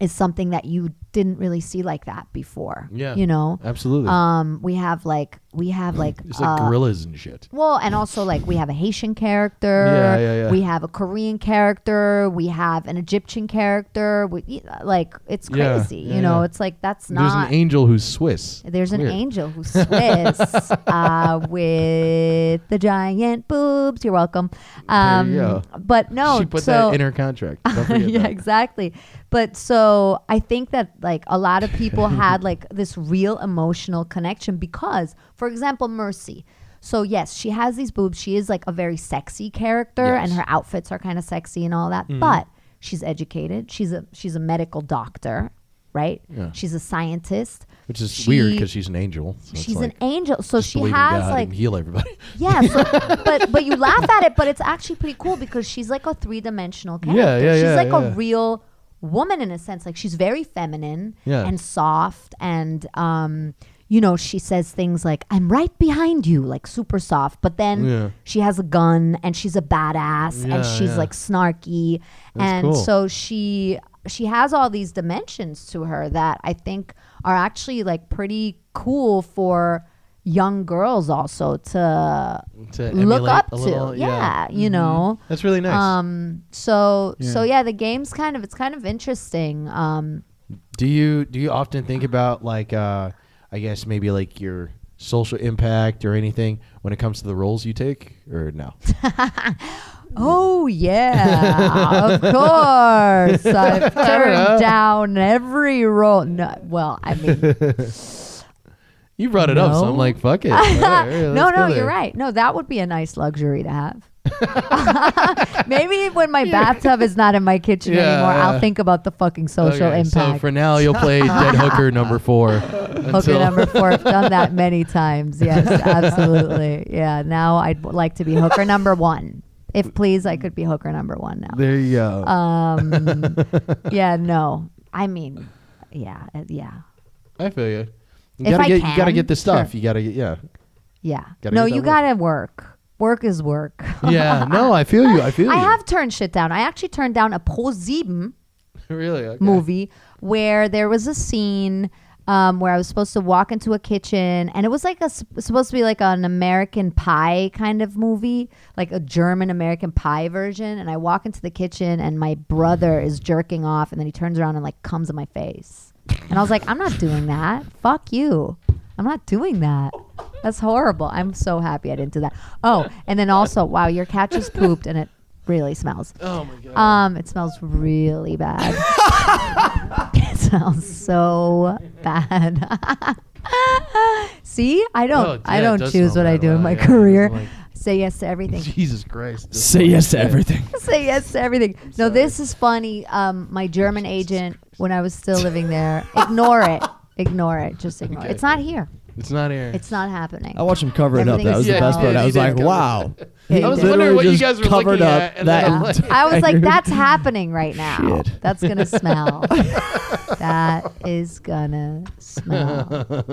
Speaker 3: is something that you didn't really see like that before.
Speaker 1: Yeah.
Speaker 3: you know,
Speaker 1: Absolutely.
Speaker 3: um, we have like we have like,
Speaker 1: it's like
Speaker 3: uh,
Speaker 1: gorillas and shit.
Speaker 3: well, and also like we have a Haitian character,
Speaker 1: Yeah, yeah, yeah.
Speaker 3: we have a Korean character, we have an Egyptian character. We, like it's
Speaker 1: Yeah,
Speaker 3: crazy,
Speaker 1: yeah,
Speaker 3: you know.
Speaker 1: yeah.
Speaker 3: It's like that's
Speaker 1: There's
Speaker 3: not
Speaker 1: an angel who's Swiss.
Speaker 3: there's an
Speaker 1: Weird.
Speaker 3: angel who's Swiss uh, with the giant boobs. You're welcome. Um,
Speaker 1: you go.
Speaker 3: But no,
Speaker 1: she put
Speaker 3: so
Speaker 1: that in her contract. Don't forget
Speaker 3: yeah,
Speaker 1: that.
Speaker 3: exactly. But so I think that like a lot of people had like this real emotional connection because, for example, Mercy. So yes, she has these boobs. She is like a very sexy character,
Speaker 1: Yes.
Speaker 3: and
Speaker 1: Mm-hmm.
Speaker 3: her outfits are kind of sexy and all that. But she's educated. She's a she's a medical doctor, right?
Speaker 1: Yeah.
Speaker 3: She's a scientist.
Speaker 1: Which is weird
Speaker 3: She-
Speaker 1: because she's an angel. So it's
Speaker 3: she's
Speaker 1: like,
Speaker 3: an angel so
Speaker 1: just
Speaker 3: she
Speaker 1: believe in
Speaker 3: has
Speaker 1: God
Speaker 3: like
Speaker 1: and heal everybody.
Speaker 3: yeah so, but but you laugh at it but it's actually pretty cool because she's like a three-dimensional character
Speaker 1: yeah,
Speaker 3: she's
Speaker 1: yeah,
Speaker 3: like
Speaker 1: yeah.
Speaker 3: a real woman in a sense like she's very feminine
Speaker 1: Yeah.
Speaker 3: and soft and um you know she says things like i'm right behind you like super soft but then
Speaker 1: Yeah.
Speaker 3: she has a gun and she's a badass
Speaker 1: Yeah,
Speaker 3: and she's
Speaker 1: yeah.
Speaker 3: like snarky
Speaker 1: That's
Speaker 3: and
Speaker 1: cool.
Speaker 3: so she she has all these dimensions to her that I think are actually like pretty cool for young girls also to,
Speaker 1: To
Speaker 3: look
Speaker 1: emulate
Speaker 3: up
Speaker 1: a
Speaker 3: to.
Speaker 1: little, Mm-hmm.
Speaker 3: yeah, you know.
Speaker 1: That's really nice.
Speaker 3: Um so so
Speaker 2: Yeah.
Speaker 3: yeah, the game's kind of it's kind of interesting. Um
Speaker 1: do you do you often think about like uh, I guess maybe like your social impact or anything when it comes to the roles you take or no? Mm-hmm.
Speaker 3: Oh yeah, of course. I've turned down every role. No, well, I mean,
Speaker 1: You brought it up, so
Speaker 3: No.
Speaker 1: I'm like, fuck it. All right, all right,
Speaker 3: Uh, no,
Speaker 1: let's go
Speaker 3: no,
Speaker 1: there.
Speaker 3: you're right. No, that would be a nice luxury to have. Maybe when my bathtub is not in my kitchen
Speaker 1: Yeah,
Speaker 3: anymore,
Speaker 1: yeah.
Speaker 3: I'll think about the fucking social
Speaker 1: Okay,
Speaker 3: impact.
Speaker 1: So for now, you'll play dead hooker number four. until-
Speaker 3: okay, number four. I've done that many times. Yes, absolutely. Yeah. Now I'd w- like to be hooker number one. If please, I could be hooker number one now.
Speaker 1: There you go.
Speaker 3: Um, yeah. No. I mean, yeah, uh, yeah,
Speaker 1: I feel you. You
Speaker 3: if
Speaker 1: gotta
Speaker 3: I
Speaker 1: get you gotta
Speaker 3: can,
Speaker 1: get the stuff.
Speaker 3: sure.
Speaker 1: You gotta get yeah.
Speaker 3: yeah.
Speaker 1: Gotta
Speaker 3: no,
Speaker 1: get that
Speaker 3: you
Speaker 1: work.
Speaker 3: gotta work. Work is work.
Speaker 1: Yeah. No, I feel you. I feel
Speaker 3: I
Speaker 1: you.
Speaker 3: have turned shit down. I actually turned down a Pro 7
Speaker 1: really okay.
Speaker 3: movie where there was a scene um, where I was supposed to walk into a kitchen, and it was like a s- supposed to be like an American Pie kind of movie, like a German American Pie version. And I walk into the kitchen, and my brother is jerking off, and then he turns around and like comes in my face, and I was like, I'm not doing that. Fuck you. I'm not doing that. That's horrible. I'm so happy I didn't do that. Oh, and then also, wow, your cat just pooped, and it really smells.
Speaker 1: Oh my god.
Speaker 3: Um, it smells really bad. it smells so bad. See, I don't,
Speaker 1: Oh, yeah,
Speaker 3: I
Speaker 1: it
Speaker 3: don't
Speaker 1: does
Speaker 3: choose
Speaker 1: smell
Speaker 3: what I
Speaker 1: bad.
Speaker 3: do in
Speaker 1: Wow,
Speaker 3: my
Speaker 1: yeah, it
Speaker 3: career.
Speaker 1: doesn't like-
Speaker 3: Say yes to everything.
Speaker 1: Jesus Christ. this
Speaker 2: Say
Speaker 1: is
Speaker 2: yes to
Speaker 1: shit.
Speaker 2: everything.
Speaker 3: Say yes to everything. No, this is funny. Um, my German agent, when I was still living there, ignore it, ignore it, just ignore it.
Speaker 1: Okay.
Speaker 3: It's not here.
Speaker 1: It's not air.
Speaker 3: It's not happening.
Speaker 2: I watched him cover it up.
Speaker 3: Everything
Speaker 2: That
Speaker 3: is
Speaker 2: was the
Speaker 3: Yeah,
Speaker 2: best
Speaker 3: he
Speaker 2: part.
Speaker 3: did,
Speaker 2: I
Speaker 3: he
Speaker 2: was
Speaker 1: did
Speaker 2: like,
Speaker 1: cover it
Speaker 2: wow.
Speaker 3: He
Speaker 2: He
Speaker 1: I was
Speaker 3: did.
Speaker 2: literally
Speaker 1: wondering what you
Speaker 2: just
Speaker 1: guys were
Speaker 2: covered
Speaker 1: looking
Speaker 2: up
Speaker 1: at, and
Speaker 2: that
Speaker 1: then I'm
Speaker 2: entire-
Speaker 1: like-
Speaker 3: I was like,
Speaker 2: Tired.
Speaker 3: that's happening right now.
Speaker 2: Shit.
Speaker 3: That's gonna smell. that is gonna smell.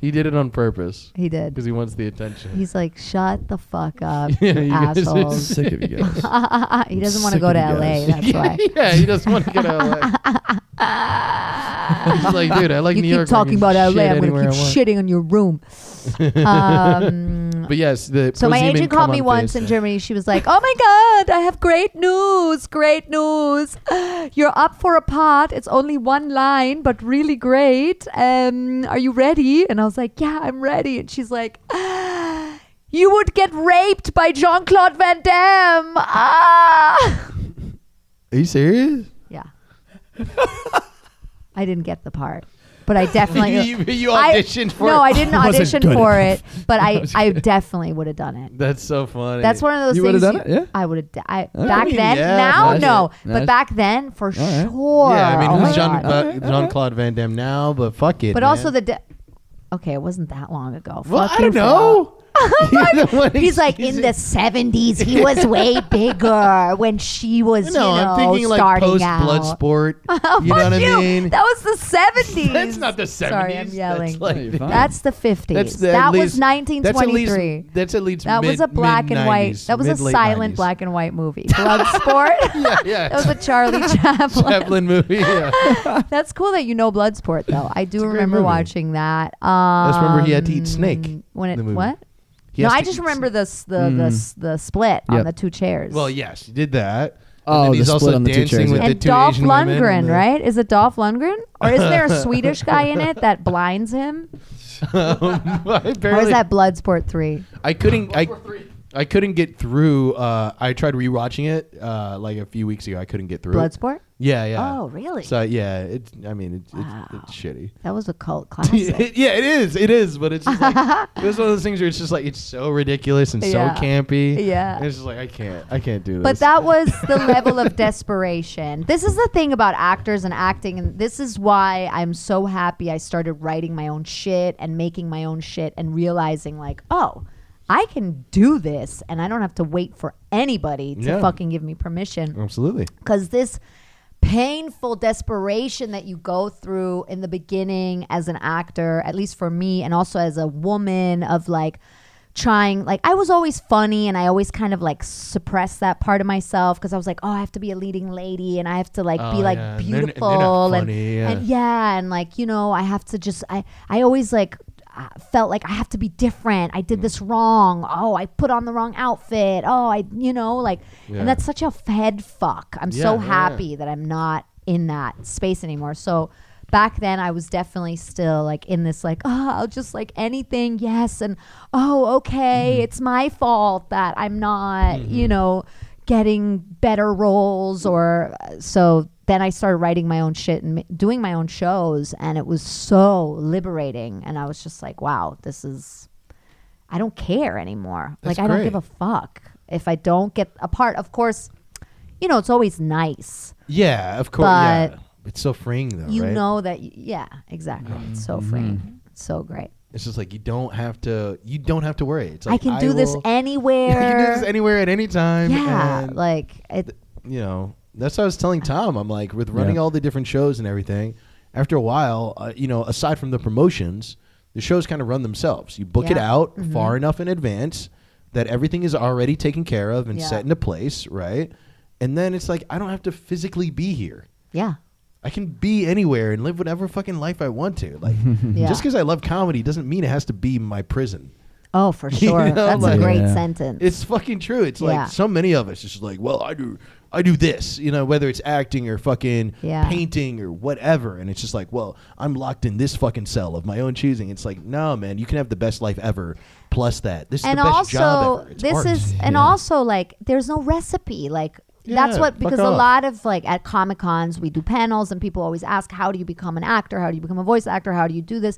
Speaker 1: he did it on purpose
Speaker 3: He did.
Speaker 1: because he wants the attention.
Speaker 3: He's like, shut the fuck up,
Speaker 1: Yeah,
Speaker 3: you
Speaker 1: you guys-
Speaker 2: I'm
Speaker 3: assholes.
Speaker 2: sick of you guys.
Speaker 3: he doesn't want
Speaker 2: sick
Speaker 3: to go
Speaker 2: of
Speaker 3: to
Speaker 2: you
Speaker 3: LA.
Speaker 2: guys.
Speaker 3: That's why.
Speaker 1: yeah, he doesn't want to get out of LA. He's like, dude, I like
Speaker 3: you
Speaker 1: New
Speaker 3: keep
Speaker 1: York. I
Speaker 3: talking
Speaker 1: can
Speaker 3: about
Speaker 1: shit
Speaker 3: LA. I'm
Speaker 1: anywhere
Speaker 3: gonna
Speaker 1: I
Speaker 3: keep
Speaker 1: want.
Speaker 3: shitting on your room. Um,
Speaker 1: But yes, the
Speaker 3: so my
Speaker 1: Proziemen
Speaker 3: agent
Speaker 1: come
Speaker 3: called me
Speaker 1: on
Speaker 3: once
Speaker 1: face
Speaker 3: in
Speaker 1: day.
Speaker 3: Germany. She was like, "Oh my god, I have great news! Great news! You're up for a part. It's only one line, but really great. Um, are you ready?" And I was like, "Yeah, I'm ready." And she's like. You would get raped by Jean Claude Van Damme. Ah!
Speaker 4: Are you serious?
Speaker 3: Yeah. I didn't get the part, but I definitely.
Speaker 1: You- you
Speaker 3: I-
Speaker 1: auditioned for
Speaker 3: No,
Speaker 1: it.
Speaker 3: I didn't
Speaker 2: Wasn't
Speaker 3: audition
Speaker 2: good
Speaker 3: for
Speaker 2: enough.
Speaker 3: it, but I, I definitely would have done it.
Speaker 1: That's so funny.
Speaker 3: That's one of those
Speaker 2: You
Speaker 3: things.
Speaker 2: would've done it? Yeah.
Speaker 3: I would have. I
Speaker 2: Okay.
Speaker 3: back then.
Speaker 1: Yeah,
Speaker 3: now,
Speaker 1: nice.
Speaker 3: no, but
Speaker 2: Nice.
Speaker 3: back then, for
Speaker 2: right.
Speaker 3: sure.
Speaker 1: Yeah, I mean,
Speaker 3: Oh my
Speaker 1: who's Jean,
Speaker 3: God.
Speaker 1: uh, Jean-Claude Van Damme now? But fuck it.
Speaker 3: But
Speaker 1: man.
Speaker 3: also the. De- okay, it wasn't that long ago.
Speaker 1: Well,
Speaker 3: Fuck
Speaker 1: I
Speaker 3: you
Speaker 1: don't
Speaker 3: for
Speaker 1: know. You're the one
Speaker 3: that. He's like in the
Speaker 1: excusing-
Speaker 3: seventies. He was way bigger when she was.
Speaker 1: No,
Speaker 3: you know,
Speaker 1: I'm thinking like
Speaker 3: starting
Speaker 1: post
Speaker 3: out.
Speaker 1: Bloodsport. you know
Speaker 3: Fuck
Speaker 1: what I
Speaker 3: you.
Speaker 1: mean?
Speaker 3: That was the seventies.
Speaker 1: That's not the 70s.
Speaker 3: Sorry, I'm yelling.
Speaker 1: That's, like,
Speaker 2: No, you're fine.
Speaker 3: That's the 50s.
Speaker 1: that's the- at
Speaker 3: that was
Speaker 1: least- That's at
Speaker 3: 1923.
Speaker 1: least. That's at least.
Speaker 3: that was
Speaker 1: mid-
Speaker 3: a black and white.
Speaker 1: mid-nineties,
Speaker 3: That was a
Speaker 1: mid-late
Speaker 3: silent
Speaker 1: 90s.
Speaker 3: black and white movie. Bloodsport.
Speaker 1: Yeah, yeah.
Speaker 3: that was a Charlie Chaplin.
Speaker 1: Chaplin movie. Yeah.
Speaker 3: That's cool that you know Bloodsport though. I do
Speaker 1: a great
Speaker 3: remember
Speaker 1: movie.
Speaker 3: watching that. Um,
Speaker 1: just remember he had to eat snake
Speaker 3: When it
Speaker 1: in the movie.
Speaker 3: what?
Speaker 1: He
Speaker 3: no,
Speaker 1: has
Speaker 3: I
Speaker 1: to
Speaker 3: just
Speaker 1: eat Hmm.
Speaker 3: remember the s- the, the s the split on
Speaker 2: Yep.
Speaker 3: the two chairs.
Speaker 1: Well, yes, he did that.
Speaker 2: Oh,
Speaker 1: and then
Speaker 2: the
Speaker 1: he's
Speaker 2: split
Speaker 1: also
Speaker 2: on the two
Speaker 1: dancing
Speaker 2: chairs,
Speaker 1: with
Speaker 2: yeah.
Speaker 1: the
Speaker 3: and
Speaker 1: two
Speaker 3: Dolph
Speaker 1: Asian women
Speaker 3: Lundgren,
Speaker 1: and the-
Speaker 3: right? Is it Dolph Lundgren, or isn't there a Swedish guy in it that blinds him?
Speaker 1: I
Speaker 3: Or is
Speaker 1: barely-
Speaker 3: that Bloodsport three?
Speaker 1: Um, I couldn't. I, I couldn't get through. Uh, I tried rewatching it uh, like a few weeks ago. I couldn't get through. it.
Speaker 3: Bloodsport.
Speaker 1: Yeah, yeah.
Speaker 3: Oh, really?
Speaker 1: So yeah, it's. I mean, it's,
Speaker 3: Wow.
Speaker 1: it's, it's shitty.
Speaker 3: That was a cult classic.
Speaker 1: yeah, it is. It is, but it's just like it was one of those things where it's just like it's so ridiculous and
Speaker 3: Yeah.
Speaker 1: so campy.
Speaker 3: Yeah.
Speaker 1: And it's just like I can't. I can't do this.
Speaker 3: But that was the level of desperation. This is the thing about actors and acting, and this is why I'm so happy I started writing my own shit and making my own shit and realizing, like, oh, I can do this and I don't have to wait for anybody to
Speaker 1: Yeah.
Speaker 3: fucking give me permission
Speaker 1: absolutely.
Speaker 3: because this painful desperation that you go through in the beginning as an actor, at least for me, and also as a woman, of like trying, like, I was always funny and I always kind of like suppressed that part of myself because I was like, oh, I have to be a leading lady and I have to like
Speaker 1: Oh,
Speaker 3: be like
Speaker 1: yeah, and they're n- they're
Speaker 3: beautiful
Speaker 1: not
Speaker 3: and,
Speaker 1: funny, yeah.
Speaker 3: and yeah, and like, you know, I have to just, I, I always like, uh, felt like I have to be different. I
Speaker 1: Mm.
Speaker 3: did this wrong. Oh, I put on the wrong outfit. Oh, I, you know, like,
Speaker 1: Yeah.
Speaker 3: and that's such a head fuck. I'm so
Speaker 1: Yeah, yeah,
Speaker 3: happy that I'm not in that space anymore. So back then I was definitely still like in this like, oh, I'll just like anything, yes, and oh,
Speaker 1: Mm-hmm.
Speaker 3: okay, it's my fault that I'm not, you know, getting better roles or so then I started writing my own shit and ma- doing my own shows and it was so liberating and I was just like, wow, this is I don't care anymore.
Speaker 1: That's
Speaker 3: like I don't
Speaker 1: great.
Speaker 3: give a fuck if I don't get a part. Of course, you know it's always nice.
Speaker 1: Yeah, of course.
Speaker 3: But-
Speaker 1: yeah. It's so freeing though,
Speaker 3: you
Speaker 1: right? Mm-hmm.
Speaker 3: know that. y yeah, exactly. It's so freeing. It's so great.
Speaker 1: It's just like you don't have to. You don't have to worry. It's like
Speaker 3: I can do this
Speaker 1: will-
Speaker 3: anywhere.
Speaker 1: You can do this anywhere at any time.
Speaker 3: yeah,
Speaker 1: and,
Speaker 3: like it.
Speaker 1: you know, that's what I was telling Tom. I'm like, with running
Speaker 2: Yeah.
Speaker 1: all the different shows and everything, after a while, uh, you know, aside from the promotions, the shows kind of run themselves. You book it
Speaker 3: Yeah. Mm-hmm.
Speaker 1: out far enough in advance that everything is already taken care of and
Speaker 3: Yeah.
Speaker 1: set into place, right? And then it's like, I don't have to physically be here.
Speaker 3: Yeah,
Speaker 1: I can be anywhere and live whatever fucking life I want to. Like,
Speaker 3: Yeah.
Speaker 1: just because I love comedy doesn't mean it has to be my prison.
Speaker 3: Oh, for
Speaker 1: You
Speaker 3: sure.
Speaker 1: know,
Speaker 3: That's
Speaker 1: like-
Speaker 3: a great
Speaker 2: Yeah.
Speaker 3: sentence.
Speaker 1: It's fucking true. It's like
Speaker 3: Yeah.
Speaker 1: so many of us is just like, well, I do, I do this, you know, whether it's acting or fucking
Speaker 3: Yeah.
Speaker 1: painting or whatever, and it's just like, well, I'm locked in this fucking cell of my own choosing. It's like, no, man, you can have the best life ever. Plus that, this is
Speaker 3: and
Speaker 1: the best job
Speaker 3: also
Speaker 1: ever. It's
Speaker 3: this
Speaker 1: art.
Speaker 3: is and
Speaker 2: Yeah.
Speaker 3: also like there's no recipe like that's
Speaker 1: Yeah,
Speaker 3: what
Speaker 1: fuck
Speaker 3: because a
Speaker 1: off.
Speaker 3: lot of like at comic cons we do panels and people always ask how do you become an actor how do you become a voice actor how do you do this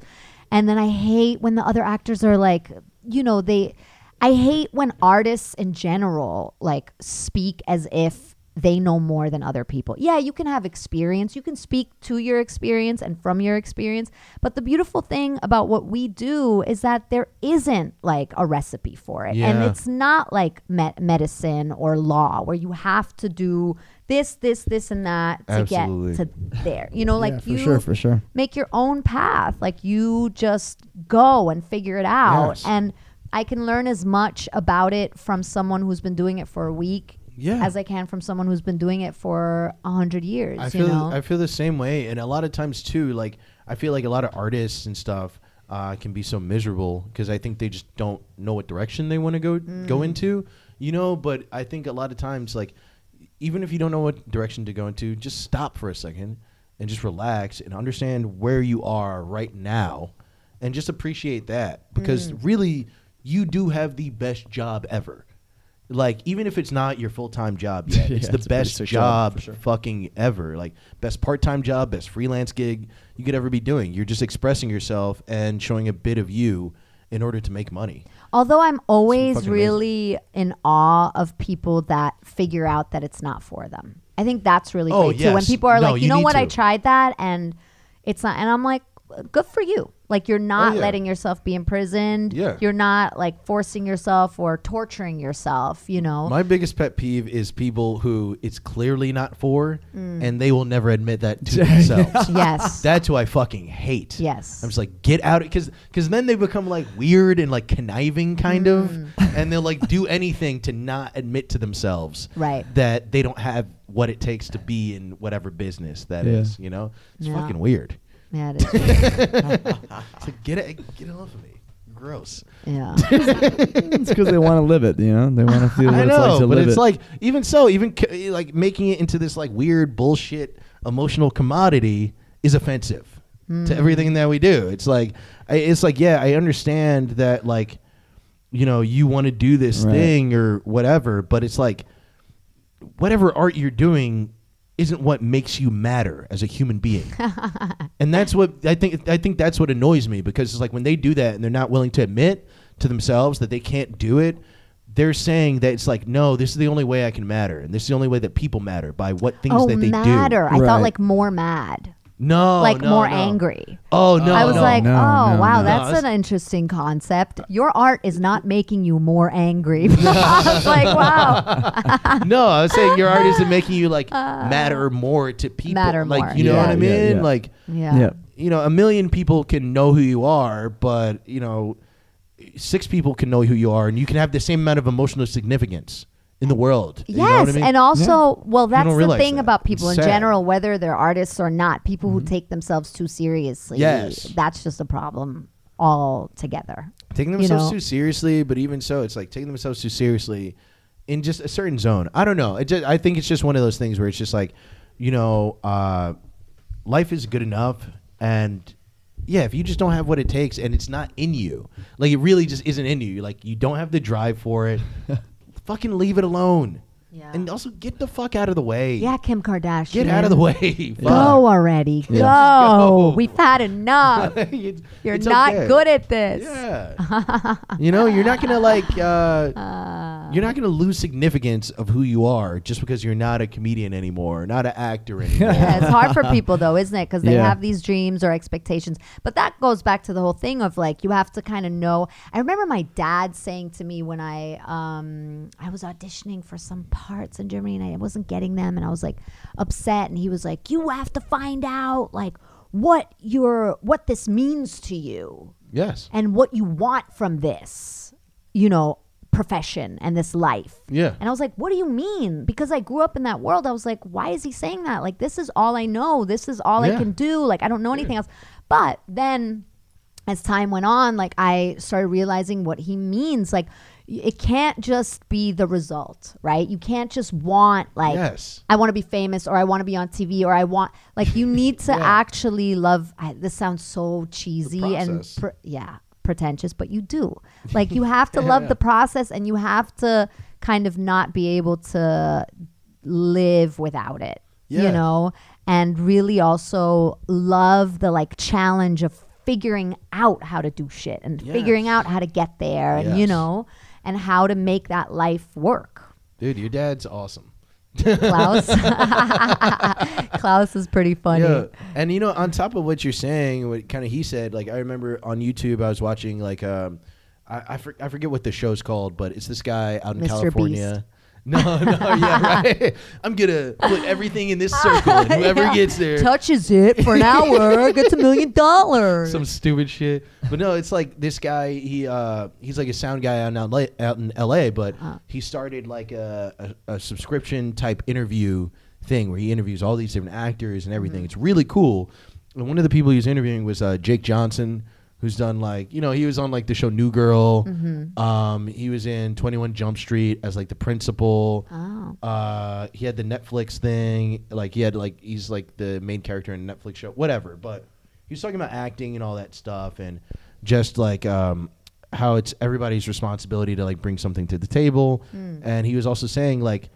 Speaker 3: and then i hate when the other actors are like you know they i hate when artists in general like speak as if they know more than other people. Yeah, you can have experience. You can speak to your experience and from your experience. But the beautiful thing about what we do is that there isn't like a recipe for it. And
Speaker 1: Yeah.
Speaker 3: it's not like med- medicine or law where you have to do this, this, this, and that to
Speaker 1: Absolutely.
Speaker 3: get to there. You know, like
Speaker 2: yeah, for
Speaker 3: you
Speaker 2: sure, for sure.
Speaker 3: make your own path. Like you just go and figure it out.
Speaker 1: Yes.
Speaker 3: And I can learn as much about it from someone who's been doing it for a week
Speaker 1: Yeah.
Speaker 3: as I can from someone who's been doing it for a hundred years.
Speaker 1: I
Speaker 3: you
Speaker 1: feel
Speaker 3: know?
Speaker 1: I feel the same way, and a lot of times too. Like I feel like a lot of artists and stuff uh, can be so miserable because I think they just don't know what direction they want to go
Speaker 3: Mm.
Speaker 1: go into, you know. But I think a lot of times, like even if you don't know what direction to go into, just stop for a second and just relax and understand where you are right now, and just appreciate that because
Speaker 3: Mm.
Speaker 1: really you do have the best job ever. Like even if it's not your full time job yet,
Speaker 2: Yeah,
Speaker 1: it's the
Speaker 2: it's a pretty
Speaker 1: best
Speaker 2: sick job,
Speaker 1: job
Speaker 2: for sure.
Speaker 1: fucking ever. Like best part-time job, best freelance gig you could ever be doing. You're just expressing yourself and showing a bit of you in order to make money.
Speaker 3: Although I'm always
Speaker 1: fucking
Speaker 3: really in awe of people that figure out that it's not for them. I think that's really
Speaker 1: Oh,
Speaker 3: great too. When
Speaker 1: yes.
Speaker 3: people are
Speaker 1: No,
Speaker 3: like, you,
Speaker 1: you
Speaker 3: know
Speaker 1: need
Speaker 3: what, I
Speaker 1: to."
Speaker 3: tried that and it's not, and I'm like, good for you. Like you're not
Speaker 1: Oh, yeah.
Speaker 3: letting yourself be imprisoned.
Speaker 1: Yeah.
Speaker 3: You're not like forcing yourself or torturing yourself. You know.
Speaker 1: My biggest pet peeve is people who it's clearly not for
Speaker 2: Mm.
Speaker 1: and they will never admit that to themselves.
Speaker 3: yes.
Speaker 1: That's who I fucking hate.
Speaker 3: Yes.
Speaker 1: I'm just like, get out because because then they become like weird and like conniving kind
Speaker 3: Mm.
Speaker 1: of and they'll like do anything to not admit to themselves
Speaker 3: Right.
Speaker 1: that they don't have what it takes to be in whatever business that is.
Speaker 2: Yeah.
Speaker 1: you know? It's
Speaker 3: Yeah.
Speaker 1: fucking weird.
Speaker 3: yeah. It is.
Speaker 1: It's like get it get it off of me. Gross.
Speaker 3: yeah.
Speaker 2: It's because they want to live it, you know. They want to feel what
Speaker 1: I
Speaker 2: it's like
Speaker 1: know,
Speaker 2: to
Speaker 1: but
Speaker 2: live
Speaker 1: it's
Speaker 2: it.
Speaker 1: like even so, even c- like making it into this like weird bullshit emotional commodity is offensive
Speaker 2: Hmm.
Speaker 1: to everything that we do. It's like I, it's like yeah, I understand that like you know you want to do this
Speaker 2: Right.
Speaker 1: thing or whatever, but it's like whatever art you're doing isn't what makes you matter as a human being. and that's what I think I think that's what annoys me because it's like when they do that and they're not willing to admit to themselves that they can't do it, they're saying that it's like no, this is the only way I can matter and this is the only way that people matter by what things
Speaker 3: oh,
Speaker 1: that they
Speaker 3: matter. I thought
Speaker 2: Right.
Speaker 3: like more mad,
Speaker 1: do. No,
Speaker 3: like
Speaker 1: Oh, no,
Speaker 3: more
Speaker 1: no.
Speaker 3: angry.
Speaker 1: Oh no.
Speaker 3: I was
Speaker 1: no.
Speaker 3: like,
Speaker 2: no,
Speaker 3: oh,
Speaker 2: no,
Speaker 3: wow,
Speaker 2: no.
Speaker 3: that's
Speaker 1: No,
Speaker 3: an interesting concept. Your art is not making you more angry. I was like, wow.
Speaker 1: no, I was saying your art isn't making you like matter more to people.
Speaker 3: Matter
Speaker 1: like
Speaker 3: more.
Speaker 1: you know
Speaker 2: Yeah,
Speaker 1: what I mean?
Speaker 2: yeah, yeah.
Speaker 1: Like
Speaker 3: Yeah.
Speaker 2: yeah.
Speaker 1: you know, a million people can know who you are, but you know, six people can know who you are, and you can have the same amount of emotional significance in the world. You
Speaker 3: Yes,
Speaker 1: know what I mean?
Speaker 3: and also, well, that's
Speaker 1: don't
Speaker 3: the
Speaker 1: realize
Speaker 3: thing
Speaker 1: that.
Speaker 3: about people
Speaker 1: It's
Speaker 3: in
Speaker 1: sad. Mm-hmm.
Speaker 3: general, whether they're artists or not, people who take themselves too seriously.
Speaker 1: Yes.
Speaker 3: That's just a problem altogether.
Speaker 1: taking
Speaker 3: you
Speaker 1: themselves
Speaker 3: know.
Speaker 1: too seriously, but even so, it's like taking themselves too seriously in just a certain zone. I don't know. It just, I think it's just one of those things where it's just like, you know, uh, life is good enough, and yeah, if you just don't have what it takes and it's not in you, like it really just isn't in you. Like you don't have the drive for it. fucking leave it alone.
Speaker 3: Yeah.
Speaker 1: And also get the fuck out of the way.
Speaker 3: Yeah, Kim Kardashian.
Speaker 1: Get out of the way. Fuck.
Speaker 3: Go already. Go.
Speaker 1: Go.
Speaker 3: We've had enough.
Speaker 1: It's-
Speaker 3: You're
Speaker 1: it's
Speaker 3: not
Speaker 1: okay.
Speaker 3: good at this.
Speaker 1: Yeah. you know, you're not gonna like uh, you're not gonna lose significance of who you are just because you're not a comedian anymore, not an actor anymore.
Speaker 3: yeah, it's hard for people though, isn't it? Because they
Speaker 2: Yeah.
Speaker 3: have these dreams or expectations. But that goes back to the whole thing of like you have to kind of know. I remember my dad saying to me when I um, I was auditioning for some parts in Germany and I wasn't getting them, and I was like upset, and he was like, "You have to find out like what your what this means to you."
Speaker 1: yes.
Speaker 3: and what you want from this, you know, profession and this life.
Speaker 1: Yeah.
Speaker 3: And I was like, what do you mean? Because I grew up in that world. I was like, why is he saying that? Like, this is all I know. This is all I
Speaker 1: Yeah.
Speaker 3: can do. Like, I don't know anything else. But then as time went on, like, I started realizing what he means. Like, y- it can't just be the result, right? You can't just want, like,
Speaker 1: Yes.
Speaker 3: I want to be famous or I want to be on TV or I want, like, you need to actually love. I, this sounds so cheesy and,
Speaker 1: process.
Speaker 3: pr- yeah, pretentious, but you do. Like, you have to love the process and you have to kind of not be able to live without it, you
Speaker 1: Yeah.
Speaker 3: know? And really also love the like challenge of figuring out how to do shit and figuring out how to get there and, you
Speaker 1: Yes.
Speaker 3: know, and how to make that life work.
Speaker 1: Dude, your dad's awesome.
Speaker 3: Klaus. Klaus is pretty funny.
Speaker 1: Yeah. And you know, on top of what you're saying, what kind of he said, like I remember on YouTube, I was watching like um, I I, for, I forget what the show's called, but it's this guy out in
Speaker 3: Mr.
Speaker 1: California. No, no, yeah, right. I'm gonna put everything in this circle, and whoever
Speaker 3: Yeah.
Speaker 1: gets there,
Speaker 3: Touches it for an hour, gets a million dollars.
Speaker 1: some stupid shit. But no, it's like this guy. He uh, he's like a sound guy out in LA, out in LA but he started like a, a, a subscription type interview thing where he interviews all these different actors and everything. It's really cool. And one of the people he was interviewing was uh, Jake Johnson, who's done like you know he was on like the show New Girl. Um, he was in Twenty One Jump Street as like the principal.
Speaker 3: Oh.
Speaker 1: Uh, he had the Netflix thing. Like he had like he's like the main character in a Netflix show, whatever. But he was talking about acting and all that stuff, and just like um, how it's everybody's responsibility to like bring something to the table. And he was also saying like,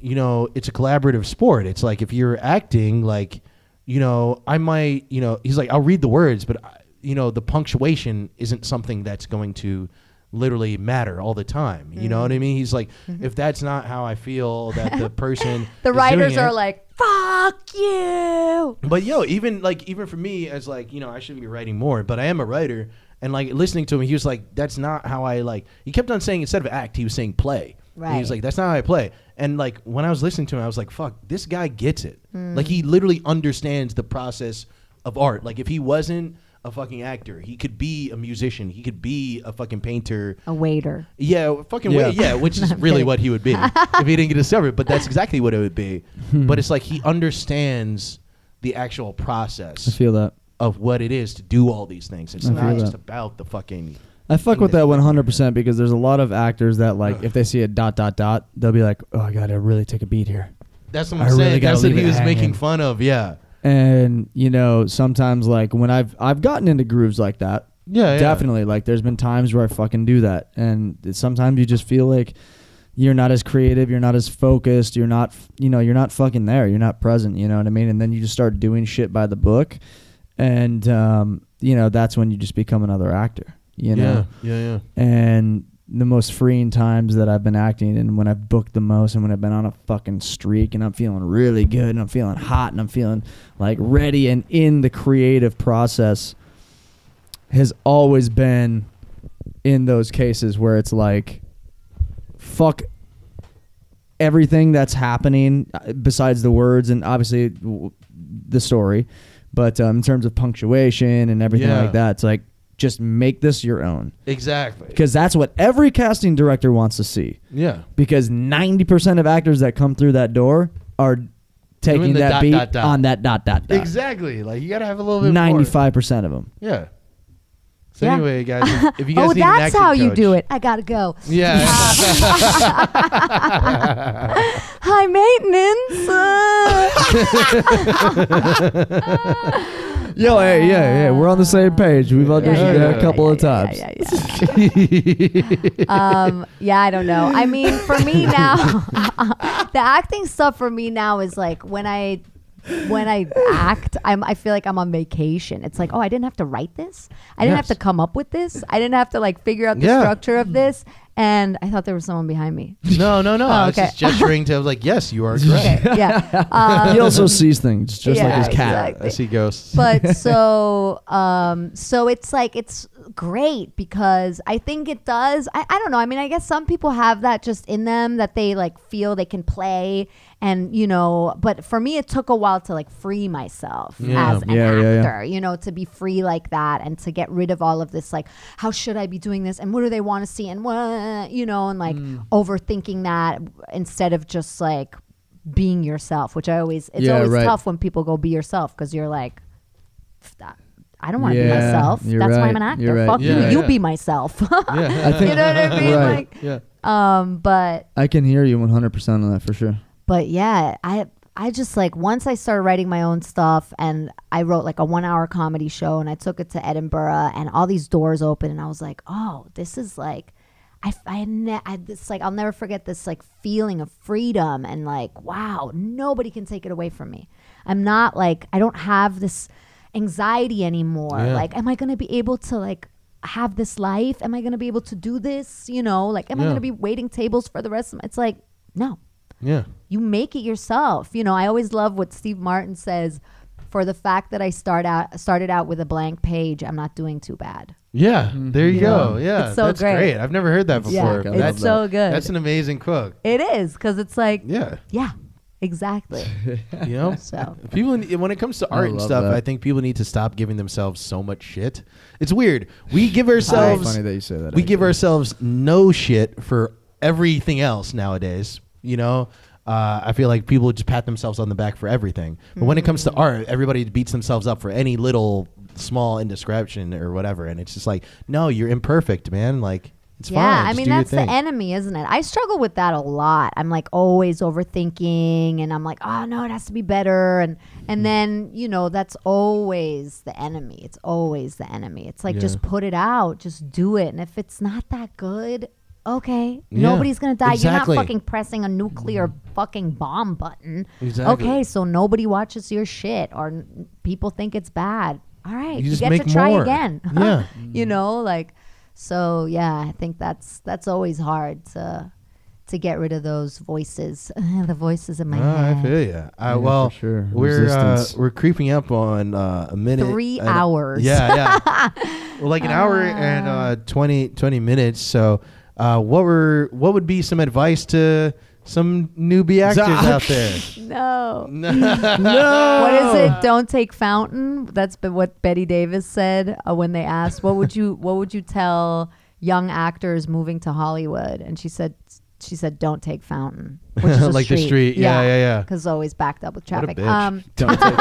Speaker 1: you know, it's a collaborative sport. It's like if you're acting, like, you know, I might, you know, he's like, I'll read the words, but I, you know, the punctuation isn't something that's going to literally matter all the time. You know
Speaker 3: Mm.
Speaker 1: what I mean? He's like, if that's not how I feel, that the person,
Speaker 3: Mm-hmm. The
Speaker 1: is
Speaker 3: writers
Speaker 1: doing
Speaker 3: are
Speaker 1: it-
Speaker 3: like, fuck you.
Speaker 1: but yo, even like even for me as like you know I should be writing more, but I am a writer, and like listening to him, he was like, "That's not how I like." He kept on saying instead of act, he was saying play. And he was
Speaker 3: Right.
Speaker 1: like, "That's not how I play." And like when I was listening to him, I was like, "Fuck, this guy gets it." Like he literally understands the process of art. Like if he wasn't a fucking actor, he could be a musician, he could be a fucking painter,
Speaker 3: A waiter.
Speaker 1: yeah, fucking
Speaker 2: Yeah.
Speaker 1: yeah. yeah, which is really
Speaker 3: kidding.
Speaker 1: what he would be if he didn't get discovered. But that's exactly what it would be.
Speaker 2: Hmm.
Speaker 1: but it's like he understands the actual
Speaker 2: I
Speaker 1: process
Speaker 2: feel that.
Speaker 1: of what it is to do all these things. It's
Speaker 2: I
Speaker 1: not
Speaker 2: feel
Speaker 1: just
Speaker 2: that.
Speaker 1: about the fucking.
Speaker 2: I fuck with
Speaker 1: thing
Speaker 2: that
Speaker 1: that-
Speaker 2: 100% because there's a lot of actors that like if they see a dot dot dot, they'll be like, "Oh, I got to really take a beat here."
Speaker 1: That's what
Speaker 2: I
Speaker 1: I'm
Speaker 2: really
Speaker 1: saying.
Speaker 2: gotta
Speaker 1: that's what
Speaker 2: leave
Speaker 1: he
Speaker 2: it
Speaker 1: was
Speaker 2: hanging.
Speaker 1: making fun of. Yeah.
Speaker 2: And you know, sometimes like when I've I've gotten into grooves like that.
Speaker 1: Yeah, yeah.
Speaker 2: Definitely. Like there's been times where I fucking do that and it's- sometimes you just feel like you're not as creative, you're not as focused, you're not f- you know, you're not fucking there, you're not present, you know what I mean? And then you just start doing shit by the book and um, you know, that's when you just become another actor, you know?
Speaker 1: Yeah. Yeah. Yeah.
Speaker 2: and the most freeing times that I've been acting and when I've booked the most and when I've been on a fucking streak and I'm feeling really good and I'm feeling hot and I'm feeling like ready and in the creative process has always been in those cases where it's like fuck everything that's happening uh, besides the words and obviously w- the story but um, in terms of punctuation and everything
Speaker 1: Yeah.
Speaker 2: like that it's like just make this your own
Speaker 1: Exactly.
Speaker 2: because that's what every casting director wants to see.
Speaker 1: Yeah.
Speaker 2: Because ninety percent of actors that come through that door are taking
Speaker 1: the
Speaker 2: that
Speaker 1: dot,
Speaker 2: beat
Speaker 1: dot, dot.
Speaker 2: on that dot dot dot.
Speaker 1: Exactly. Like you gotta have a little bit. more.
Speaker 2: Ninety-five percent of them.
Speaker 1: Yeah. So
Speaker 3: Yeah.
Speaker 1: anyway, guys, if- if you guys
Speaker 3: oh,
Speaker 1: need an
Speaker 3: that's
Speaker 1: acting
Speaker 3: how you
Speaker 1: coach-
Speaker 3: do it. I gotta go.
Speaker 1: Yeah.
Speaker 3: High maintenance. Uh,
Speaker 2: Yo, hey, yeah, yeah, we're on the same page. We've auditioned
Speaker 1: yeah,
Speaker 2: there
Speaker 1: yeah,
Speaker 2: a couple
Speaker 3: yeah,
Speaker 2: of
Speaker 3: yeah,
Speaker 2: times.
Speaker 3: Yeah, yeah, yeah. um, yeah, I don't know. I mean, for me now, the acting stuff for me now is like when I when I act, I'm I feel like I'm on vacation. It's like, oh, I didn't have to write this. I didn't
Speaker 1: Yes.
Speaker 3: have to come up with this. I didn't have to like figure out the
Speaker 1: Yeah.
Speaker 3: structure of this. And I thought there was someone behind me.
Speaker 1: no, no, no. I was
Speaker 3: Oh, okay.
Speaker 1: just gesturing to like, yes, you are correct.
Speaker 3: Okay, yeah. Um,
Speaker 2: He also sees things just
Speaker 3: Yeah,
Speaker 2: like his cat.
Speaker 3: exactly.
Speaker 1: I see ghosts.
Speaker 3: but so um so it's like it's great because I think it does. I, I don't know. I mean, I guess some people have that just in them that they like feel they can play and, you know, but for me, it took a while to like free myself
Speaker 1: Yeah.
Speaker 3: as an
Speaker 2: Yeah,
Speaker 3: actor,
Speaker 2: yeah, yeah.
Speaker 3: you know, to be free like that and to get rid of all of this, like, how should I be doing this? And what do they want to see? And what, you know, and like
Speaker 2: Mm.
Speaker 3: overthinking that instead of just like being yourself, which I always, it's
Speaker 2: Yeah,
Speaker 3: always
Speaker 2: right.
Speaker 3: tough when people go be yourself because you're like, "Pff, that- I don't want to
Speaker 2: Yeah,
Speaker 3: be myself. That's
Speaker 2: you're
Speaker 3: why
Speaker 2: right,
Speaker 3: I'm an actor.
Speaker 2: you're right.
Speaker 3: Fuck you.
Speaker 1: Yeah,
Speaker 3: you
Speaker 1: yeah.
Speaker 3: be myself. you know
Speaker 1: yeah,
Speaker 2: I think
Speaker 3: what I mean?
Speaker 2: Right.
Speaker 1: yeah.
Speaker 3: Like, um, but
Speaker 2: I can hear you 100% on that for sure.
Speaker 3: but yeah, I I just like once I started writing my own stuff and I wrote like a one hour comedy show and I took it to Edinburgh and all these doors open and I was like, oh, this is like. I, f- I, ne- I this like I'll never forget this like feeling of freedom and like wow nobody can take it away from me. I'm not like I don't have this anxiety anymore.
Speaker 1: Yeah.
Speaker 3: Like am I going to be able to like have this life? Am I going to be able to do this, you know? Like am I
Speaker 1: Yeah.
Speaker 3: going to be waiting tables for the rest of my- it's like no
Speaker 1: Yeah.
Speaker 3: you make it yourself. You know, I always love what Steve Martin says for the fact that I start out started out with a blank page, I'm not doing too bad.
Speaker 1: Yeah.
Speaker 3: Mm-hmm.
Speaker 1: There you
Speaker 2: Yeah.
Speaker 1: go. Yeah.
Speaker 3: It's so
Speaker 1: that's
Speaker 3: great.
Speaker 1: great. I've never heard that
Speaker 3: Yeah,
Speaker 1: before.
Speaker 2: it's
Speaker 1: that's
Speaker 3: so good.
Speaker 1: That's an amazing quote.
Speaker 3: It is cuz it's like yeah,
Speaker 1: Yeah.
Speaker 3: exactly.
Speaker 1: You know?
Speaker 3: So
Speaker 1: People, need- when it comes to
Speaker 2: I
Speaker 1: art and
Speaker 2: love
Speaker 1: stuff,
Speaker 2: that.
Speaker 1: I think people need to stop giving themselves so much shit. It's weird. We give
Speaker 2: Very
Speaker 1: ourselves,
Speaker 2: funny that you say that.
Speaker 1: we
Speaker 2: actually.
Speaker 1: give ourselves no shit for everything else nowadays. You know, uh, I feel like people just pat themselves on the back for everything. But when it comes
Speaker 3: Mm.
Speaker 1: to art, everybody beats themselves up for any little small indiscretion or whatever, and it's just like, no, you're imperfect, man. Like it's
Speaker 3: yeah,
Speaker 1: fine.
Speaker 3: I
Speaker 1: Just
Speaker 3: mean
Speaker 1: do your
Speaker 3: that's the
Speaker 1: thing.
Speaker 3: enemy, isn't it? I struggle with that a lot. I'm like always overthinking and I'm like, "Oh no, it has to be better." And
Speaker 1: Mm.
Speaker 3: and then, you know, that's always the enemy. It's always the enemy. It's like just
Speaker 1: Yeah.
Speaker 3: put it out, just do it. And if it's not that good, okay.
Speaker 1: Yeah,
Speaker 3: Nobody's going to die.
Speaker 1: exactly. Mm.
Speaker 3: You're not fucking pressing a nuclear fucking bomb button.
Speaker 1: Exactly.
Speaker 3: Okay, so nobody watches your shit or n- people think it's bad. All right.
Speaker 1: You just
Speaker 3: get
Speaker 1: make
Speaker 3: to try
Speaker 1: more.
Speaker 3: again.
Speaker 1: Yeah.
Speaker 3: you know, like so yeah, I think that's that's always hard to to get rid of those voices, the voices in my
Speaker 1: Ah, I
Speaker 3: head.
Speaker 1: feel you. Uh,
Speaker 2: Yeah,
Speaker 1: well,
Speaker 2: for sure.
Speaker 1: we're uh,
Speaker 2: Resistance.
Speaker 1: we're creeping up on uh, a minute.
Speaker 3: Three
Speaker 1: and-
Speaker 3: hours. Ah.
Speaker 1: Yeah, yeah. well, like an hour and uh, 20, 20 minutes. So, uh, what were what would be some advice to some newbie actors out there?
Speaker 3: No.
Speaker 1: no.
Speaker 3: What is it? Don't take fountain. That's been what Betty Davis said uh, when they asked, "What would you What would you tell young actors moving to Hollywood?" And she said, "She said, don't take fountain, which is a
Speaker 1: Like the street. Yeah, yeah, yeah.
Speaker 3: because always backed up with
Speaker 1: What a
Speaker 3: traffic.
Speaker 1: bitch.
Speaker 3: Um,
Speaker 2: Don't take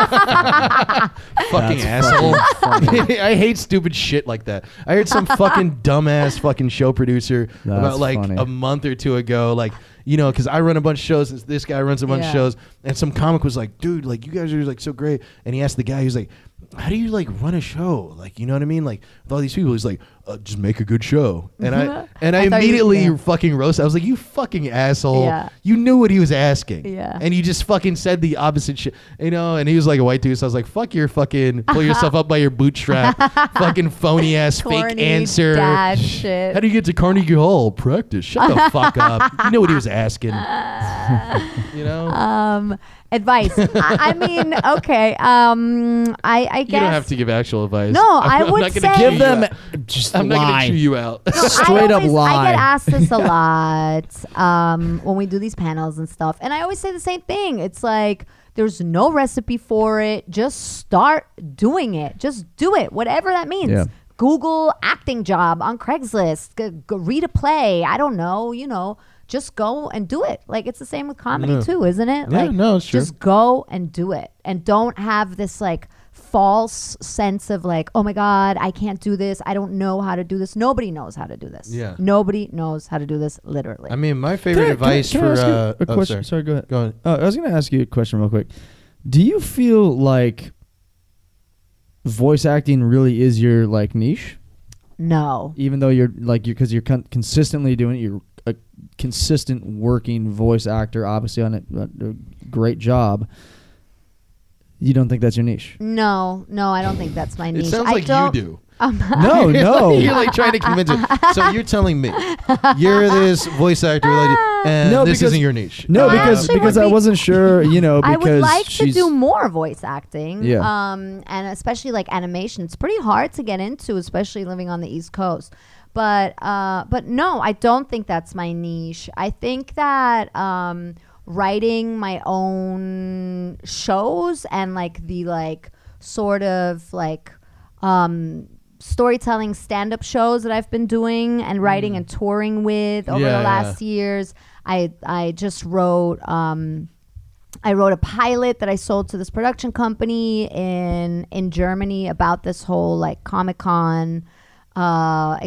Speaker 1: Fucking
Speaker 2: That's
Speaker 1: asshole.
Speaker 2: fucking
Speaker 1: I hate stupid shit like that. I heard some fucking dumbass fucking show producer
Speaker 2: That's
Speaker 1: about like
Speaker 2: funny.
Speaker 1: a month or two ago, like, you know, because I run a bunch of shows and this guy runs a bunch
Speaker 3: Yeah.
Speaker 1: of shows, and some comic was like, dude, like, you guys are like so great. And he asked the guy, he's like, how do you like run a show? Like, you know what I mean? Like, with all these people, he's like, uh, just make a good show. And I and I,
Speaker 3: I thought you-
Speaker 1: immediately
Speaker 3: yeah.
Speaker 1: fucking roasted. I was like, you fucking asshole.
Speaker 3: Yeah.
Speaker 1: You knew what he was asking.
Speaker 3: Yeah.
Speaker 1: And you just fucking said the opposite shit. You know, and he was like a white dude, so I was like, fuck your fucking pull yourself up by your bootstrap, fucking phony ass fake
Speaker 3: Corny
Speaker 1: answer.
Speaker 3: dad shit.
Speaker 1: How do you get to Carnegie Hall? Practice. Shut the fuck up. You know what he was asking.
Speaker 3: Uh,
Speaker 1: you know?
Speaker 3: um, advice. I, I mean, okay. Um, I I guess
Speaker 1: you don't have to give actual advice.
Speaker 3: No, I
Speaker 1: I'm
Speaker 3: would
Speaker 1: not gonna
Speaker 3: say-
Speaker 1: chew
Speaker 3: Give
Speaker 1: you
Speaker 2: them
Speaker 1: out.
Speaker 2: just
Speaker 1: I'm not gonna chew you out.
Speaker 3: No,
Speaker 2: Straight
Speaker 3: I
Speaker 2: up
Speaker 3: always- I
Speaker 2: lie.
Speaker 3: get asked this a lot um, when we do these panels and stuff, and I always say the same thing. It's like there's no recipe for it. Just start doing it. Just do it, whatever that means.
Speaker 2: Yeah.
Speaker 3: Google acting job on Craigslist. G- g- read a play. I don't know. You know, just go and do it. Like it's the same with comedy too, isn't it?
Speaker 1: Yeah,
Speaker 3: like
Speaker 1: no, it's true.
Speaker 3: just go and do it and don't have this like false sense of like oh my god i can't do this i don't know how to do this nobody knows how to do this
Speaker 1: Yeah.
Speaker 3: nobody knows how to do this literally
Speaker 1: I mean, my favorite advice
Speaker 2: can I
Speaker 1: for
Speaker 2: ask you
Speaker 1: uh,
Speaker 2: a
Speaker 1: oh,
Speaker 2: question?
Speaker 1: sorry.
Speaker 2: sorry, go ahead.
Speaker 1: Go on.
Speaker 2: Oh, I was going to ask you a question real quick. Do you feel like voice acting really is your like niche,
Speaker 3: no
Speaker 2: even though you're like you're because you're con- consistently doing it, you're a consistent working voice actor, obviously on it, uh, a a great job. You don't think that's your niche?
Speaker 3: no no i don't think that's my niche
Speaker 1: It sounds
Speaker 3: I
Speaker 1: like you
Speaker 3: don't-
Speaker 1: do.
Speaker 2: No, no.
Speaker 1: you're like trying to convince it. So you're telling me you're this voice actor, like, and
Speaker 2: No,
Speaker 1: this
Speaker 2: because-
Speaker 1: isn't your niche.
Speaker 2: No,
Speaker 1: Uh,
Speaker 2: because
Speaker 3: actually
Speaker 2: because
Speaker 3: would
Speaker 2: I
Speaker 3: be-
Speaker 2: wasn't sure, you know,
Speaker 3: I
Speaker 2: because
Speaker 3: would like to
Speaker 2: she's-
Speaker 3: do more voice acting.
Speaker 2: Yeah.
Speaker 3: Um, and especially like animation. It's pretty hard to get into, especially living on the East Coast. But uh, but no, I don't think that's my niche. I think that um, writing my own shows and like the like sort of like um, storytelling stand-up shows that I've been doing and
Speaker 2: Mm.
Speaker 3: writing and touring with over
Speaker 1: Yeah, yeah.
Speaker 3: the last years. I I just wrote. Um, I wrote a pilot that I sold to this production company in in Germany about this whole like Comic Con uh,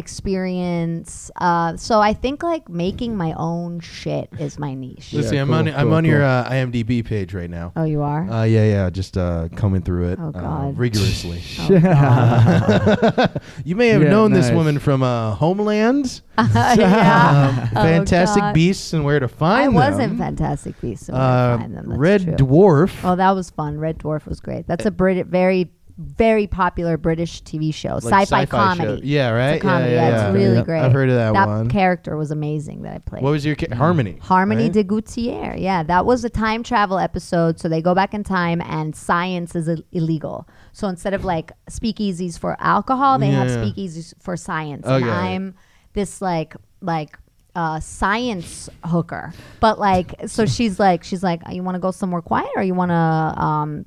Speaker 3: experience. Uh, so I think like making my own shit is my niche.
Speaker 1: Let's see. I'm
Speaker 2: cool,
Speaker 1: on. I'm
Speaker 2: cool,
Speaker 1: on your
Speaker 2: cool.
Speaker 1: uh, IMDb page right now.
Speaker 3: Oh, you are.
Speaker 1: Uh, yeah, yeah. Just uh, coming through it
Speaker 3: Oh,
Speaker 1: uh,
Speaker 3: God. Uh-huh.
Speaker 1: rigorously.
Speaker 2: Yeah.
Speaker 1: You may have
Speaker 2: Yeah,
Speaker 1: known this
Speaker 2: nice.
Speaker 1: woman from uh, Homeland, Um,
Speaker 3: yeah. Oh,
Speaker 1: Fantastic
Speaker 3: God.
Speaker 1: Beasts, and Where to
Speaker 3: I
Speaker 1: Find Them.
Speaker 3: was in Fantastic Beasts. So
Speaker 1: Uh,
Speaker 3: I find them. That's
Speaker 1: Red
Speaker 3: true.
Speaker 1: Dwarf. Eh.
Speaker 3: Oh, that was fun. Red Dwarf was great. That's a Brit- very, very popular British TV show,
Speaker 1: like
Speaker 3: sci-fi,
Speaker 1: sci-fi show.
Speaker 3: comedy.
Speaker 1: Yeah, right.
Speaker 3: It's a comedy.
Speaker 1: Yeah, yeah,
Speaker 3: Yeah,
Speaker 1: yeah.
Speaker 3: it's really
Speaker 2: Yeah.
Speaker 3: great.
Speaker 1: I've heard of that one.
Speaker 3: character was amazing that I played.
Speaker 1: What was your ca- Harmony?
Speaker 3: Harmony
Speaker 1: right?
Speaker 3: de Gouttier. Yeah, that was a time travel episode. So they go back in time, and science is Ill- illegal. So instead of like speakeasies for alcohol, they have
Speaker 1: Yeah.
Speaker 3: speakeasies for science.
Speaker 1: Okay.
Speaker 3: And I'm this like like uh, science hooker, but like so she's like she's like you want to go somewhere quiet or you want to um,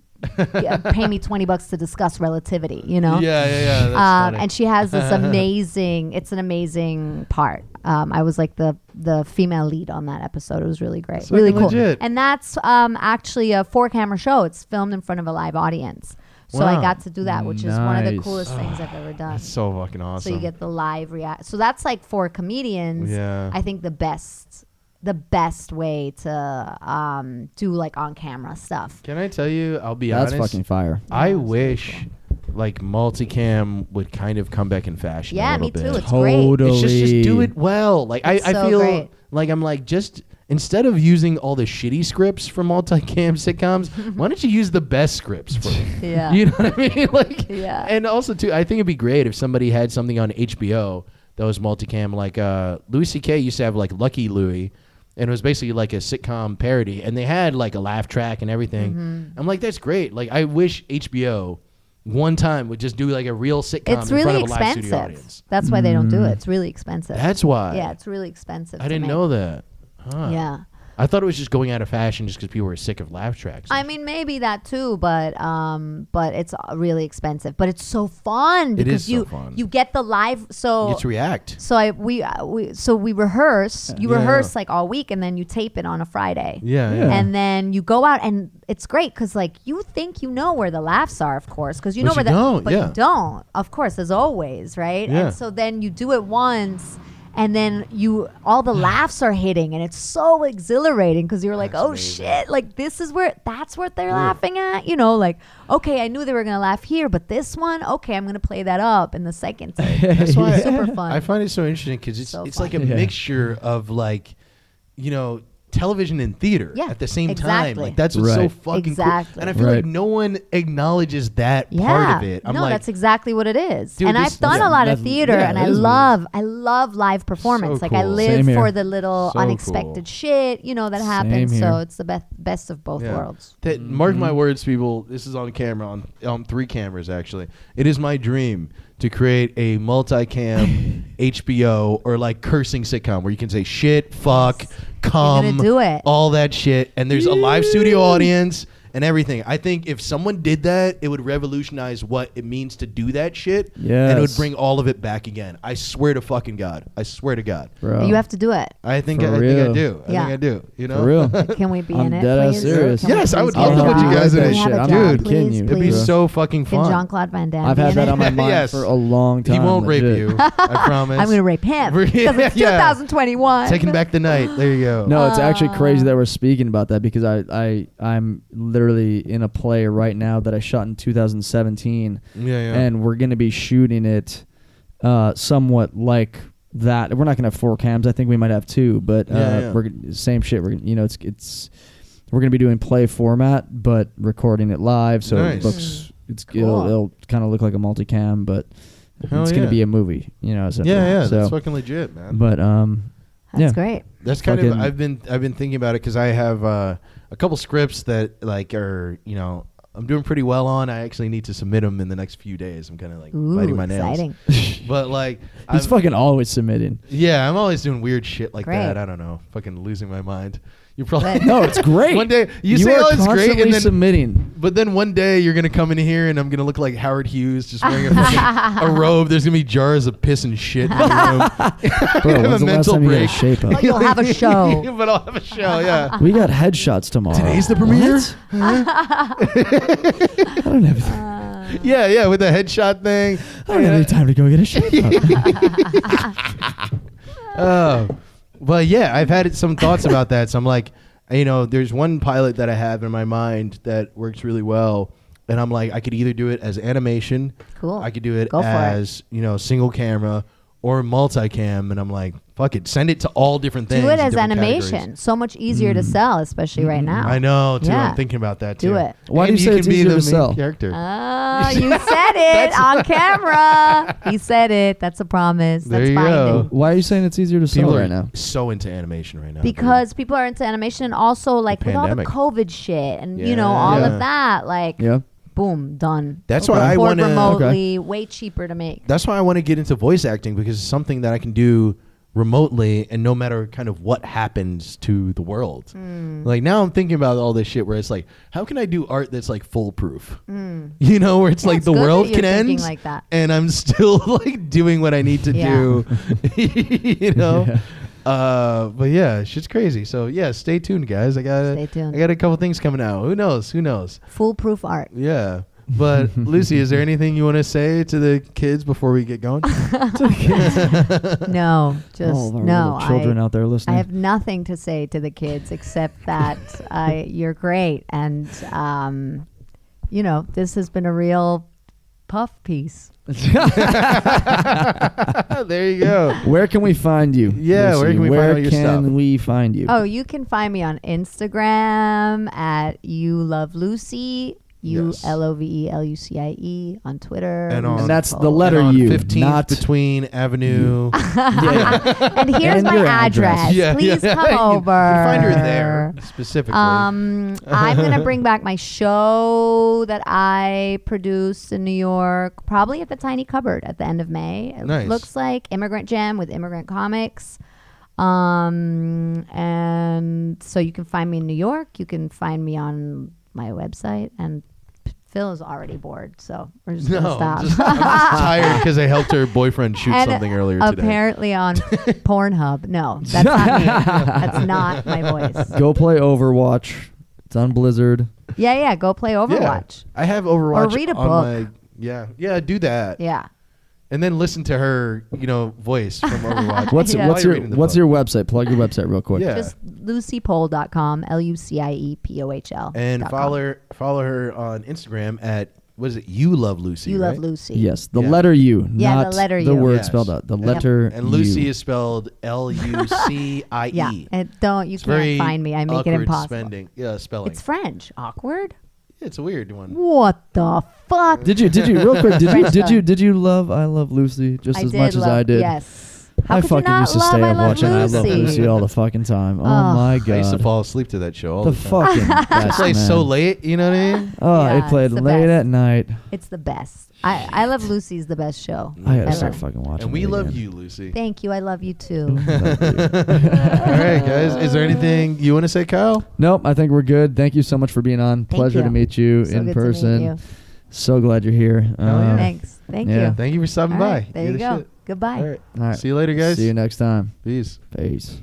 Speaker 3: yeah, pay me twenty bucks to discuss relativity. You know?
Speaker 1: Yeah, yeah, yeah. That's
Speaker 3: um,
Speaker 1: funny.
Speaker 3: and she has this amazing it's an amazing part um, i was like the the female lead on that episode it was really great
Speaker 1: That's
Speaker 3: really
Speaker 1: fucking
Speaker 3: cool
Speaker 1: legit.
Speaker 3: and that's um, actually a four camera show it's filmed in front of a live audience so i
Speaker 1: Wow.
Speaker 3: got to do that which is one of the
Speaker 2: Nice.
Speaker 3: coolest things i've ever done
Speaker 1: That's so fucking awesome.
Speaker 3: so you get the live react so that's like for comedians
Speaker 1: Yeah.
Speaker 3: i think the best the best way to um, do like on camera stuff
Speaker 1: Can I tell you? I'll be
Speaker 2: That's
Speaker 1: honest.
Speaker 2: fucking fire.
Speaker 1: I wish, like multicam would kind of come back in fashion. a
Speaker 3: yeah
Speaker 1: little
Speaker 3: me too
Speaker 1: bit.
Speaker 3: it's great
Speaker 2: Totally.
Speaker 1: It's just, just do it well. Like I,
Speaker 3: It's
Speaker 1: I
Speaker 3: so
Speaker 1: feel
Speaker 3: great.
Speaker 1: like I'm like just instead of using all the shitty scripts from multicam sitcoms, why don't you use the best scripts for it?
Speaker 3: yeah
Speaker 1: You know what I mean? Like
Speaker 3: Yeah.
Speaker 1: And also too, I think it'd be great if somebody had something on HBO that was multicam. Like uh, Louis C.K. used to have like Lucky Louie. And it was basically like a sitcom parody, and they had like a laugh track and everything.
Speaker 3: Mm-hmm.
Speaker 1: I'm like, that's great. Like, I wish HBO one time would just do like a real sitcom
Speaker 3: it's
Speaker 1: in
Speaker 3: really
Speaker 1: front of a live studio
Speaker 3: expensive.
Speaker 1: audience.
Speaker 3: That's why they don't
Speaker 1: Mm-hmm.
Speaker 3: do it. It's really expensive.
Speaker 1: That's why.
Speaker 3: yeah, it's really expensive.
Speaker 1: I
Speaker 3: to
Speaker 1: didn't
Speaker 3: make.
Speaker 1: know that. Huh.
Speaker 3: Yeah,
Speaker 1: I thought it was just going out of fashion just because people were sick of laugh tracks.
Speaker 3: I mean maybe that too, but um, but it's uh, really expensive. But it's so fun
Speaker 1: It
Speaker 3: because
Speaker 1: is so
Speaker 3: you
Speaker 1: fun.
Speaker 3: you get the live. So
Speaker 1: it's react.
Speaker 3: so I we, uh, we so we rehearse. You
Speaker 1: Yeah.
Speaker 3: rehearse like all week, and then you tape it on a Friday.
Speaker 1: Yeah,
Speaker 2: Yeah.
Speaker 3: And then you go out, and it's great because like you think you know where the laughs are, of course, because you
Speaker 1: But
Speaker 3: know where
Speaker 1: you don't,
Speaker 3: the but
Speaker 1: yeah.
Speaker 3: you don't, of course, as always, right?
Speaker 1: Yeah.
Speaker 3: And so then you do it once. And then you, all the laughs are hitting, and it's so exhilarating because you're like, "Oh shit! Like this is where, that's what they're laughing at." You know, like, okay, I knew they were gonna laugh here, but this one, okay, I'm gonna play that up in the second. take.
Speaker 1: That's why I-
Speaker 3: Super fun.
Speaker 1: I find it so interesting because it's
Speaker 3: So
Speaker 1: it's
Speaker 3: fun.
Speaker 1: like a
Speaker 2: Yeah.
Speaker 1: mixture of like, you know, television and theater
Speaker 3: Yeah,
Speaker 1: at the same time.
Speaker 3: exactly.
Speaker 1: Like that's what's so
Speaker 2: Right.
Speaker 1: fucking cool.
Speaker 3: Exactly.
Speaker 1: And I feel like
Speaker 2: Right.
Speaker 1: no one acknowledges that part of it. I'm
Speaker 3: no,
Speaker 1: like,
Speaker 3: that's exactly what it is.
Speaker 1: Dude,
Speaker 3: and
Speaker 1: this-
Speaker 3: I've done
Speaker 1: yeah,
Speaker 3: a lot of
Speaker 2: that's-
Speaker 3: theater,
Speaker 2: yeah,
Speaker 3: and
Speaker 2: that
Speaker 3: I
Speaker 2: is what it
Speaker 3: love, I love live performance.
Speaker 1: So
Speaker 3: like I
Speaker 1: cool.
Speaker 3: live
Speaker 2: Same here.
Speaker 3: for the little
Speaker 1: So
Speaker 3: unexpected
Speaker 1: cool.
Speaker 3: shit, you know, that
Speaker 2: Same
Speaker 3: happens. So
Speaker 2: here.
Speaker 3: it's the best, best of both
Speaker 1: Yeah.
Speaker 3: worlds.
Speaker 1: That mark my words, people. This is on camera on on three cameras actually. It is my dream to create a multicam HBO or like cursing sitcom where you can say shit, fuck,
Speaker 3: gonna
Speaker 1: cum,
Speaker 3: do it.
Speaker 1: all that shit, and there's a live studio audience and everything. I think if someone did that, it would revolutionize what it means to do that shit, and it would
Speaker 2: Yes.
Speaker 1: bring all of it back again. I swear to fucking god. I swear to god.
Speaker 2: Bro.
Speaker 3: You have to do it.
Speaker 1: I think I,
Speaker 2: For
Speaker 1: I think I
Speaker 2: real.
Speaker 1: do. I
Speaker 3: Yeah.
Speaker 1: think I do. You know,
Speaker 2: For real.
Speaker 3: Can we be
Speaker 2: I'm
Speaker 3: in it?
Speaker 2: dead ass
Speaker 3: please?
Speaker 2: serious.
Speaker 3: Can we
Speaker 1: Yes, I
Speaker 3: please
Speaker 1: would
Speaker 3: get
Speaker 1: love
Speaker 3: a
Speaker 1: to put you
Speaker 3: job?
Speaker 1: guys in that
Speaker 3: Can we have
Speaker 1: shit.
Speaker 3: a
Speaker 1: I'm
Speaker 3: job,
Speaker 1: kidding.
Speaker 3: please,
Speaker 2: Kidding you.
Speaker 1: it'd be
Speaker 3: please?
Speaker 2: Bro.
Speaker 1: so fucking fun.
Speaker 3: Can Jean Claude Van Damme?
Speaker 2: I've
Speaker 3: be
Speaker 2: had
Speaker 3: in
Speaker 2: that
Speaker 3: it?
Speaker 2: on my mind
Speaker 1: Yes.
Speaker 2: for a long time.
Speaker 1: He won't rape
Speaker 2: legit.
Speaker 1: you. I promise.
Speaker 3: I'm gonna rape him
Speaker 1: Yeah,
Speaker 3: because it's
Speaker 1: yeah.
Speaker 3: 2021.
Speaker 1: Taking back the night. There you go.
Speaker 2: No, it's actually
Speaker 3: Uh,
Speaker 2: crazy that we're speaking about that because I, I I'm literally in a play right now that I shot in 2017,
Speaker 1: Yeah, yeah.
Speaker 2: and we're gonna be shooting it, uh, somewhat like that. We're not gonna have four cams. I think we might have two, but uh,
Speaker 1: Yeah, yeah.
Speaker 2: we're gonna- same shit. We're gonna- you know it's it's we're gonna be doing play format, but recording it live, so
Speaker 1: Nice.
Speaker 2: it looks it's
Speaker 3: Cool.
Speaker 2: it'll, it'll kind of look like a multicam, but
Speaker 1: Hell
Speaker 2: it's gonna
Speaker 1: yeah.
Speaker 2: be a movie, you know. So,
Speaker 1: Yeah, yeah,
Speaker 2: so,
Speaker 1: that's fucking legit, man.
Speaker 2: But um,
Speaker 3: That's
Speaker 2: yeah.
Speaker 3: great.
Speaker 1: That's kind of
Speaker 2: fucking-
Speaker 1: I've been I've been thinking about it because I have uh, a couple scripts that like are you know I'm doing pretty well on. I actually need to submit them in the next few days. I'm kind of like biting
Speaker 3: Ooh,
Speaker 1: my nails.
Speaker 3: exciting.
Speaker 1: But like
Speaker 2: He's
Speaker 1: I'm-
Speaker 2: fucking always submitting.
Speaker 1: Yeah, I'm always doing weird shit like
Speaker 3: Great.
Speaker 1: that. I don't know, fucking losing my mind. You probably
Speaker 2: No, it's great.
Speaker 1: One day you, say
Speaker 2: are
Speaker 1: oh it's
Speaker 2: constantly
Speaker 1: great, and then
Speaker 2: submitting.
Speaker 1: but then one day you're gonna come in here and I'm gonna look like Howard Hughes, just wearing a, fucking- a robe. There's gonna be jars of piss and shit. In the room.
Speaker 2: Bro,
Speaker 1: have a
Speaker 2: when's the last
Speaker 1: mental
Speaker 2: time you got a
Speaker 1: break.
Speaker 2: shape
Speaker 3: But
Speaker 2: up?
Speaker 3: you'll have a show.
Speaker 1: but I'll have a show. Yeah.
Speaker 2: we got headshots tomorrow.
Speaker 1: Today's the premiere?
Speaker 2: What? I don't have.
Speaker 3: Uh,
Speaker 1: Yeah, yeah, with the headshot thing.
Speaker 2: I don't have any time to go get a shape up.
Speaker 1: Oh, but yeah, I've had some thoughts about that. So I'm like, you know, there's one pilot that I have in my mind that works really well, and I'm like, I could either do it as animation,
Speaker 3: Cool.
Speaker 1: I could do it
Speaker 3: Go for it.
Speaker 1: as you know, single camera or multicam, and I'm like, fuck it, send it to all different things.
Speaker 3: Do it
Speaker 1: in
Speaker 3: as
Speaker 1: different
Speaker 3: animation.
Speaker 1: categories.
Speaker 3: So much easier to sell, especially right now.
Speaker 1: I know too.
Speaker 3: Yeah.
Speaker 1: I'm thinking about that too.
Speaker 3: Do it.
Speaker 2: Why do
Speaker 1: And
Speaker 2: you say
Speaker 1: can
Speaker 2: it's
Speaker 1: be
Speaker 2: easier
Speaker 1: the
Speaker 2: to
Speaker 1: main
Speaker 2: sell?
Speaker 1: Character.
Speaker 3: Oh, you said it on camera. He said it. That's a promise.
Speaker 1: There
Speaker 3: That's
Speaker 1: you
Speaker 3: binding.
Speaker 1: go.
Speaker 2: Why are you saying it's easier to
Speaker 1: People
Speaker 2: sell
Speaker 1: are
Speaker 2: right now?
Speaker 1: so into animation right now dude.
Speaker 3: Because people are into animation and also like with all the
Speaker 1: pandemic.
Speaker 3: COVID shit and you know,
Speaker 1: Yeah.
Speaker 3: all
Speaker 1: Yeah.
Speaker 3: of that, like
Speaker 2: Yeah.
Speaker 3: boom, done.
Speaker 1: that's why I
Speaker 3: Record
Speaker 1: want to.
Speaker 3: remotely, way cheaper to make.
Speaker 1: that's why I want to get into voice acting because it's something that I can do remotely and no matter kind of what happens to the world.
Speaker 3: Mm.
Speaker 1: Like now I'm thinking about all this shit where it's like, how can I do art that's like foolproof? You know, where it's
Speaker 3: Mm. Yeah,
Speaker 1: like
Speaker 3: it's
Speaker 1: the
Speaker 3: good that
Speaker 1: world
Speaker 3: you're
Speaker 1: can
Speaker 3: thinking
Speaker 1: end
Speaker 3: like that.
Speaker 1: and I'm still like doing what I need to
Speaker 3: Yeah.
Speaker 1: do. you know? Uh, but yeah, shit's crazy. So yeah, stay tuned guys. I got
Speaker 3: Stay tuned.
Speaker 1: I got a couple things coming out. Who knows? Who knows?
Speaker 3: Foolproof art.
Speaker 1: Yeah. But Lucy, is there anything you want to say to the kids before we get going?
Speaker 3: No, just
Speaker 2: All the
Speaker 3: no.
Speaker 2: little children
Speaker 3: I,
Speaker 2: out there
Speaker 3: I
Speaker 2: listening.
Speaker 3: have nothing to say to the kids except that uh, you're great and um, you know, this has been a real puff piece.
Speaker 1: there you go.
Speaker 2: where can we find you?
Speaker 1: Yeah, where can we find all your
Speaker 2: can
Speaker 1: stuff?
Speaker 2: we find you?
Speaker 3: Oh, you can find me on Instagram at you love Lucy. U
Speaker 1: Yes.
Speaker 3: L O V E L U C I E on Twitter.
Speaker 1: And on-
Speaker 2: and that's the
Speaker 3: Lucyful.
Speaker 2: letter
Speaker 1: on
Speaker 2: U,
Speaker 1: 15th
Speaker 2: not
Speaker 1: between Avenue.
Speaker 3: And here's
Speaker 2: and
Speaker 3: my
Speaker 2: your
Speaker 3: address.
Speaker 2: address.
Speaker 3: Please
Speaker 1: yeah.
Speaker 3: come
Speaker 1: You can-
Speaker 3: over.
Speaker 1: You can find her there specifically.
Speaker 3: Um, I'm gonna bring back my show that I produced in New York, probably at the Tiny Cupboard at the end of May. It
Speaker 1: Nice.
Speaker 3: looks like Immigrant Jam with Immigrant Comics. Um, and so you can find me in New York. You can find me on my website. And Phil is already bored, so we're just
Speaker 1: no, I'm
Speaker 3: gonna stop.
Speaker 1: just, I'm just tired because I helped her boyfriend shoot
Speaker 3: And
Speaker 1: something earlier today.
Speaker 3: Apparently on Pornhub. No, that's not me. That's not my voice.
Speaker 2: Go play Overwatch. It's on Blizzard.
Speaker 3: Yeah, yeah. Go play Overwatch.
Speaker 1: I have Overwatch.
Speaker 3: Or read a
Speaker 1: on
Speaker 3: book.
Speaker 1: my- yeah, yeah, do that,
Speaker 3: Yeah.
Speaker 1: and then listen to her, you know, voice from Overwatch.
Speaker 2: What's
Speaker 3: Yeah.
Speaker 1: While you're
Speaker 2: what's your
Speaker 1: reading the
Speaker 2: what's
Speaker 1: book.
Speaker 2: your website? Plug your website real quick.
Speaker 1: Yeah.
Speaker 3: Just lucypohl.com, L U C I E P O H L.
Speaker 1: and follow her, follow her on Instagram at what is it? You love Lucy.
Speaker 3: You
Speaker 1: right?
Speaker 3: love Lucy.
Speaker 2: Yes, the
Speaker 1: Yeah.
Speaker 2: letter U,
Speaker 3: Yeah, the
Speaker 2: not
Speaker 3: letter
Speaker 2: the
Speaker 3: U.
Speaker 2: word
Speaker 1: Yes.
Speaker 2: spelled out. The
Speaker 1: And-
Speaker 2: letter
Speaker 1: And Lucy
Speaker 2: U.
Speaker 1: is spelled L U C I E.
Speaker 3: Yeah. And don't, you
Speaker 1: It's very
Speaker 3: can't find me. I make it
Speaker 1: awkward
Speaker 3: impossible.
Speaker 1: Spending, yeah, spelling.
Speaker 3: It's
Speaker 1: It's,
Speaker 3: French. Awkward?
Speaker 1: a weird one.
Speaker 3: What the fuck?
Speaker 2: Did you did you real quick? Did you
Speaker 3: French
Speaker 2: did you
Speaker 3: spelling.
Speaker 2: did you love I Love Lucy just
Speaker 3: I
Speaker 2: as
Speaker 3: did
Speaker 2: much as
Speaker 3: love-
Speaker 2: I did?
Speaker 3: Yes. How
Speaker 2: I
Speaker 3: could
Speaker 2: fucking
Speaker 3: you not
Speaker 2: used to
Speaker 3: love
Speaker 2: stay
Speaker 3: I
Speaker 2: up
Speaker 3: love
Speaker 2: watching I Love Lucy all the fucking time. Oh, my
Speaker 1: I used to
Speaker 2: god,
Speaker 1: fall asleep to that show. All
Speaker 2: the
Speaker 1: the,
Speaker 2: fucking
Speaker 1: time.
Speaker 2: best,
Speaker 1: play
Speaker 2: man.
Speaker 1: so late, you know what I mean?
Speaker 2: Oh, I
Speaker 3: Yeah,
Speaker 2: played
Speaker 3: it's the
Speaker 2: late
Speaker 3: best.
Speaker 2: at night.
Speaker 3: It's the best. I, I love Lucy's the best show.
Speaker 2: I gotta
Speaker 3: ever.
Speaker 2: start fucking watching.
Speaker 1: And we
Speaker 2: it
Speaker 1: love
Speaker 2: again.
Speaker 1: you, Lucy.
Speaker 3: Thank you. I love you too.
Speaker 1: all right, guys. Is there anything you want to say, Kyle?
Speaker 2: Nope, I think we're good. Thank you so much for being on. Pleasure
Speaker 3: you.
Speaker 2: to meet you
Speaker 3: So
Speaker 2: in
Speaker 3: good to meet
Speaker 2: person.
Speaker 3: you.
Speaker 2: So glad you're here.
Speaker 1: yeah.
Speaker 3: Thanks. Thank
Speaker 2: Yeah.
Speaker 3: you.
Speaker 1: Thank you for stopping
Speaker 3: All right,
Speaker 1: by.
Speaker 3: There
Speaker 1: You're
Speaker 3: you
Speaker 1: the
Speaker 3: go.
Speaker 1: shit.
Speaker 3: Goodbye.
Speaker 1: All right.
Speaker 2: All right.
Speaker 1: See you later, guys.
Speaker 2: See you next time.
Speaker 1: Peace.
Speaker 2: Peace.